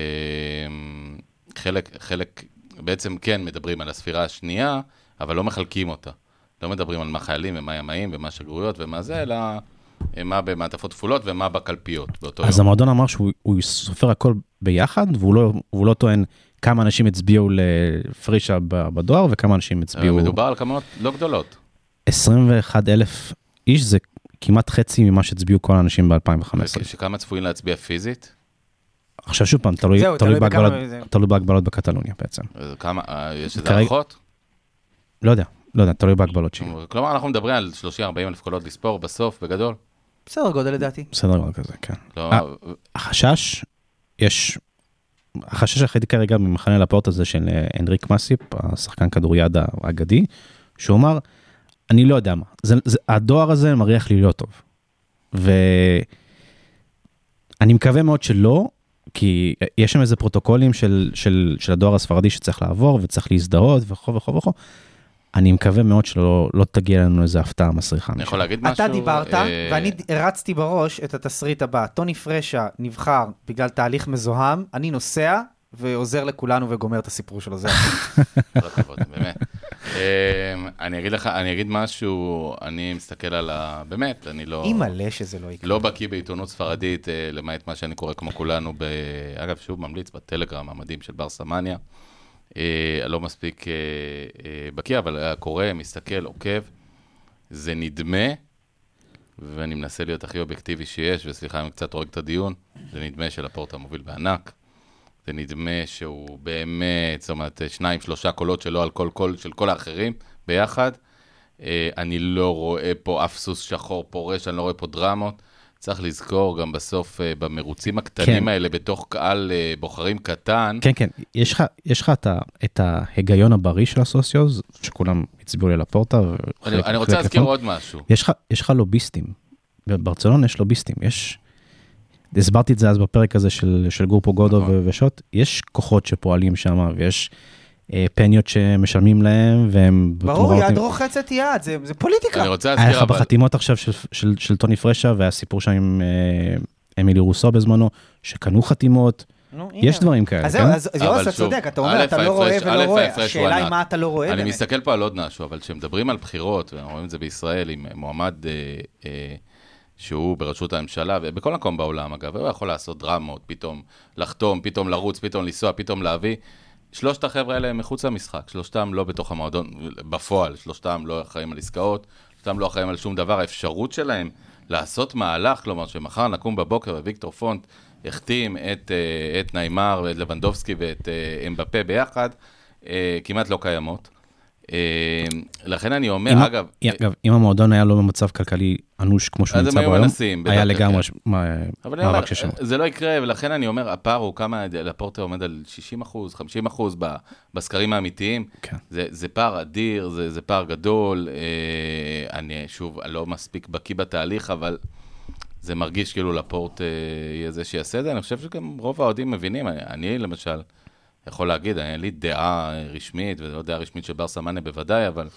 [SPEAKER 3] חלק, חלק, בעצם כן מדברים על הספירה השנייה, אבל לא מחלקים אותה. לא מדברים על מה חיילים ומה ימאים ומה שגרירויות ומה זה, אלא אה, מה במעטפות כפולות ומה בקלפיות באותו
[SPEAKER 4] אז
[SPEAKER 3] יום.
[SPEAKER 4] המועדון אמר שהוא הוא סופר הכל ביחד והוא לא, והוא לא טוען כמה אנשים הצביעו לפרישה ב- בדואר וכמה אנשים הצביעו.
[SPEAKER 3] אה, מדובר על כמויות לא גדולות.
[SPEAKER 4] 21 אלף איש זה כמעט חצי ממה שהצביעו כל האנשים ב-2015.
[SPEAKER 3] שכמה צפויים להצביע פיזית?
[SPEAKER 4] עכשיו שוב פעם, תלוי,
[SPEAKER 5] זהו,
[SPEAKER 4] תלוי,
[SPEAKER 5] תלוי בכמה-
[SPEAKER 4] בהגבלות,
[SPEAKER 5] זה-
[SPEAKER 4] תלוי בהגבלות בקטלוניה בעצם.
[SPEAKER 3] אה, כמה, אה, יש איזה
[SPEAKER 4] כרגע-
[SPEAKER 3] הערכות?
[SPEAKER 4] לא יודע, לא יודע, תלוי בהגבלות שלי.
[SPEAKER 3] כלומר, אנחנו מדברים על 30-40 אלף קולות לספור בסוף, בגדול.
[SPEAKER 5] בסדר גודל לדעתי.
[SPEAKER 4] בסדר גודל כזה, כן.
[SPEAKER 3] לא,
[SPEAKER 4] אה. החשש, יש, החשש היחיד כרגע ממחנה לפורט הזה של אה, הנריק מסיפ, השחקן כדוריד האגדי, שהוא אמר, אני לא יודע מה, זה, זה, הדואר הזה מריח לי לא טוב. ואני מקווה מאוד שלא, כי יש שם איזה פרוטוקולים של, של, של הדואר הספרדי שצריך לעבור וצריך להזדהות וכו' וכו' וכו'. אני מקווה מאוד שלא לא תגיע לנו איזה הפתעה מסריחה.
[SPEAKER 3] אני
[SPEAKER 4] משם.
[SPEAKER 3] יכול להגיד משהו?
[SPEAKER 5] אתה דיברת,
[SPEAKER 3] אה,
[SPEAKER 5] ואני הרצתי בראש את התסריט הבא. טוני פרשה נבחר בגלל תהליך מזוהם, אני נוסע ועוזר לכולנו וגומר את הסיפור שלו. זה הכל.
[SPEAKER 3] כל הכבוד, באמת. אה, אני אגיד לך, אני אגיד משהו, אני מסתכל על ה... באמת, אני לא...
[SPEAKER 5] אי מלא שזה לא יקרה.
[SPEAKER 3] לא בקיא בעיתונות ספרדית, אה, למעט מה שאני קורא כמו כולנו, ב... אגב, שוב ממליץ בטלגרם המדהים של בר סמניה. אה, לא מספיק אה, אה, בקיא, אבל אה, קורא, מסתכל, עוקב. זה נדמה, ואני מנסה להיות הכי אובייקטיבי שיש, וסליחה אם קצת הורג את הדיון, זה נדמה שלפורטה מוביל בענק. זה נדמה שהוא באמת, זאת אומרת, שניים, שלושה קולות שלו על כל קול של כל האחרים ביחד. אה, אני לא רואה פה אף סוס שחור פורש, אני לא רואה פה דרמות. צריך לזכור גם בסוף, אה, במרוצים הקטנים
[SPEAKER 4] כן.
[SPEAKER 3] האלה, בתוך קהל אה, בוחרים קטן,
[SPEAKER 4] כן, כן, יש לך, יש לך את, ה, את ההיגיון הבריא של הסוציוז, שכולם הצביעו ללפורטה.
[SPEAKER 3] אני, אני רוצה להזכיר עוד משהו.
[SPEAKER 4] יש לך, יש לך לוביסטים. בברצלון יש לוביסטים, יש... הסברתי את זה אז בפרק הזה של, של גור פוגודו
[SPEAKER 3] נכון.
[SPEAKER 4] נכון. ושוט, יש כוחות שפועלים שם ויש אה, פניות שמשלמים להם והם...
[SPEAKER 5] ברור,
[SPEAKER 4] בתמורה
[SPEAKER 5] יד
[SPEAKER 4] נותנים-
[SPEAKER 5] רוחצת יד, זה זה פוליטיקה.
[SPEAKER 3] לא אני רוצה
[SPEAKER 4] היה
[SPEAKER 3] להזכיר,
[SPEAKER 4] לך
[SPEAKER 3] אבל...
[SPEAKER 4] בחתימות עכשיו של, של, של טוני פרשה והסיפור שם עם אה, אמילי רוסו בזמנו, שקנו חתימות,
[SPEAKER 5] נו, הנה.
[SPEAKER 4] יש דברים כאלה.
[SPEAKER 5] אז זהו,
[SPEAKER 4] כן?
[SPEAKER 5] אז אז יואב,
[SPEAKER 3] אבל
[SPEAKER 5] אתה
[SPEAKER 3] שוב,
[SPEAKER 5] צודק, אתה
[SPEAKER 3] א',
[SPEAKER 5] אומר, אתה לא רואה
[SPEAKER 3] ההפרש-
[SPEAKER 5] ולא
[SPEAKER 3] א',
[SPEAKER 5] רואה.
[SPEAKER 3] ההפרש הוא
[SPEAKER 5] השאלה היא
[SPEAKER 3] ענק.
[SPEAKER 5] מה אתה לא רואה
[SPEAKER 3] אני
[SPEAKER 5] באמת.
[SPEAKER 3] מסתכל פה על עוד משהו, אבל כשמדברים על בחירות, ואנחנו רואים את זה בישראל עם מועמד אה, אה, שהוא בראשות הממשלה, ובכל מקום בעולם אגב, הוא יכול לעשות דרמות, פתאום לחתום, פתאום לרוץ, פתאום לנסוע, פתאום להביא. שלושת החבר'ה האלה הם מחוץ למשחק, שלושתם לא בתוך המועדון בפועל, שלושתם לא אחראים על עסקאות, שלושתם לא אחראים על שום דבר, האפשרות שלהם לעשות מהלך, כלומר שמחר נקום בבוקר וויקטור פונט החתים את, אה, את נעימר ואת לבנדובסקי ואת אה, אמבפה ביחד, אה, כמעט לא קיימות. אה, לכן אני
[SPEAKER 4] אם
[SPEAKER 3] אומר,
[SPEAKER 4] ה-
[SPEAKER 3] אגב,
[SPEAKER 4] אם- אגב, אם המועדון היה לא במצב כלכלי אנוש כמו שהוא
[SPEAKER 3] אז
[SPEAKER 4] נמצא
[SPEAKER 3] הם היו
[SPEAKER 4] בו היום,
[SPEAKER 3] מנסים, בטח,
[SPEAKER 4] היה
[SPEAKER 3] כן,
[SPEAKER 4] לגמרי
[SPEAKER 3] כן.
[SPEAKER 4] ש- מה-
[SPEAKER 3] אבל אני אומר,
[SPEAKER 4] מאבק של שמות.
[SPEAKER 3] זה לא יקרה, ולכן אני אומר, הפער הוא כמה, לפורטה עומד על 60 אחוז, 50 אחוז בסקרים האמיתיים.
[SPEAKER 4] כן.
[SPEAKER 3] זה, זה פער אדיר, זה, זה פער גדול. אה, אני, שוב, אני לא מספיק בקיא בתהליך, אבל זה מרגיש כאילו לפורט אה, יהיה זה שיעשה את זה. אני חושב שגם רוב האוהדים מבינים. אני, אני למשל, יכול להגיד, אין לי דעה אה, רשמית, וזו לא דעה רשמית של ברסה מאנה בוודאי, אבל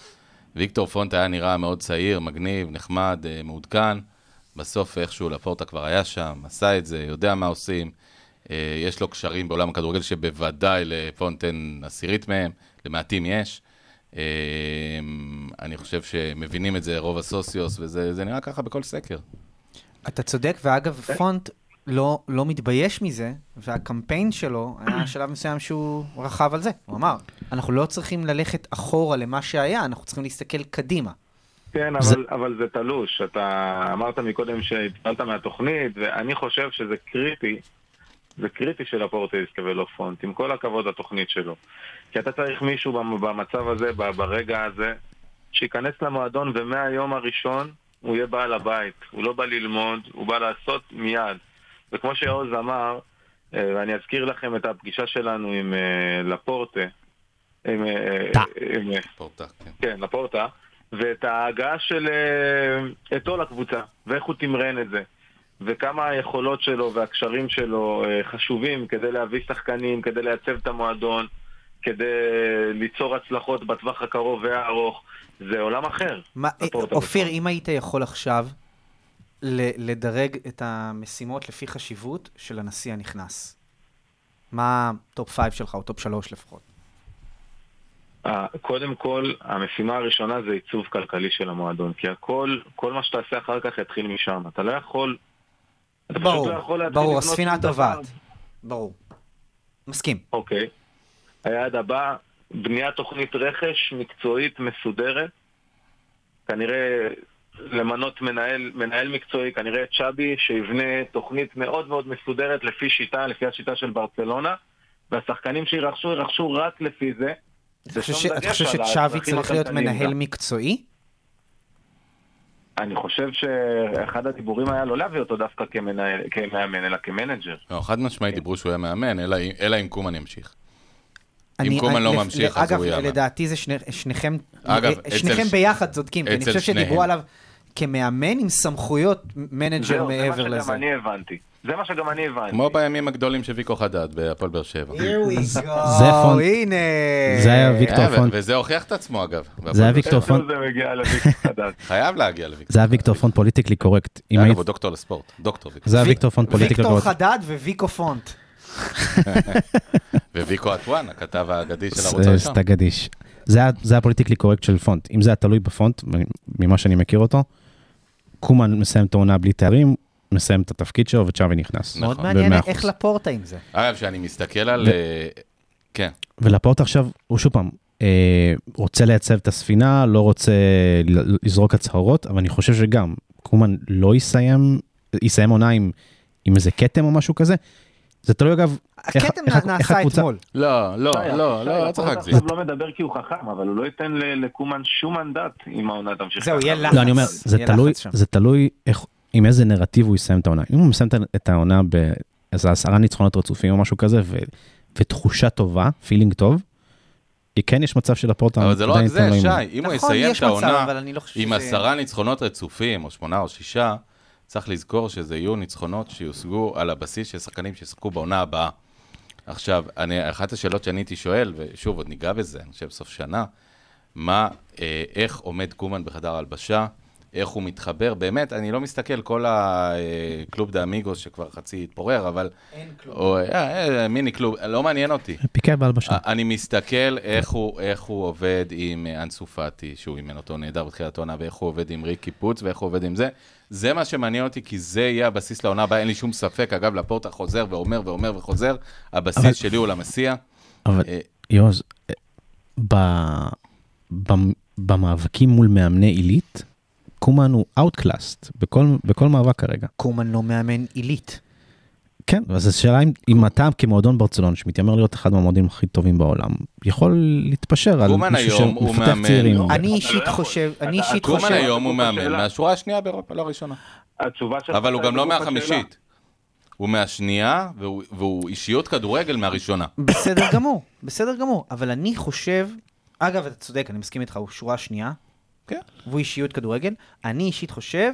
[SPEAKER 3] ויקטור פונט היה נראה מאוד צעיר, מגניב, נחמד, אה, מעודכן. בסוף איכשהו לפורטה כבר היה שם, עשה את זה, יודע מה עושים. אה, יש לו קשרים בעולם הכדורגל שבוודאי לפונט אין עשירית מהם, למעטים יש. אה, אני חושב שמבינים את זה רוב הסוציוס, וזה זה נראה ככה בכל סקר.
[SPEAKER 5] אתה צודק, ואגב, פונט לא, לא מתבייש מזה, והקמפיין שלו היה שלב מסוים שהוא רכב על זה. הוא אמר, אנחנו לא צריכים ללכת אחורה למה שהיה, אנחנו צריכים להסתכל קדימה.
[SPEAKER 6] כן,
[SPEAKER 4] זה-
[SPEAKER 6] אבל, אבל זה תלוש. אתה אמרת מקודם שהתפעלת מהתוכנית, ואני חושב שזה קריטי. זה קריטי שלפורטה יסקבל לו פונט, עם כל הכבוד לתוכנית שלו. כי אתה צריך מישהו במ- במצב הזה, ב- ברגע הזה, שייכנס למועדון ומהיום הראשון הוא יהיה בעל הבית. הוא לא בא ללמוד, הוא בא לעשות מיד. וכמו שעוז אמר, אה, ואני אזכיר לכם את הפגישה שלנו עם אה, לפורטה. עם... אה,
[SPEAKER 4] טה.
[SPEAKER 6] עם אה,
[SPEAKER 3] פורטה, כן.
[SPEAKER 6] כן, לפורטה, ואת ההגעה של אה, אתו לקבוצה, ואיך הוא תמרן את זה, וכמה היכולות שלו והקשרים שלו אה, חשובים כדי להביא שחקנים, כדי לייצב את המועדון, כדי ליצור הצלחות בטווח הקרוב והארוך, זה עולם אחר.
[SPEAKER 5] מה, אה,
[SPEAKER 6] לפורטה
[SPEAKER 5] אופיר,
[SPEAKER 6] בפועל.
[SPEAKER 5] אם היית יכול עכשיו ל- לדרג את המשימות לפי חשיבות של הנשיא הנכנס, מה טופ 5 שלך, או טופ 3 לפחות?
[SPEAKER 6] אה, קודם כל, המשימה הראשונה זה עיצוב כלכלי של המועדון, כי הכל, כל מה שתעשה אחר כך יתחיל משם. אתה לא יכול... אתה פשוט
[SPEAKER 5] ברור,
[SPEAKER 6] לא יכול להתחיל
[SPEAKER 5] ברור,
[SPEAKER 6] לבנות
[SPEAKER 5] הספינה
[SPEAKER 6] שום דבר.
[SPEAKER 5] טובעת. ברור. מסכים.
[SPEAKER 6] אוקיי. היעד הבא, בניית תוכנית רכש מקצועית מסודרת. כנראה למנות מנהל, מנהל מקצועי, כנראה את צ'אבי, שיבנה תוכנית מאוד מאוד מסודרת לפי שיטה, לפי השיטה של ברצלונה, והשחקנים שירכשו, ירכשו רק לפי זה.
[SPEAKER 5] אתה חושב
[SPEAKER 6] ושם
[SPEAKER 5] ש- אתה
[SPEAKER 6] דגש
[SPEAKER 5] חושב
[SPEAKER 6] על
[SPEAKER 5] שצ'אבי
[SPEAKER 6] הצרכים
[SPEAKER 5] צריך להיות
[SPEAKER 6] הכלכליים
[SPEAKER 5] מנהל
[SPEAKER 6] גם.
[SPEAKER 5] מקצועי?
[SPEAKER 6] אני חושב שאחד הדיבורים היה לא להביא אותו דווקא כמנהל, כמאמן, אלא כמנג'ר.
[SPEAKER 3] לא, חד משמעית דיברו שהוא היה מאמן, אלא, אם- אלא אם קומן ימשיך.
[SPEAKER 5] אני-
[SPEAKER 3] קומן
[SPEAKER 5] אני-
[SPEAKER 3] לא
[SPEAKER 5] לפ-
[SPEAKER 3] ממשיך, אז הוא
[SPEAKER 5] אגב,
[SPEAKER 3] יאמן.
[SPEAKER 5] לדעתי זה שני- שניכם,
[SPEAKER 3] אגב,
[SPEAKER 5] אה,
[SPEAKER 3] אצל
[SPEAKER 5] שניכם
[SPEAKER 3] ש-
[SPEAKER 5] ביחד צודקים, כי אני
[SPEAKER 3] אצל
[SPEAKER 5] חושב שדיברו
[SPEAKER 3] שניהם.
[SPEAKER 5] עליו כמאמן עם סמכויות מנג'ר
[SPEAKER 6] זהו, זה מה
[SPEAKER 5] מעבר
[SPEAKER 6] שגם
[SPEAKER 5] לזה.
[SPEAKER 6] אני הבנתי. זה מה שגם אני הבנתי.
[SPEAKER 3] כמו בימים הגדולים של ויקו חדד בהפועל באר שבע.
[SPEAKER 5] we
[SPEAKER 4] זה פונט.
[SPEAKER 5] הנה.
[SPEAKER 4] זה היה ויקטור
[SPEAKER 3] היה, ו-
[SPEAKER 4] פונט.
[SPEAKER 3] וזה הוכיח את עצמו אגב.
[SPEAKER 4] זה היה ויקטור
[SPEAKER 6] איפה
[SPEAKER 4] פונט.
[SPEAKER 6] זה מגיע לוויקטור חדד.
[SPEAKER 3] חייב להגיע לוויקטור.
[SPEAKER 4] זה היה ויקטור פון פוליטיקלי קורקט. אם
[SPEAKER 3] אגב,
[SPEAKER 4] היית-
[SPEAKER 3] הוא דוקטור לספורט, דוקטור ויקטור.
[SPEAKER 4] זה היה ויקטור פון פוליטיקלי
[SPEAKER 5] ויקטור
[SPEAKER 4] קורקט.
[SPEAKER 5] חדד וויקו פונט.
[SPEAKER 3] וויקו אטואן, הכתב האגדי של
[SPEAKER 4] ס-
[SPEAKER 3] ערוץ הראשון.
[SPEAKER 4] סטגדיש. זה היה- זה הפוליטיקלי קורקט של פונט. אם זה היה תלוי בפונט, מ- ממה שאני מכיר אותו, קומן מסיים את העונה בלי תארים, מסיים את התפקיד שלו וצ'אבי נכנס.
[SPEAKER 3] נכון.
[SPEAKER 5] מאוד מעניין
[SPEAKER 4] במאה אחוז.
[SPEAKER 5] איך לפורטה עם זה.
[SPEAKER 3] אגב, כשאני מסתכל על...
[SPEAKER 4] ו-
[SPEAKER 3] אה, כן,
[SPEAKER 4] ולפורט עכשיו, הוא שוב פעם, אה, רוצה לייצב את הספינה, לא רוצה ל- לזרוק הצהרות, אבל אני חושב שגם, קומן לא יסיים, יסיים עונה עם, עם איזה כתם או משהו כזה. זה תלוי אגב, איך-
[SPEAKER 5] הכתם
[SPEAKER 4] איך- איך
[SPEAKER 5] נעשה
[SPEAKER 4] הקבוצה-
[SPEAKER 5] אתמול.
[SPEAKER 3] לא, לא,
[SPEAKER 6] שי,
[SPEAKER 3] לא, לא,
[SPEAKER 6] שי,
[SPEAKER 3] לא צריך
[SPEAKER 6] הפועל
[SPEAKER 3] להגזים.
[SPEAKER 6] עכשיו לא מדבר כי הוא חכם, אבל הוא לא ייתן ל- לקומן שום מנדט אם העונה תמשיך.
[SPEAKER 5] זהו,
[SPEAKER 6] ככה.
[SPEAKER 5] יהיה לחץ.
[SPEAKER 4] לא, אני אומר, זה
[SPEAKER 5] אה, יהיה
[SPEAKER 4] תלוי,
[SPEAKER 5] לחץ שם.
[SPEAKER 4] זה תלוי איך, עם איזה נרטיב הוא יסיים את העונה. אם הוא מסיים את- את העונה באיזה עשרה ניצחונות רצופים או משהו כזה, ו, ותחושה טובה, פילינג טוב, כי כן יש מצב של הפורטה.
[SPEAKER 3] אבל זה לא רק
[SPEAKER 4] עדיין אה,
[SPEAKER 3] זה,
[SPEAKER 4] ניתן לו עם-
[SPEAKER 3] שי, אם הוא
[SPEAKER 5] נכון,
[SPEAKER 3] יסיים
[SPEAKER 5] יש
[SPEAKER 3] את
[SPEAKER 5] מצב,
[SPEAKER 3] העונה
[SPEAKER 5] אבל אני לא חושב
[SPEAKER 3] עם
[SPEAKER 5] שזה-
[SPEAKER 3] עשרה ניצחונות רצופים, או שמונה או שישה, צריך לזכור שזה יהיו ניצחונות שיושגו על הבסיס של שחקנים שישחקו בעונה הבאה. עכשיו, אני, אחת השאלות שאני הייתי שואל, ושוב, עוד ניגע בזה, אני חושב סוף שנה, מה, אה, איך עומד קומן בחדר ההלבשה, איך הוא מתחבר, באמת, אני לא מסתכל כל הקלוב דה אמיגוס שכבר חצי התפורר, אבל... אין קלוב. או, אה, אה, מיני קלוב, לא מעניין אותי.
[SPEAKER 4] פיקי בהלבשה.
[SPEAKER 3] אני מסתכל איך הוא, איך הוא עובד עם אה, אנסו פאטי, שהוא אימן אותו נהדר בתחילת העונה, ואיך הוא עובד עם ריקי פוץ, ואיך הוא עובד עם זה. זה מה שמעניין אותי, כי זה יהיה הבסיס לעונה הבאה, אין לי שום ספק. אגב, לפורטה חוזר ואומר ואומר וחוזר, הבסיס
[SPEAKER 4] אבל-
[SPEAKER 3] שלי הוא למסיע.
[SPEAKER 4] אבל
[SPEAKER 3] אה,
[SPEAKER 4] יוז, אה, ב- במ- במאבקים מול מאמני עילית, קומן הוא אאוטקלאסט בכל בכל מאבק כרגע.
[SPEAKER 5] קומן לא מאמן עילית.
[SPEAKER 4] כן, אז השאלה אם, אם אתה כמועדון ברצלון, שמתיימר להיות אחד מהמועדונים הכי טובים בעולם, יכול להתפשר על
[SPEAKER 3] גומן
[SPEAKER 4] מישהו
[SPEAKER 3] היום הוא
[SPEAKER 4] שמפתח
[SPEAKER 3] מאמן.
[SPEAKER 4] צעירים.
[SPEAKER 3] לא,
[SPEAKER 5] אני
[SPEAKER 6] אתה
[SPEAKER 5] אישית
[SPEAKER 6] לא יכול.
[SPEAKER 5] חושב,
[SPEAKER 6] אתה-
[SPEAKER 5] אני אישית
[SPEAKER 6] הקומן
[SPEAKER 3] גומן
[SPEAKER 5] חושב,
[SPEAKER 3] היום הוא
[SPEAKER 6] הוא
[SPEAKER 3] מאמן
[SPEAKER 6] שאלה.
[SPEAKER 3] מהשורה השנייה באירופה, לא הראשונה.
[SPEAKER 6] התשובה שלך...
[SPEAKER 3] אבל הוא גם לא
[SPEAKER 6] בגוף השאלה.
[SPEAKER 3] מהחמישית. הוא מהשנייה, והוא- והוא אישיות כדורגל מהראשונה.
[SPEAKER 5] בסדר גמור, בסדר גמור, אבל אני חושב, אגב, אתה צודק, אני מסכים איתך, הוא שורה שנייה,
[SPEAKER 3] כן.
[SPEAKER 5] והוא אישיות כדורגל. אני אישית חושב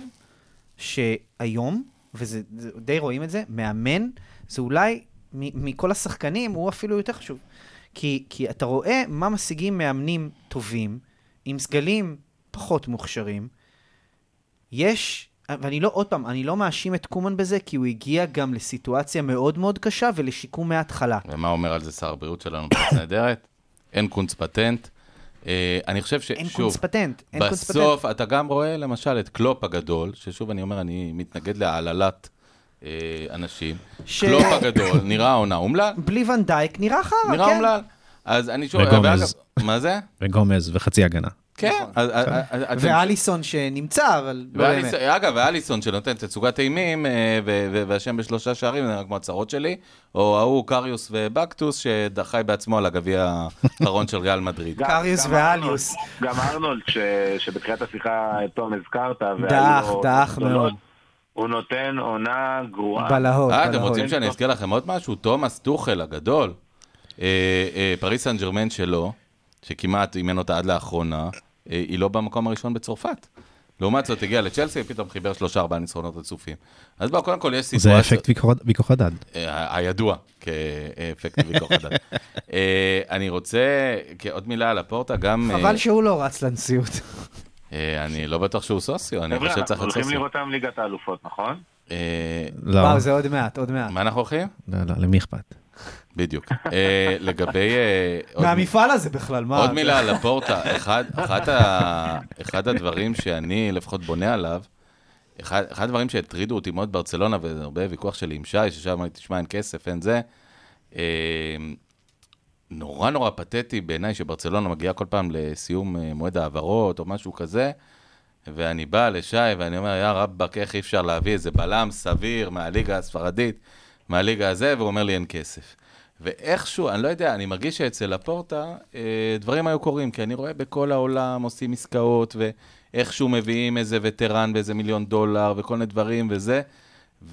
[SPEAKER 5] שהיום, וזה זה- די רואים את זה, מאמן, זה אולי מ- מכל השחקנים, הוא אפילו יותר חשוב. כי, כי אתה רואה מה משיגים מאמנים טובים, עם סגלים פחות מוכשרים. יש, ואני לא, עוד פעם, אני לא מאשים את קומן בזה, כי הוא הגיע גם לסיטואציה מאוד מאוד קשה ולשיקום מההתחלה.
[SPEAKER 3] ומה אומר על זה שר הבריאות שלנו בארץ נהדרת? אין קונץ פטנט. אה, אני חושב ש...
[SPEAKER 5] אין
[SPEAKER 3] שוב,
[SPEAKER 5] קונץ פטנט, אין קונץ פטנט.
[SPEAKER 3] בסוף אתה גם רואה למשל את קלופ הגדול, ששוב אני אומר, אני מתנגד להעללת אה, אנשים.
[SPEAKER 5] ש-
[SPEAKER 3] קלופ הגדול נראה עונה אומלל,
[SPEAKER 5] בלי ונדייק נראה חרא, כן?
[SPEAKER 3] נראה אומלל. אז אני שואל,
[SPEAKER 4] וגומז.
[SPEAKER 3] ואגב, מה זה?
[SPEAKER 4] וגומז וחצי הגנה.
[SPEAKER 3] כן. אז- אז- אז- אתם-
[SPEAKER 5] נכון. ואליסון שנמצא, אבל לא באמת.
[SPEAKER 3] ואליס- אגב, ואליסון שנותן תצוגת אימים, אה, ו- ו- והשם בשלושה שערים, זה רק כמו הצהרות שלי, או ההוא קריוס ובקטוס, שחי בעצמו על הגביע האחרון של ריאל מדריד.
[SPEAKER 6] גם-
[SPEAKER 5] קריוס
[SPEAKER 6] גם
[SPEAKER 5] ואליוס.
[SPEAKER 6] ארנולד- גם ארנולד, ש- שבתחילת השיחה תום הזכרת, והיו
[SPEAKER 5] דח,
[SPEAKER 6] לו
[SPEAKER 5] דח
[SPEAKER 6] גדולות,
[SPEAKER 5] מאוד.
[SPEAKER 6] הוא נותן עונה גרועה.
[SPEAKER 5] בלהות,
[SPEAKER 4] נכון,
[SPEAKER 3] אה, אתם
[SPEAKER 5] בלהות.
[SPEAKER 3] רוצים שאני אזכיר לכם עוד משהו? תומאס טוחל הגדול, אה, אה, פריס סן ג'רמן שלו, שכמעט אימן אותה עד לאחרונה, אה, היא לא במקום הראשון בצרפת. לעומת זאת, הגיע לצ'לסי, פתאום חיבר שלושה ארבעה ניצחונות רצופים. אז בואו, קודם כל יש סיטואציה.
[SPEAKER 4] זה אפקט ויכוח- ויכוח לא, הדד.
[SPEAKER 3] אה, הידוע כאפקט ויכוח הדת. אה, אני רוצה, כעוד מילה על הפורטה, גם... אה,
[SPEAKER 5] חבל שהוא לא רץ לנשיאות.
[SPEAKER 3] אה, אני לא בטוח שהוא סוסיו, אני
[SPEAKER 6] חבר'ה,
[SPEAKER 3] חושב
[SPEAKER 6] אנחנו
[SPEAKER 3] שצריך להיות
[SPEAKER 6] הולכים
[SPEAKER 3] סוסיו.
[SPEAKER 6] לראות היום ליגת האלופות, נכון?
[SPEAKER 3] אה,
[SPEAKER 4] לא,
[SPEAKER 5] וואו, זה עוד מעט, עוד מעט.
[SPEAKER 3] מה אנחנו הולכים?
[SPEAKER 4] לא, לא, למי אכפת?
[SPEAKER 3] בדיוק. אה, לגבי... אה, עוד-
[SPEAKER 5] מהמפעל הזה בכלל, מה?
[SPEAKER 3] עוד מילה על הפורטה, אחד, אחד, ה, אחד הדברים שאני לפחות בונה עליו, אחד, אחד הדברים שהטרידו אותי מאוד ברצלונה, וזה הרבה ויכוח שלי עם שי, ששם אמרתי, תשמע, אין כסף, אין זה, אה, נורא נורא פתטי בעיניי שברצלונה מגיעה כל פעם לסיום אה, מועד ההעברות או משהו כזה, ואני בא לשי ואני אומר, יא רבאק, איך אי אפשר להביא איזה בלם סביר מהליגה הספרדית, מהליגה הזה, והוא אומר לי, אין כסף. ואיכשהו, אני לא יודע, אני מרגיש שאצל הפורטה אה, דברים היו קורים, כי אני רואה בכל העולם עושים עסקאות, ואיכשהו מביאים איזה וטרן ואיזה מיליון דולר, וכל מיני דברים וזה.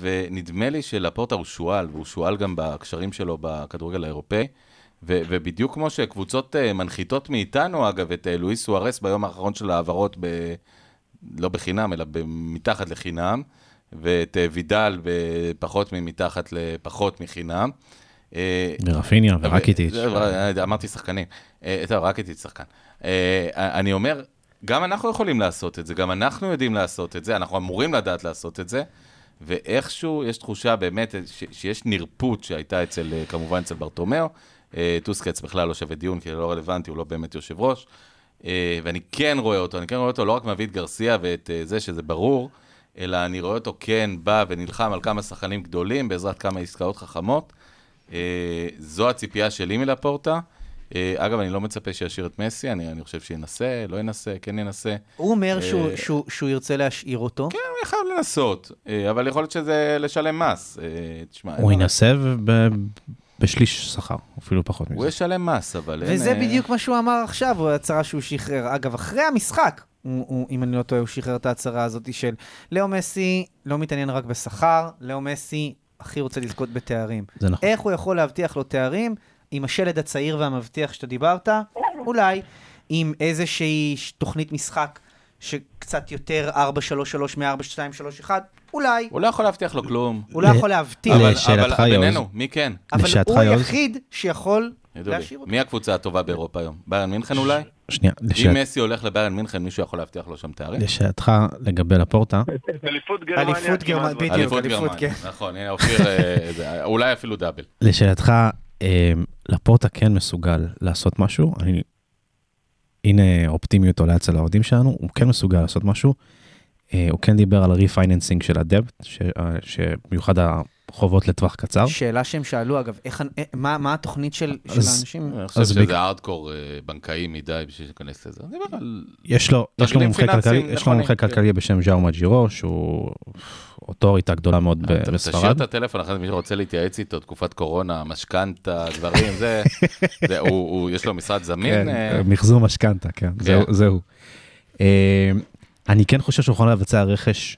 [SPEAKER 3] ונדמה לי שלפורטה הוא שועל, והוא שועל גם בקשרים שלו בכדורגל האירופאי. ו- ובדיוק כמו שקבוצות אה, מנחיתות מאיתנו, אגב, את אה, לואיס סוארס ביום האחרון של ההעברות, ב- לא בחינם, אלא ב- מתחת לחינם, ואת אה, וידל בפחות ממתחת לפחות מחינם. אה,
[SPEAKER 4] ורפיניה ורקיטיץ'.
[SPEAKER 3] זה- זה- אמרתי שחקנים. אה, טוב, רקיטיץ' שחקן. אה, אני אומר, גם אנחנו יכולים לעשות את זה, גם אנחנו יודעים לעשות את זה, אנחנו אמורים לדעת לעשות את זה, ואיכשהו יש תחושה באמת ש- שיש נרפות שהייתה אצל, אה, כמובן אצל ברטומיאו. אה, טוסקץ בכלל לא שווה דיון, כי זה לא רלוונטי, הוא לא באמת יושב ראש. אה, ואני כן רואה אותו, אני כן רואה אותו לא רק מביא את גרסיה ואת אה, זה, שזה ברור, אלא אני רואה אותו כן בא ונלחם על כמה שחקנים גדולים בעזרת כמה עסקאות חכמות. אה, זו הציפייה שלי מלפורטה. אה, אגב, אני לא מצפה שישאיר את מסי, אני, אני חושב שינסה, לא ינסה, כן ינסה.
[SPEAKER 5] הוא אומר שהוא-
[SPEAKER 3] אה,
[SPEAKER 5] שהוא- שהוא ירצה להשאיר אותו.
[SPEAKER 3] כן, הוא יכול לנסות, אה, אבל יכול להיות שזה לשלם מס. אה, תשמע,
[SPEAKER 4] הוא
[SPEAKER 3] אין מה
[SPEAKER 4] ינסה ב- בשליש שכר, אפילו פחות
[SPEAKER 3] לעשות. הוא
[SPEAKER 4] מזה.
[SPEAKER 3] ישלם מס, אבל... אין,
[SPEAKER 5] וזה
[SPEAKER 3] אה,
[SPEAKER 5] בדיוק מה שהוא אמר עכשיו, הוא הצהרה שהוא שחרר. אגב, אחרי המשחק, הוא- הוא- אם אני לא טועה, הוא שחרר את ההצהרה הזאת של לאו מסי לא מתעניין רק בשכר, לאו מסי הכי רוצה לזכות בתארים.
[SPEAKER 4] זה נכון.
[SPEAKER 5] איך הוא יכול להבטיח לו תארים עם השלד הצעיר והמבטיח שאתה דיברת? אולי עם איזושהי ש- תוכנית משחק שקצת יותר 4-3-3 מ-4-2-3-1? אולי.
[SPEAKER 3] הוא לא יכול להבטיח לו כלום.
[SPEAKER 5] הוא לא יכול להבטיח,
[SPEAKER 3] אבל-
[SPEAKER 4] אה, לשאלתך,
[SPEAKER 3] אבל
[SPEAKER 4] יואב.
[SPEAKER 3] בינינו, מי כן?
[SPEAKER 5] אבל
[SPEAKER 4] לשאלתך,
[SPEAKER 5] הוא
[SPEAKER 4] יואב.
[SPEAKER 5] היחיד שיכול
[SPEAKER 3] ידעו לי.
[SPEAKER 5] להשאיר אותו.
[SPEAKER 3] מי הקבוצה הטובה באירופה היום? ביירן מינכן אולי?
[SPEAKER 4] שנייה,
[SPEAKER 3] אם
[SPEAKER 4] לשאל-
[SPEAKER 3] מסי הולך לביירן מינכן, מישהו יכול להבטיח לו שם תארים?
[SPEAKER 4] לשאלתך לגבי לפורטה,
[SPEAKER 6] אליפות גרמניה.
[SPEAKER 5] אליפות
[SPEAKER 6] כמעט
[SPEAKER 5] גרמניה,
[SPEAKER 6] בטוח.
[SPEAKER 5] בדיוק. אליפות, כן.
[SPEAKER 3] גרמניה, נכון, הנה אופיר, אה, זה- אולי אפילו דאבל.
[SPEAKER 4] לשאלתך, אה, לפורטה כן מסוגל לעשות משהו, אני... הנה אופטימיות עולה אצל האוהדים שלנו, הוא כן מסוגל לעשות משהו. אה, הוא כן דיבר על ריפייננסינג של הדבט, ש- אה, שבמיוחד החובות לטווח קצר.
[SPEAKER 5] שאלה שהם שאלו, אגב, איך, אנ- אה, מה, מה התוכנית של, של
[SPEAKER 4] אז-
[SPEAKER 5] האנשים?
[SPEAKER 3] אני חושב
[SPEAKER 4] אז בג-
[SPEAKER 3] שזה הארדקור אה, בנקאי מדי בשביל שניכנס לזה. אני מדבר על
[SPEAKER 4] יש לו, יש לו
[SPEAKER 3] תרגילים
[SPEAKER 4] מומחה
[SPEAKER 3] פיננסיים
[SPEAKER 4] כלכלי, יש לו
[SPEAKER 3] נכונים,
[SPEAKER 4] מומחה
[SPEAKER 3] כן.
[SPEAKER 4] כלכלי בשם ז'או מג'ירו, שהוא אוטוריטה גדולה מאוד ב-
[SPEAKER 3] אה, תשאיר
[SPEAKER 4] בספרד.
[SPEAKER 3] את הטלפון אחרי זה, מי שרוצה להתייעץ איתו, תקופת קורונה, משכנתה, דברים, זה, זה הוא, הוא, יש לו משרד זמין.
[SPEAKER 4] כן,
[SPEAKER 3] אה,
[SPEAKER 4] מחזור משכנתה, כן, זהו- זהו. אה, אני כן חושב שהוא יכול לבצע רכש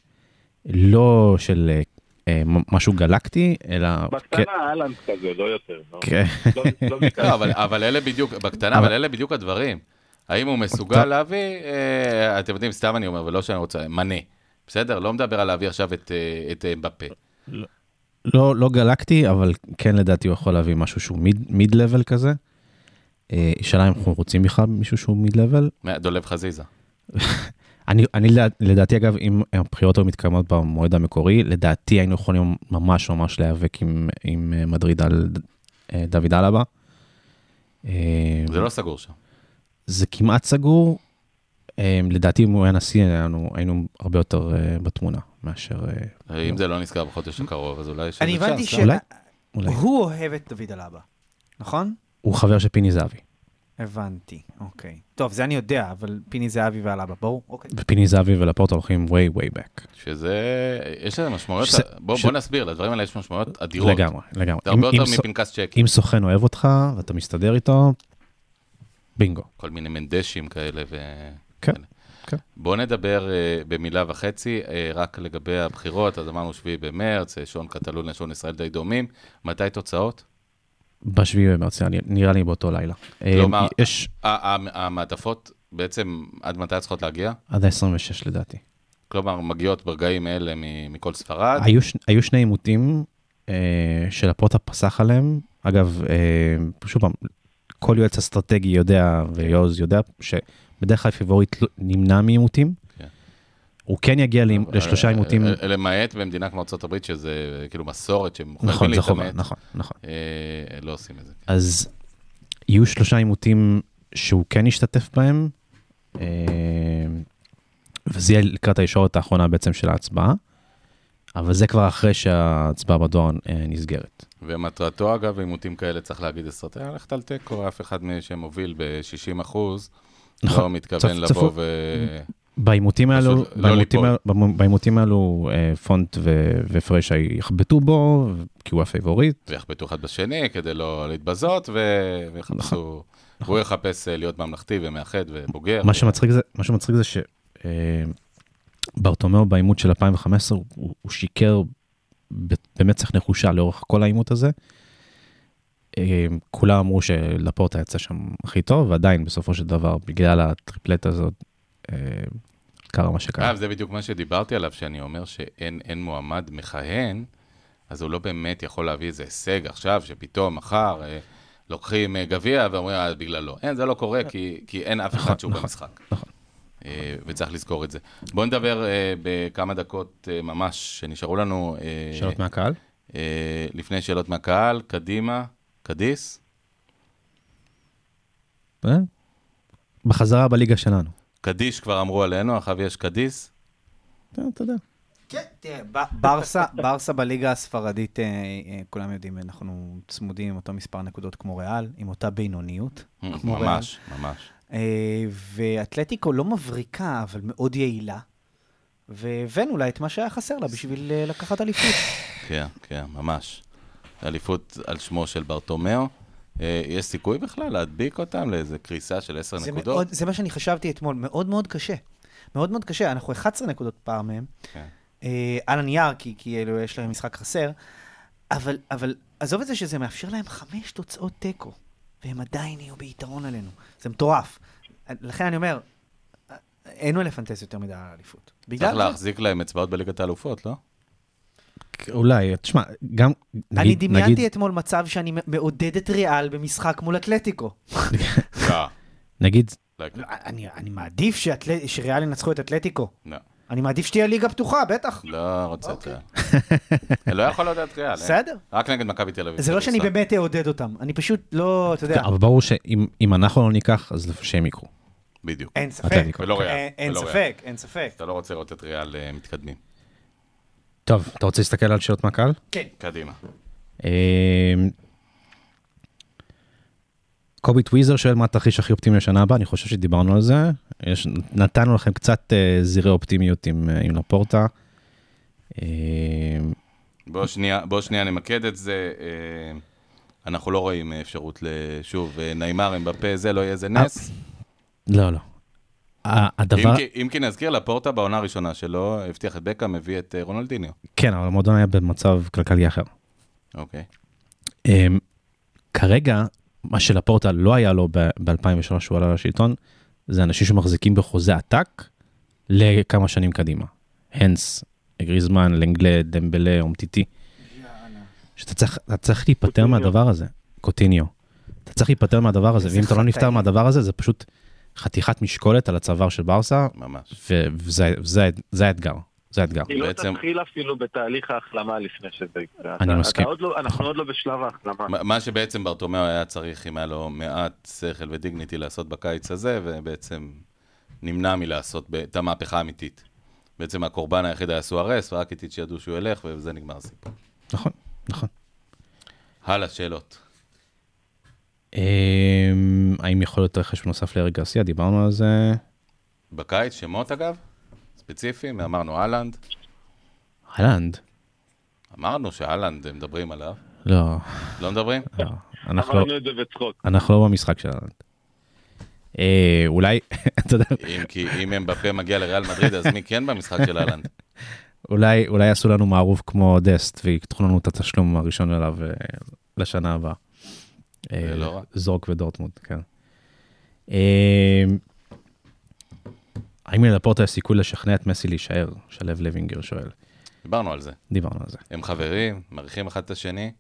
[SPEAKER 4] לא של אה, אה, מ- משהו גלקטי, אלא... כן,
[SPEAKER 6] בקטנה אהלנד כזה, לא יותר. לא-
[SPEAKER 4] כן.
[SPEAKER 6] לא- לא מתקרב.
[SPEAKER 3] לא, אבל, אבל אלה בדיוק, בקטנה, אבל אלה בדיוק הדברים. האם הוא מסוגל
[SPEAKER 4] אתה-
[SPEAKER 3] להביא, אה, אתם יודעים, סתם אני אומר, ולא שאני רוצה, מנה. בסדר? לא מדבר על להביא עכשיו את, אה, את אה, בפה.
[SPEAKER 4] לא, לא גלקטי, אבל כן לדעתי הוא יכול להביא משהו שהוא מיד, מיד לבל כזה. אה, שאלה אם אנחנו רוצים בכלל מישהו שהוא מיד לבל.
[SPEAKER 3] מה- דולב חזיזה.
[SPEAKER 4] אני, אני לדע- לדעתי אגב, אם הבחירות היו מתקיימות במועד המקורי, לדעתי היינו יכולים ממש ממש להיאבק עם, עם אה, מדריד על ד- אה, דוד אלבה. אה,
[SPEAKER 3] זה לא סגור שם.
[SPEAKER 4] זה כמעט סגור. אה, לדעתי אם הוא היה נשיא היינו, היינו הרבה יותר אה, בתמונה מאשר... אה,
[SPEAKER 3] אה, אם זה לא נזכר בחודש הקרוב, אז אולי... יש
[SPEAKER 5] אני
[SPEAKER 3] איזה
[SPEAKER 5] הבנתי
[SPEAKER 3] צ'אנס,
[SPEAKER 4] אולי- אולי.
[SPEAKER 5] שהוא אוהב את דוד אלבה, נכון?
[SPEAKER 4] הוא חבר של פיני זהבי,
[SPEAKER 5] הבנתי, אוקיי. טוב, זה אני יודע, אבל פיני זהבי ואלבה, ברור. אוקיי.
[SPEAKER 4] ופיני זהבי ולפורטו הולכים way way back.
[SPEAKER 3] אה? שזה... יש לזה משמעויות...
[SPEAKER 4] שזה-
[SPEAKER 3] בוא
[SPEAKER 4] ש-
[SPEAKER 3] בוא נסביר, לדברים האלה יש משמעויות אדירות.
[SPEAKER 4] לגמרי, לגמרי.
[SPEAKER 3] זה הרבה
[SPEAKER 4] אם- אם
[SPEAKER 3] יותר
[SPEAKER 4] ס-
[SPEAKER 3] מפנקס צ'קים.
[SPEAKER 4] אם סוכן אוהב אותך ואתה מסתדר איתו, בינגו.
[SPEAKER 3] כל מיני מנדשים כאלה ו...
[SPEAKER 4] כן,
[SPEAKER 3] כאלה.
[SPEAKER 4] כן.
[SPEAKER 3] בואו נדבר אה, במילה וחצי אה, רק לגבי הבחירות, אז אמרנו 7 במרץ, אה, שעון קטלון לשעון ישראל די דומים. מתי תוצאות?
[SPEAKER 4] בשביעי במרץ, נראה לי- נראה לי באותו לילה.
[SPEAKER 3] כלומר-
[SPEAKER 4] אה, יש
[SPEAKER 3] ה- ה- המעטפות בעצם עד מתי צריכות להגיע?
[SPEAKER 4] עד ה-26 לדעתי.
[SPEAKER 3] כלומר, מגיעות ברגעים אלה מ- מכל ספרד.
[SPEAKER 4] היו ש- היו שני עימותים אה, שלפוטה פסח עליהם. אגב, אה, שוב פעם, כל יועץ אסטרטגי יודע, ויוז יודע, שבדרך כלל פיבוריט לא- נמנע מעימותים.
[SPEAKER 3] כן.
[SPEAKER 4] הוא כן יגיע לעימ- לשלושה
[SPEAKER 3] אה,
[SPEAKER 4] עימותים,
[SPEAKER 3] אה, אה, למעט במדינה כמו ארה"ב, שזה אה, כאילו מסורת שהם חייבים
[SPEAKER 4] נכון, זה חובה,
[SPEAKER 3] להתאמץ.
[SPEAKER 4] נכון, נכון.
[SPEAKER 3] אה, לא עושים את זה.
[SPEAKER 4] אז יהיו שלושה עימותים שהוא כן ישתתף בהם, אה, וזה יהיה לקראת הישורת האחרונה בעצם של ההצבעה, אבל זה כבר אחרי שההצבעה בדואר אה, נסגרת.
[SPEAKER 3] ומטרתו, אגב, עימותים כאלה, צריך להגיד אסטרטגיה, ללכת על תיקו, אף אחד מי שמוביל ב-60 אחוז, לא
[SPEAKER 4] נכון,
[SPEAKER 3] מתכוון
[SPEAKER 4] צפ-
[SPEAKER 3] לבוא
[SPEAKER 4] צפו- Mm.
[SPEAKER 3] ו...
[SPEAKER 4] בעימותים
[SPEAKER 3] לא
[SPEAKER 4] האלו, בעימותים,
[SPEAKER 3] ליפול.
[SPEAKER 4] האלו- במ- בעימותים האלו אה, פונט ו- ופרשה יחבטו בו, כי הוא הפייבוריט,
[SPEAKER 3] ויחבטו אחד בשני כדי לא להתבזות, ו...
[SPEAKER 4] נכון.
[SPEAKER 3] ויחפשו... הוא יחפש אה, להיות ממלכתי ומאחד ובוגר.
[SPEAKER 4] מה שמצחיק זה, מה שמצחיק זה שברטומיאו בעימות של 2015 הוא, הוא שיקר ב- במצח נחושה לאורך כל העימות הזה. אה, כולם אמרו שלפורטה יצא שם הכי טוב ועדיין בסופו של דבר בגלל הטריפלט הזאת אה, קרה מה שקרה.
[SPEAKER 3] אגב, זה בדיוק מה שדיברתי עליו, שאני אומר שאין אין מועמד מכהן, אז הוא לא באמת יכול להביא איזה הישג עכשיו, שפתאום, מחר, אה, לוקחים אה, גביע ואומרים, אה, בגללו. אין, זה לא קורה, כי, כי אין אף אחד שהוא במשחק.
[SPEAKER 4] נכון.
[SPEAKER 3] אה, וצריך לזכור את זה. בואו נדבר אה, בכמה דקות אה, ממש שנשארו לנו. אה,
[SPEAKER 4] שאלות מהקהל?
[SPEAKER 3] אה, לפני שאלות מהקהל, קדימה, קדיס.
[SPEAKER 4] אה? בחזרה בליגה שלנו.
[SPEAKER 3] קדיש כבר אמרו עלינו, אחריו יש קדיס.
[SPEAKER 4] אה, אתה יודע.
[SPEAKER 5] כן, תראה, ב- ברסה- ברסה בליגה הספרדית, אה, אה, כולם יודעים, אנחנו צמודים עם אותו מספר נקודות כמו ריאל, עם אותה בינוניות.
[SPEAKER 3] אה.
[SPEAKER 5] כמו ריאל.
[SPEAKER 3] ממש, ממש.
[SPEAKER 5] אה, ואתלטיקו לא מבריקה, אבל מאוד יעילה. והבאנו לה את מה שהיה חסר לה בשביל אה, לקחת אליפות.
[SPEAKER 3] כן, כן, ממש. אליפות על שמו של ברטומיאו. אה, יש סיכוי בכלל להדביק אותם לאיזה קריסה של עשר
[SPEAKER 5] זה
[SPEAKER 3] נקודות?
[SPEAKER 5] מאוד- זה מה שאני חשבתי אתמול, מאוד מאוד קשה. מאוד מאוד קשה, אנחנו 11 נקודות פער מהם.
[SPEAKER 3] כן.
[SPEAKER 5] אה, על הנייר, כי כאילו יש להם משחק חסר, אבל, אבל עזוב את זה שזה מאפשר להם חמש תוצאות תיקו, והם עדיין יהיו ביתרון עלינו. זה מטורף. לכן אני אומר, אה, אין לו לפנטז יותר מדי על האליפות.
[SPEAKER 3] צריך
[SPEAKER 5] בגלל זה,
[SPEAKER 3] להחזיק להם אצבעות בליגת האלופות, לא?
[SPEAKER 4] אולי, תשמע, גם...
[SPEAKER 5] אני
[SPEAKER 4] נגיד-
[SPEAKER 5] דמיינתי
[SPEAKER 4] נגיד-
[SPEAKER 5] אתמול מצב שאני מ- מעודד את ריאל במשחק מול אתלטיקו.
[SPEAKER 3] לא.
[SPEAKER 4] נגיד,
[SPEAKER 3] לא,
[SPEAKER 5] לא, אני, אני מעדיף שאתל... שריאל ינצחו את אתלטיקו.
[SPEAKER 3] לא,
[SPEAKER 5] אני מעדיף שתהיה ליגה פתוחה, בטח.
[SPEAKER 3] לא רוצה את ריאל. לא יכול לעודד ריאל. אה?
[SPEAKER 5] אוקיי. בסדר.
[SPEAKER 3] רק נגד מכבי תל אביב.
[SPEAKER 5] זה לא שאני
[SPEAKER 3] כדורסל.
[SPEAKER 5] באמת אעודד אותם, אני פשוט לא, אתה יודע,
[SPEAKER 4] אבל ברור שאם אם אנחנו לא ניקח, אז שהם יקחו.
[SPEAKER 3] בדיוק.
[SPEAKER 5] אין ספק.
[SPEAKER 4] אתלטיקו.
[SPEAKER 3] ולא ריאל.
[SPEAKER 5] אין- אין
[SPEAKER 3] ולא ריאל.
[SPEAKER 5] ספק, אין ספק.
[SPEAKER 3] אתה לא רוצה לראות את ריאל אה, מתקדמים.
[SPEAKER 4] טוב, אתה רוצה להסתכל על שאלות מהקהל?
[SPEAKER 5] כן.
[SPEAKER 3] קדימה.
[SPEAKER 4] אמ, קובי טוויזר שואל מה התרחיש הכי אופטימי לשנה הבאה, אני חושב שדיברנו על זה. יש, נתנו לכם קצת אה, זירי אופטימיות עם, אה, עם לפורטה. אה,
[SPEAKER 3] בוא שנייה, בוא שנייה נמקד את זה. אה, אנחנו לא רואים אה, אפשרות לשוב, אה, נעימר, אמבפה, זה, לא יהיה איזה נס.
[SPEAKER 4] לא, לא. ה-
[SPEAKER 3] אם
[SPEAKER 4] הדבר,
[SPEAKER 3] כי- אם כי נזכיר, לפורטה בעונה הראשונה שלו, הבטיח את בקאם, הביא את אה, רונלדיניו.
[SPEAKER 4] כן, אבל המועדון היה במצב כלכלי אחר.
[SPEAKER 3] אוקיי.
[SPEAKER 4] אמ, כרגע, מה שלפורטה לא היה לו ב-2003 שהוא עלה לשלטון, זה אנשים שמחזיקים בחוזה עתק לכמה שנים קדימה. הנס, גריזמן, לנגלה, דמבלה, אומטיטי. שאתה צריך, אתה צריך להיפטר
[SPEAKER 6] קוטיניו.
[SPEAKER 4] מהדבר הזה, קוטיניו. אתה צריך להיפטר מהדבר הזה,
[SPEAKER 5] איזה
[SPEAKER 4] ואם אתה לא נפטר
[SPEAKER 5] חטאים.
[SPEAKER 4] מהדבר הזה, זה פשוט חתיכת משקולת על הצוואר של ברסה,
[SPEAKER 3] ממש.
[SPEAKER 4] ו- וזה וזה- זה האתגר, זה האתגר.
[SPEAKER 6] היא לא
[SPEAKER 3] בעצם-
[SPEAKER 6] תתחיל אפילו בתהליך ההחלמה לפני שזה יקרה.
[SPEAKER 4] אני
[SPEAKER 6] אתה-
[SPEAKER 4] מסכים.
[SPEAKER 6] אתה עוד לא- אנחנו עוד לא בשלב ההחלמה.
[SPEAKER 3] מה- מה שבעצם ברטומיאו היה צריך, אם היה לו מעט שכל ודיגניטי לעשות בקיץ הזה, ובעצם נמנע מלעשות ב- את המהפכה האמיתית. בעצם הקורבן היחיד היה סוארס, ורק איטית שידעו שהוא ילך, ובזה נגמר הסיפור.
[SPEAKER 4] נכון, נכון.
[SPEAKER 3] הלאה, שאלות.
[SPEAKER 4] אמ, האם יכול להיות רכש נוסף לאריק גרסיה? דיברנו על זה.
[SPEAKER 3] בקיץ, שמות אגב, ספציפיים, אמרנו אהלנד,
[SPEAKER 4] הלנד?
[SPEAKER 3] אמרנו שאהלנד, הם מדברים עליו.
[SPEAKER 4] לא,
[SPEAKER 3] לא מדברים?
[SPEAKER 4] לא. אנחנו לא-
[SPEAKER 6] אמרנו את זה בצחוק.
[SPEAKER 4] אנחנו לא במשחק של הלנד. אה, אולי, אתה יודע,
[SPEAKER 3] אם כי אם אמבפה מגיע לריאל מדריד, אז מי כן במשחק של אהלנד?
[SPEAKER 4] אולי אולי יעשו לנו מערוב כמו דסט ויקטחו לנו את התשלום הראשון אליו אה, לשנה הבאה. אה,
[SPEAKER 3] זה לא רע.
[SPEAKER 4] זורק ודורטמונד, כן. אה, האם ללפורטה יש סיכוי לשכנע את מסי להישאר? שלו לוינגר שואל.
[SPEAKER 3] דיברנו על זה.
[SPEAKER 4] דיברנו על זה.
[SPEAKER 3] הם חברים, מעריכים אחד את השני.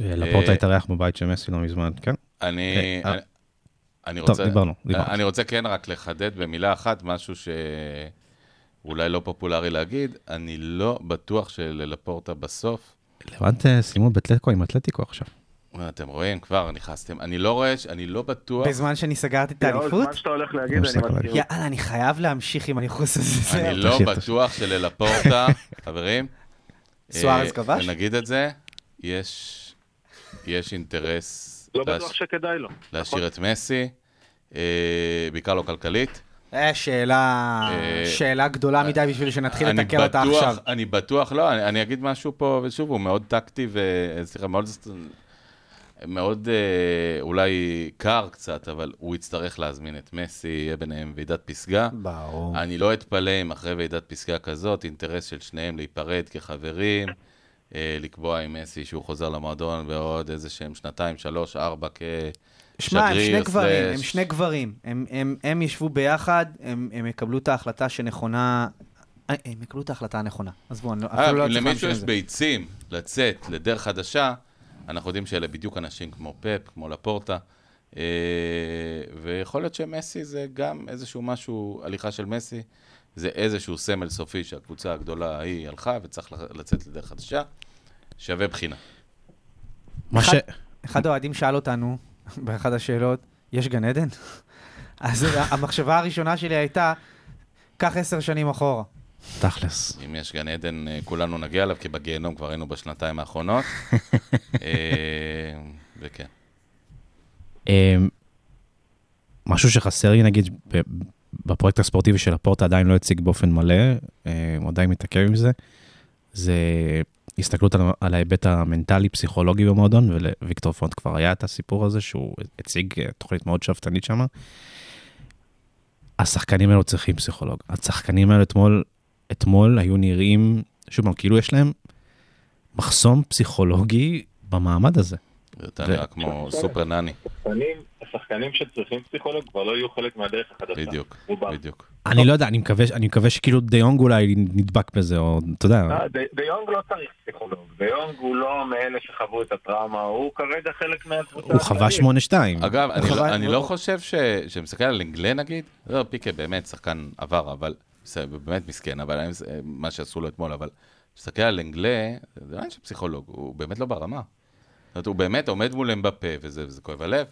[SPEAKER 4] אה, לפורטה התארח בבית של מסי לא מזמן, כן?
[SPEAKER 3] אני...
[SPEAKER 4] אה,
[SPEAKER 3] אני- אני
[SPEAKER 4] טוב,
[SPEAKER 3] רוצה...
[SPEAKER 4] דיברנו, דיברנו.
[SPEAKER 3] אני רוצה כן רק לחדד במילה אחת משהו שאולי לא פופולרי להגיד. אני לא בטוח שללפורטה בסוף,
[SPEAKER 4] לבנט אה, סיימו באתלטיקו עם אתלטיקו עכשיו.
[SPEAKER 3] אתם רואים, כבר נכנסתם. אני לא רואה, ש- אני לא בטוח.
[SPEAKER 5] בזמן שאני סגרתי את
[SPEAKER 6] יאו,
[SPEAKER 5] האליפות?
[SPEAKER 6] מה שאתה הולך להגיד,
[SPEAKER 4] אני מפסיק
[SPEAKER 6] אני מסכים.
[SPEAKER 5] יאללה, אני חייב להמשיך עם הניחוס הזה. זהו.
[SPEAKER 3] אני לא
[SPEAKER 4] תמשיך, תמשיך.
[SPEAKER 3] בטוח שללפורטה, חברים.
[SPEAKER 5] סוארז
[SPEAKER 3] אה,
[SPEAKER 5] כבש?
[SPEAKER 3] נגיד את זה, יש יש אינטרס
[SPEAKER 6] לא
[SPEAKER 3] להש-
[SPEAKER 6] בטוח שכדאי לו.
[SPEAKER 3] להשאיר את מסי, אה, בעיקר לא כלכלית.
[SPEAKER 5] אה, שאלה
[SPEAKER 3] אה,
[SPEAKER 5] שאלה גדולה מדי בשביל שנתחיל
[SPEAKER 3] אני
[SPEAKER 5] לתקן אותה
[SPEAKER 3] בטוח-
[SPEAKER 5] עכשיו.
[SPEAKER 3] אני בטוח, לא, אני, אני אגיד משהו פה, ושוב, הוא מאוד טקטי ו... סליחה, מאוד... מאוד אה, אולי קר קצת, אבל הוא יצטרך להזמין את מסי, יהיה ביניהם ועידת פסגה.
[SPEAKER 5] ברור.
[SPEAKER 3] אני לא אתפלא אם אחרי ועידת פסגה כזאת, אינטרס של שניהם להיפרד כחברים, אה, לקבוע עם מסי שהוא חוזר למועדון בעוד איזה שהם שנתיים, שלוש, ארבע
[SPEAKER 5] שמע, הם
[SPEAKER 3] כשגריר.
[SPEAKER 5] שני גברים, הם
[SPEAKER 3] slash-
[SPEAKER 5] שני גברים. הם- הם- הם ישבו ביחד, הם הם יקבלו את ההחלטה שנכונה. אה, הם יקבלו את ההחלטה הנכונה. עזבו, אני לא-
[SPEAKER 3] אה,
[SPEAKER 5] אפילו לא צריך
[SPEAKER 3] למישהו
[SPEAKER 5] להמשיך
[SPEAKER 3] יש
[SPEAKER 5] את זה.
[SPEAKER 3] ביצים לצאת לדרך חדשה, אנחנו יודעים שאלה בדיוק אנשים כמו פפ, כמו לפורטה, אה, ויכול להיות שמסי זה גם איזשהו משהו, הליכה של מסי, זה איזשהו סמל סופי שהקבוצה הגדולה ההיא הלכה וצריך לח- לצאת לדרך חדשה, שווה בחינה.
[SPEAKER 4] מה ש...
[SPEAKER 5] אחד- אחד האוהדים שאל אותנו, באחת השאלות, יש גן עדן? אז המחשבה הראשונה שלי הייתה, קח עשר שנים אחורה.
[SPEAKER 4] תכלס.
[SPEAKER 3] אם יש גן עדן, אה, כולנו נגיע אליו, כי בגיהנום כבר היינו בשנתיים האחרונות. אה, וכן.
[SPEAKER 4] אמ, משהו שחסר לי נגיד ב- בפרויקט הספורטיבי של הפורטה עדיין לא הציג באופן מלא, אה, הוא עדיין מתעכב עם זה, זה הסתכלות על, על ההיבט המנטלי-פסיכולוגי במועדון, ולוויקטור פונט כבר היה את הסיפור הזה שהוא הציג אה, תוכנית מאוד שאפתנית שם. השחקנים האלו צריכים פסיכולוג. השחקנים האלו אתמול, אתמול היו נראים, שוב פעם, כאילו יש להם מחסום פסיכולוגי במעמד הזה.
[SPEAKER 3] זה יותר
[SPEAKER 4] ו-
[SPEAKER 3] נראה כמו סופר נני,
[SPEAKER 6] השחקנים- השחקנים שצריכים פסיכולוג כבר לא יהיו חלק מהדרך החדשה.
[SPEAKER 3] בדיוק,
[SPEAKER 6] רובם.
[SPEAKER 3] בדיוק.
[SPEAKER 4] אני לא יודע, אני מקווה, אני מקווה שכאילו דיונג אולי נדבק בזה, או אתה יודע,
[SPEAKER 6] אה, די- דיונג לא צריך פסיכולוג. דיונג הוא לא מאלה שחוו את הטראומה, הוא כרגע חלק מהקבוצה.
[SPEAKER 4] הוא
[SPEAKER 5] אה,
[SPEAKER 4] חווה
[SPEAKER 6] הכללית.
[SPEAKER 4] 8-2.
[SPEAKER 3] אגב, אני,
[SPEAKER 5] חבל,
[SPEAKER 3] לא, אני
[SPEAKER 5] לא-
[SPEAKER 3] לא חושב ש... שמסתכל על אנגלה נגיד, לא, פיקה באמת שחקן עבר, אבל זה באמת מסכן, אבל אני- זה מה שעשו לו אתמול, אבל כשמסתכל על אנגלה, זה לא עניין של פסיכולוג, הוא באמת לא ברמה. זאת אומרת, הוא באמת עומד מול אמבפה, וזה, וזה כואב הלב.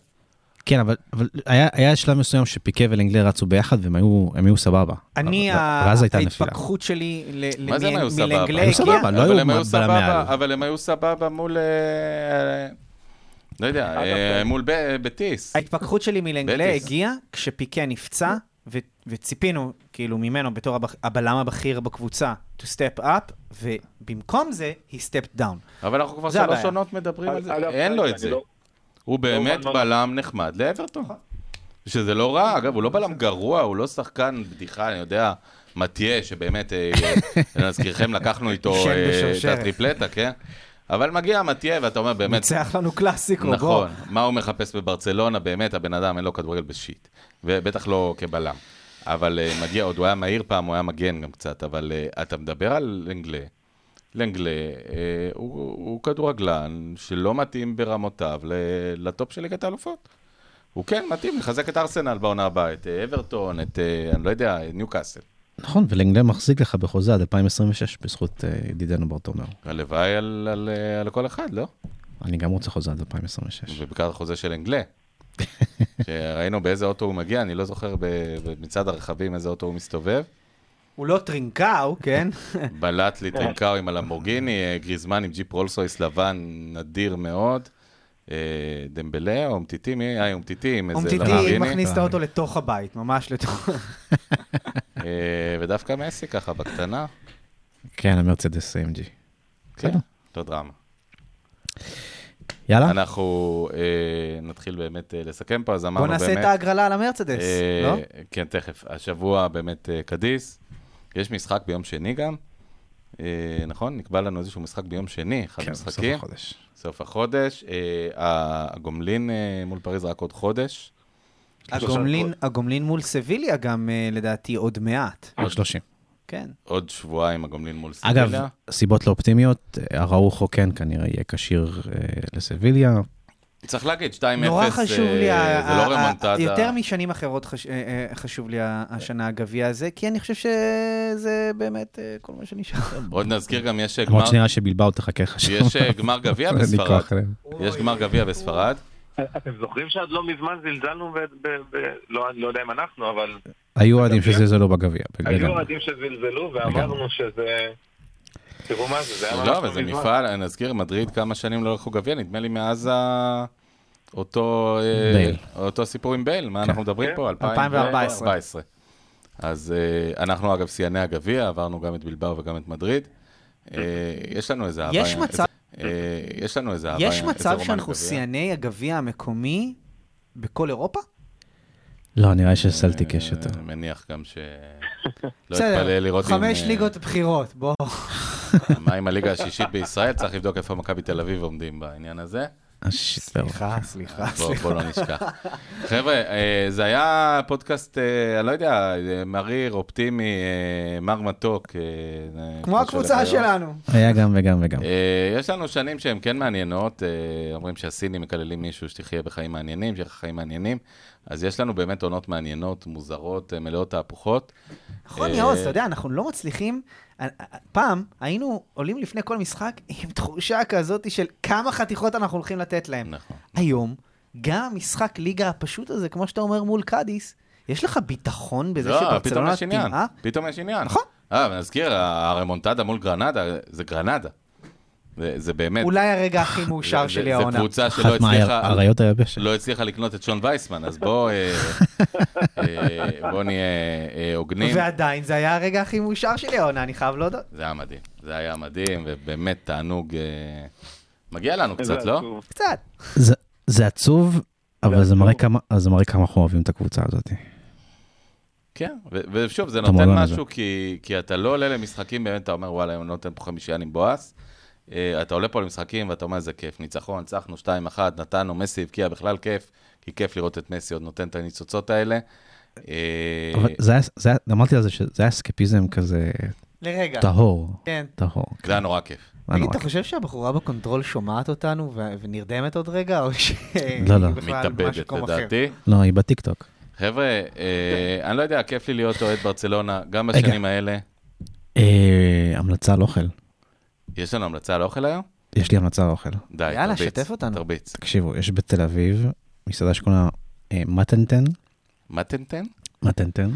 [SPEAKER 4] כן, אבל, אבל היה, היה שלב מסוים שפיקה ולנגלה רצו ביחד והם היו, הם היו סבבה.
[SPEAKER 5] אני, אה,
[SPEAKER 4] אבל- ואז הייתה נפילה.
[SPEAKER 5] ההתפכחות שלי ל-
[SPEAKER 3] מה זה הם
[SPEAKER 5] למי-
[SPEAKER 3] היו סבבה?
[SPEAKER 5] מלנגלה
[SPEAKER 4] היו סבבה,
[SPEAKER 5] הגיעה-
[SPEAKER 4] לא
[SPEAKER 3] אבל הם
[SPEAKER 4] היו
[SPEAKER 3] היו
[SPEAKER 4] בלמי על.
[SPEAKER 3] סבבה, אבל הם היו סבבה מול... אה, לא יודע, אה, מול ב- בטיס.
[SPEAKER 5] ההתפכחות שלי מלנגלה
[SPEAKER 3] בטיס.
[SPEAKER 5] הגיעה כשפיקה נפצע, ו- וציפינו, כאילו, ממנו בתור הבח- הבלם הבכיר בקבוצה, to step up, ובמקום זה, he stepped down.
[SPEAKER 3] אבל אנחנו כבר
[SPEAKER 5] זה
[SPEAKER 3] שלוש
[SPEAKER 5] הבעיה.
[SPEAKER 3] עונות מדברים על זה,
[SPEAKER 6] אה, אגב,
[SPEAKER 3] אין לו
[SPEAKER 6] אני
[SPEAKER 3] את זה.
[SPEAKER 6] לא-
[SPEAKER 3] הוא באמת
[SPEAKER 6] לא-
[SPEAKER 3] בלם נחמד לאברטון. שזה לא רע, אגב, הוא לא בלם גרוע, הוא לא שחקן בדיחה, אני יודע, מתיה, שבאמת, אה, להזכירכם, לקחנו איתו
[SPEAKER 5] שם
[SPEAKER 3] אה, את
[SPEAKER 5] בשרשרת.
[SPEAKER 3] הטריפלטה, כן? אבל מגיע מתיה, ואתה אומר, באמת,
[SPEAKER 5] ניצח לנו קלאסיקו, בוא.
[SPEAKER 3] נכון, מה הוא מחפש בברצלונה, באמת, הבן אדם אין לו כדורגל בשיט, ובטח לא כבלם. אבל אה, מגיע, עוד הוא היה מהיר פעם, הוא היה מגן גם קצת, אבל אה, אתה מדבר על לנגלה. לנגלה אה, הוא, הוא כדורגלן שלא מתאים ברמותיו ל- לטופ של ליגת האלופות. הוא כן מתאים לחזק את ארסנל בעונה הבאה, את אה, אברטון, את, אה, אני לא יודע, ניוקאסל.
[SPEAKER 4] נכון, ולנגלה מחזיק לך בחוזה עד 2026 בזכות אה, ידידנו ברטומיאו.
[SPEAKER 3] הלוואי על, על, אה, על כל אחד, לא?
[SPEAKER 4] אני גם רוצה חוזה עד 2026.
[SPEAKER 3] ובעיקר החוזה של אנגלה. שראינו באיזה אוטו הוא מגיע, אני לא זוכר ב- במצעד הרכבים איזה אוטו הוא מסתובב.
[SPEAKER 5] הוא לא טרינקאו, כן?
[SPEAKER 3] בלט לי טרינקאו עם הלמבורגיני, אה, גריזמן עם ג'יפ רולסויס לבן נדיר מאוד. אה, דמבלה או אומטיטי, מי? אה, אומטיטי עם איזה
[SPEAKER 5] אומטיטי
[SPEAKER 3] למבורגיני.
[SPEAKER 5] אמ מכניס את האוטו לתוך הבית, ממש לתוך...
[SPEAKER 3] אה, ודווקא מסי ככה בקטנה.
[SPEAKER 4] כן, המרצדס AMG.
[SPEAKER 3] כן, לא דרמה.
[SPEAKER 4] יאללה,
[SPEAKER 3] אנחנו אה, נתחיל באמת אה, לסכם פה, אז אמרנו
[SPEAKER 5] בוא
[SPEAKER 3] באמת...
[SPEAKER 5] נעשה את ההגרלה על המרצדס,
[SPEAKER 3] אה,
[SPEAKER 5] לא?
[SPEAKER 3] כן, תכף. השבוע באמת אה, קדיס. יש משחק ביום שני גם, אה, נכון? נקבע לנו איזשהו משחק ביום שני, אחד
[SPEAKER 4] כן, בסוף
[SPEAKER 3] המשחקים.
[SPEAKER 4] החודש.
[SPEAKER 3] סוף החודש. אה, הגומלין אה, מול פריז רק עוד חודש.
[SPEAKER 5] הגומלין- הגומלין מול סביליה גם, אה, לדעתי, עוד מעט.
[SPEAKER 4] עוד
[SPEAKER 3] אה,
[SPEAKER 4] 30.
[SPEAKER 5] כן.
[SPEAKER 3] עוד שבועיים הגומלין מול סביליה.
[SPEAKER 4] אגב, סיבות לא אופטימיות, אה, אראוחו כן כנראה יהיה כשיר אה, לסביליה.
[SPEAKER 3] צריך להגיד, 2-0,
[SPEAKER 5] נורא
[SPEAKER 3] אה,
[SPEAKER 5] חשוב לי, ה-
[SPEAKER 3] זה לא
[SPEAKER 5] ה- ה-
[SPEAKER 3] רמונטדה.
[SPEAKER 5] יותר משנים אחרות חש- אה, אה, חשוב לי ה- השנה הגביע הזה, כי אני חושב שזה באמת אה, כל מה שנשאר.
[SPEAKER 3] עוד נזכיר גם, יש אה, גמר-
[SPEAKER 4] למרות שנראה שבלבאו תחכה לך שם.
[SPEAKER 3] יש, אה, גמר גביע
[SPEAKER 4] אין לי
[SPEAKER 3] בספרד.
[SPEAKER 4] כוח אליהם.
[SPEAKER 3] יש גמר גביע בספרד.
[SPEAKER 6] אתם זוכרים שעד לא מזמן זלזלנו, ב, ב, ב, לא, אני לא יודע אם אנחנו, אבל
[SPEAKER 4] היו אוהדים שזלזלו בגביע.
[SPEAKER 6] היו
[SPEAKER 4] לגמרי.
[SPEAKER 6] אוהדים שזלזלו ואמרנו שזה... תראו מה זה, זה היה ממש
[SPEAKER 3] לא,
[SPEAKER 6] לא
[SPEAKER 3] אבל זה
[SPEAKER 6] מזמן.
[SPEAKER 3] מפעל, אני אזכיר, מדריד כמה שנים לא לקחו גביע, נדמה לי מאז ה... אותו, אה,
[SPEAKER 4] בייל.
[SPEAKER 3] אותו סיפור עם בייל, מה אנחנו מדברים
[SPEAKER 6] כן.
[SPEAKER 3] פה?
[SPEAKER 5] 2014.
[SPEAKER 3] 2014. אז אה, אנחנו אגב שיאני הגביע, עברנו גם את בלבאו וגם את מדריד. אה, יש לנו איזה אהבה.
[SPEAKER 5] יש
[SPEAKER 3] עם-
[SPEAKER 5] מצב-
[SPEAKER 3] איזה- אה, יש לנו איזה אהבה.
[SPEAKER 5] יש
[SPEAKER 3] עם- איזה
[SPEAKER 5] מצב
[SPEAKER 3] רומן
[SPEAKER 5] שאנחנו
[SPEAKER 3] גביע.
[SPEAKER 5] שיאני הגביע המקומי בכל אירופה?
[SPEAKER 4] לא, נראה שסלטיק יש יותר.
[SPEAKER 3] אה, מניח גם ש... לא
[SPEAKER 5] בסדר,
[SPEAKER 3] אתפלא לראות אם...
[SPEAKER 5] חמש
[SPEAKER 3] אה,
[SPEAKER 5] ליגות בחירות, בוא.
[SPEAKER 3] מה עם הליגה השישית בישראל? צריך לבדוק איפה מכבי תל אביב עומדים בעניין הזה.
[SPEAKER 4] אה, שיט, לא.
[SPEAKER 5] סליחה, סליחה,
[SPEAKER 3] בוא,
[SPEAKER 5] אה, סליחה.
[SPEAKER 3] בוא לא נשכח. חבר'ה, אה, זה היה פודקאסט, אה, אני לא יודע, אה, מריר, אופטימי, אה, מר מתוק. אה, אה,
[SPEAKER 5] כמו הקבוצה
[SPEAKER 3] של היום.
[SPEAKER 5] שלנו.
[SPEAKER 4] היה גם וגם וגם.
[SPEAKER 3] אה, יש לנו שנים שהן כן מעניינות, אה, אומרים שהסינים מקללים מישהו שתחיה בחיים מעניינים, שיהיה לך חיים מעניינים, אז יש לנו באמת עונות מעניינות, מוזרות, אה, מלאות תהפוכות.
[SPEAKER 5] נכון,
[SPEAKER 3] אה,
[SPEAKER 5] יאוז, אתה יודע, אנחנו לא מצליחים... אה, אה, פעם היינו עולים לפני כל משחק עם תחושה כזאת של כמה חתיכות אנחנו הולכים לתת להם.
[SPEAKER 3] נכון.
[SPEAKER 5] היום, גם המשחק ליגה הפשוט הזה, כמו שאתה אומר מול קאדיס, יש לך ביטחון בזה
[SPEAKER 3] לא, פתאום
[SPEAKER 5] שברצלונה
[SPEAKER 3] יש עניין,
[SPEAKER 5] תמהה?
[SPEAKER 3] פתאום יש עניין.
[SPEAKER 5] אה? נכון.
[SPEAKER 3] אה, ונזכיר, הרמונטדה מול גרנדה, זה גרנדה. זה זה באמת.
[SPEAKER 5] אולי הרגע הכי מאושר
[SPEAKER 3] זה-
[SPEAKER 5] שלי
[SPEAKER 3] זה-
[SPEAKER 5] העונה.
[SPEAKER 3] זו קבוצה שלא
[SPEAKER 4] אחת
[SPEAKER 3] הצליחה...
[SPEAKER 4] מהאריות היבשת.
[SPEAKER 3] לא הצליחה לקנות את שון וייסמן, אז בוא, אה, אה, בוא נהיה אה, הוגנים.
[SPEAKER 5] ועדיין, זה היה הרגע הכי מאושר שלי העונה, אני חייב להודות.
[SPEAKER 3] זה היה מדהים, זה היה מדהים, ובאמת תענוג. אה, מגיע לנו קצת, לא?
[SPEAKER 5] קצת.
[SPEAKER 4] זה- זה עצוב, אבל זה
[SPEAKER 6] עצוב.
[SPEAKER 4] מראה כמה- אז זה מראה כמה אנחנו אוהבים את הקבוצה הזאת.
[SPEAKER 3] כן, ו- ושוב, זה
[SPEAKER 4] את
[SPEAKER 3] נותן
[SPEAKER 4] המועדון הזה.
[SPEAKER 3] משהו, כי, כי אתה לא עולה למשחקים, באמת, אתה אומר, וואלה, אני נותן פה חמישייה נמבואס. אה, אתה עולה פה למשחקים ואתה אומר, זה כיף, ניצחון, ניצחנו 2-1, נתנו, מסי הבקיע, בכלל כיף, כי כיף לראות את מסי עוד נותן את הניצוצות האלה. אה,
[SPEAKER 4] אבל זה היה, זה היה- אמרתי על זה שזה היה אסקפיזם כזה
[SPEAKER 5] לרגע.
[SPEAKER 4] טהור,
[SPEAKER 5] כן.
[SPEAKER 4] טהור.
[SPEAKER 3] זה היה נורא כיף.
[SPEAKER 4] היה
[SPEAKER 5] תגיד,
[SPEAKER 4] נורא
[SPEAKER 5] אתה
[SPEAKER 4] כיף.
[SPEAKER 5] חושב שהבחורה בקונטרול שומעת אותנו ו- ונרדמת עוד רגע, או שהיא
[SPEAKER 4] לא, לא.
[SPEAKER 5] בכלל משהו
[SPEAKER 3] מתאבדת,
[SPEAKER 5] כמו אחר?
[SPEAKER 3] לדעתי.
[SPEAKER 4] לא, היא בטיקטוק.
[SPEAKER 3] חבר'ה, אה,
[SPEAKER 5] כן.
[SPEAKER 3] אני לא יודע, כיף לי להיות אוהד ברצלונה, גם בשנים האלה.
[SPEAKER 4] אה, המלצה על אוכל.
[SPEAKER 3] יש לנו המלצה על אוכל היום?
[SPEAKER 4] יש לי המלצה על אוכל.
[SPEAKER 3] די, תרביץ.
[SPEAKER 5] יאללה, שתף אותנו.
[SPEAKER 3] תרביץ.
[SPEAKER 4] תקשיבו, יש בתל אביב מסעדה שקוראים לה אה, מטנטן,
[SPEAKER 3] מה תנתן?
[SPEAKER 4] מטנטן,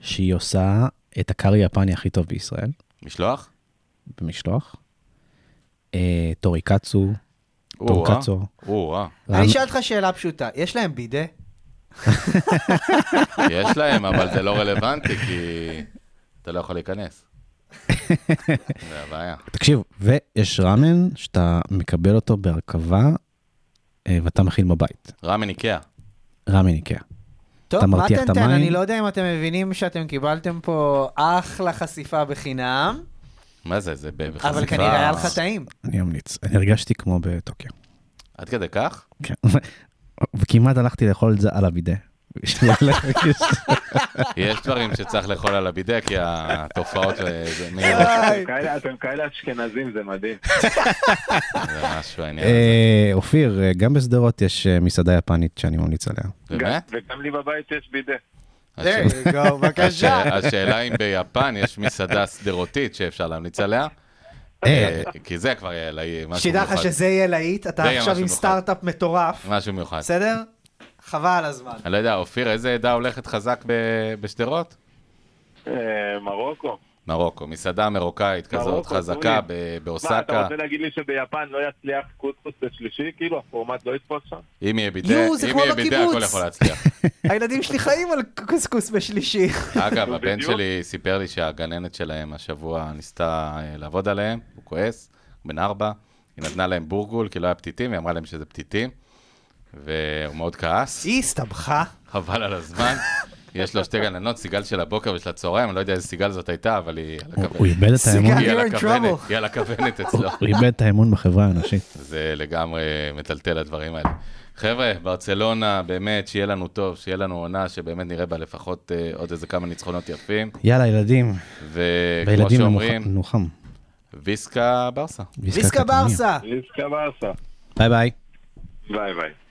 [SPEAKER 4] שהיא עושה את הקארי היפני הכי טוב בישראל,
[SPEAKER 3] משלוח?
[SPEAKER 4] במשלוח. אה, טוריקצו,
[SPEAKER 3] או-אה,
[SPEAKER 4] טורקצו.
[SPEAKER 3] או-אה.
[SPEAKER 5] אני אשאל אותך שאלה פשוטה, יש להם בידה?
[SPEAKER 3] יש להם, אבל זה לא רלוונטי, כי אתה לא יכול להיכנס. זה הבעיה.
[SPEAKER 4] תקשיב, ויש ראמן שאתה מקבל אותו בהרכבה, אה, ואתה מכין בבית.
[SPEAKER 3] ראמן איקאה.
[SPEAKER 4] ראמן איקאה.
[SPEAKER 5] טוב,
[SPEAKER 4] אתה
[SPEAKER 5] מה
[SPEAKER 4] מרתיח את
[SPEAKER 5] טנטן?
[SPEAKER 4] המים?
[SPEAKER 5] אני לא יודע אם אתם מבינים שאתם קיבלתם פה אחלה חשיפה בחינם,
[SPEAKER 3] מה זה, זה ב- בחשיפה.
[SPEAKER 5] אבל כנראה היה לך טעים.
[SPEAKER 4] אני אמליץ. אני הרגשתי כמו בטוקיו.
[SPEAKER 3] עד כדי כך?
[SPEAKER 4] כן. וכמעט הלכתי לאכול את זה על הבידה. בשביל להרגיש-
[SPEAKER 3] יש דברים שצריך לאכול על הבידה, כי התופעות אה, זה מהירות.
[SPEAKER 6] אתם כאלה- אתם כאלה אשכנזים, זה מדהים.
[SPEAKER 3] זה משהו העניין הזה.
[SPEAKER 4] אה, אופיר, אה, גם בשדרות יש אה, מסעדה יפנית שאני ממליץ עליה.
[SPEAKER 6] גם-
[SPEAKER 3] באמת?
[SPEAKER 6] וגם לי בבית יש בידה.
[SPEAKER 5] אה,
[SPEAKER 3] השאלה-
[SPEAKER 5] There you go, בבקשה.
[SPEAKER 3] הש- השאלה אם ביפן יש מסעדה סדרותית שאפשר להמליץ עליה,
[SPEAKER 4] אה,
[SPEAKER 3] אה, כי זה כבר יהיה לה- משהו
[SPEAKER 5] שתדע כן. לך
[SPEAKER 3] מיוחד.
[SPEAKER 5] שזה יהיה להיט, אתה
[SPEAKER 3] זה יהיה
[SPEAKER 5] עכשיו
[SPEAKER 3] משהו
[SPEAKER 5] עם
[SPEAKER 3] מיוחד.
[SPEAKER 5] סטארט-אפ מטורף,
[SPEAKER 3] משהו מיוחד.
[SPEAKER 5] בסדר? חבל על הזמן.
[SPEAKER 3] אני לא יודע, אופיר, איזה עדה הולכת חזק ב- בשדרות?
[SPEAKER 6] אה, מרוקו.
[SPEAKER 3] מרוקו, מסעדה מרוקאית כזאת
[SPEAKER 6] מרוקו,
[SPEAKER 3] חזקה
[SPEAKER 6] סוריה.
[SPEAKER 3] ב-
[SPEAKER 6] מה, אתה
[SPEAKER 3] באוסקה,
[SPEAKER 6] רוצה להגיד לי שביפן לא יצליח קוסקוס בשלישי? כאילו, הפורמט לא יתפוס שם?
[SPEAKER 3] אם יהיה בידי,
[SPEAKER 5] יואו, זה
[SPEAKER 3] אם
[SPEAKER 5] כמו לא
[SPEAKER 3] יהיה בידי
[SPEAKER 5] בקיבוץ.
[SPEAKER 3] הכל יכול להצליח.
[SPEAKER 5] הילדים שלי חיים על קוסקוס בשלישי.
[SPEAKER 3] אגב,
[SPEAKER 6] נו,
[SPEAKER 3] הבן
[SPEAKER 6] בדיוק.
[SPEAKER 3] שלי סיפר לי שהגננת שלהם השבוע ניסתה אה, לעבוד עליהם, הוא כועס, הוא בן ארבע, היא נתנה להם בורגול כי לא היה פתיתים, היא אמרה להם שזה פתיתים, והוא מאוד כעס,
[SPEAKER 5] היא הסתבכה.
[SPEAKER 3] חבל על הזמן. יש לו שתי גננות, סיגל של הבוקר ושל הצהריים, אני לא יודע איזה סיגל זאת הייתה, אבל היא על
[SPEAKER 4] הוא
[SPEAKER 3] הכוונת.
[SPEAKER 4] הוא איבד את האמון.
[SPEAKER 5] סיגל.
[SPEAKER 3] היא על
[SPEAKER 5] You're in
[SPEAKER 3] הכוונת,
[SPEAKER 5] trouble.
[SPEAKER 3] היא על הכוונת אצלו.
[SPEAKER 4] הוא איבד את האמון בחברה האנושית.
[SPEAKER 3] זה לגמרי מטלטל הדברים האלה. חבר'ה, ברצלונה, באמת, שיהיה לנו טוב, שיהיה לנו עונה, שבאמת נראה בה לפחות אה, עוד איזה כמה ניצחונות יפים.
[SPEAKER 4] יאללה, ילדים.
[SPEAKER 3] וכמו
[SPEAKER 4] בילדים
[SPEAKER 3] שאומרים,
[SPEAKER 4] נוח- נוחם.
[SPEAKER 3] ויסקה ברסה.
[SPEAKER 4] ויסקה
[SPEAKER 5] ויסקה
[SPEAKER 4] קטניה.
[SPEAKER 5] ברסה.
[SPEAKER 6] איסקה באסה.
[SPEAKER 4] ביי ביי.
[SPEAKER 6] אה, ביי ביי.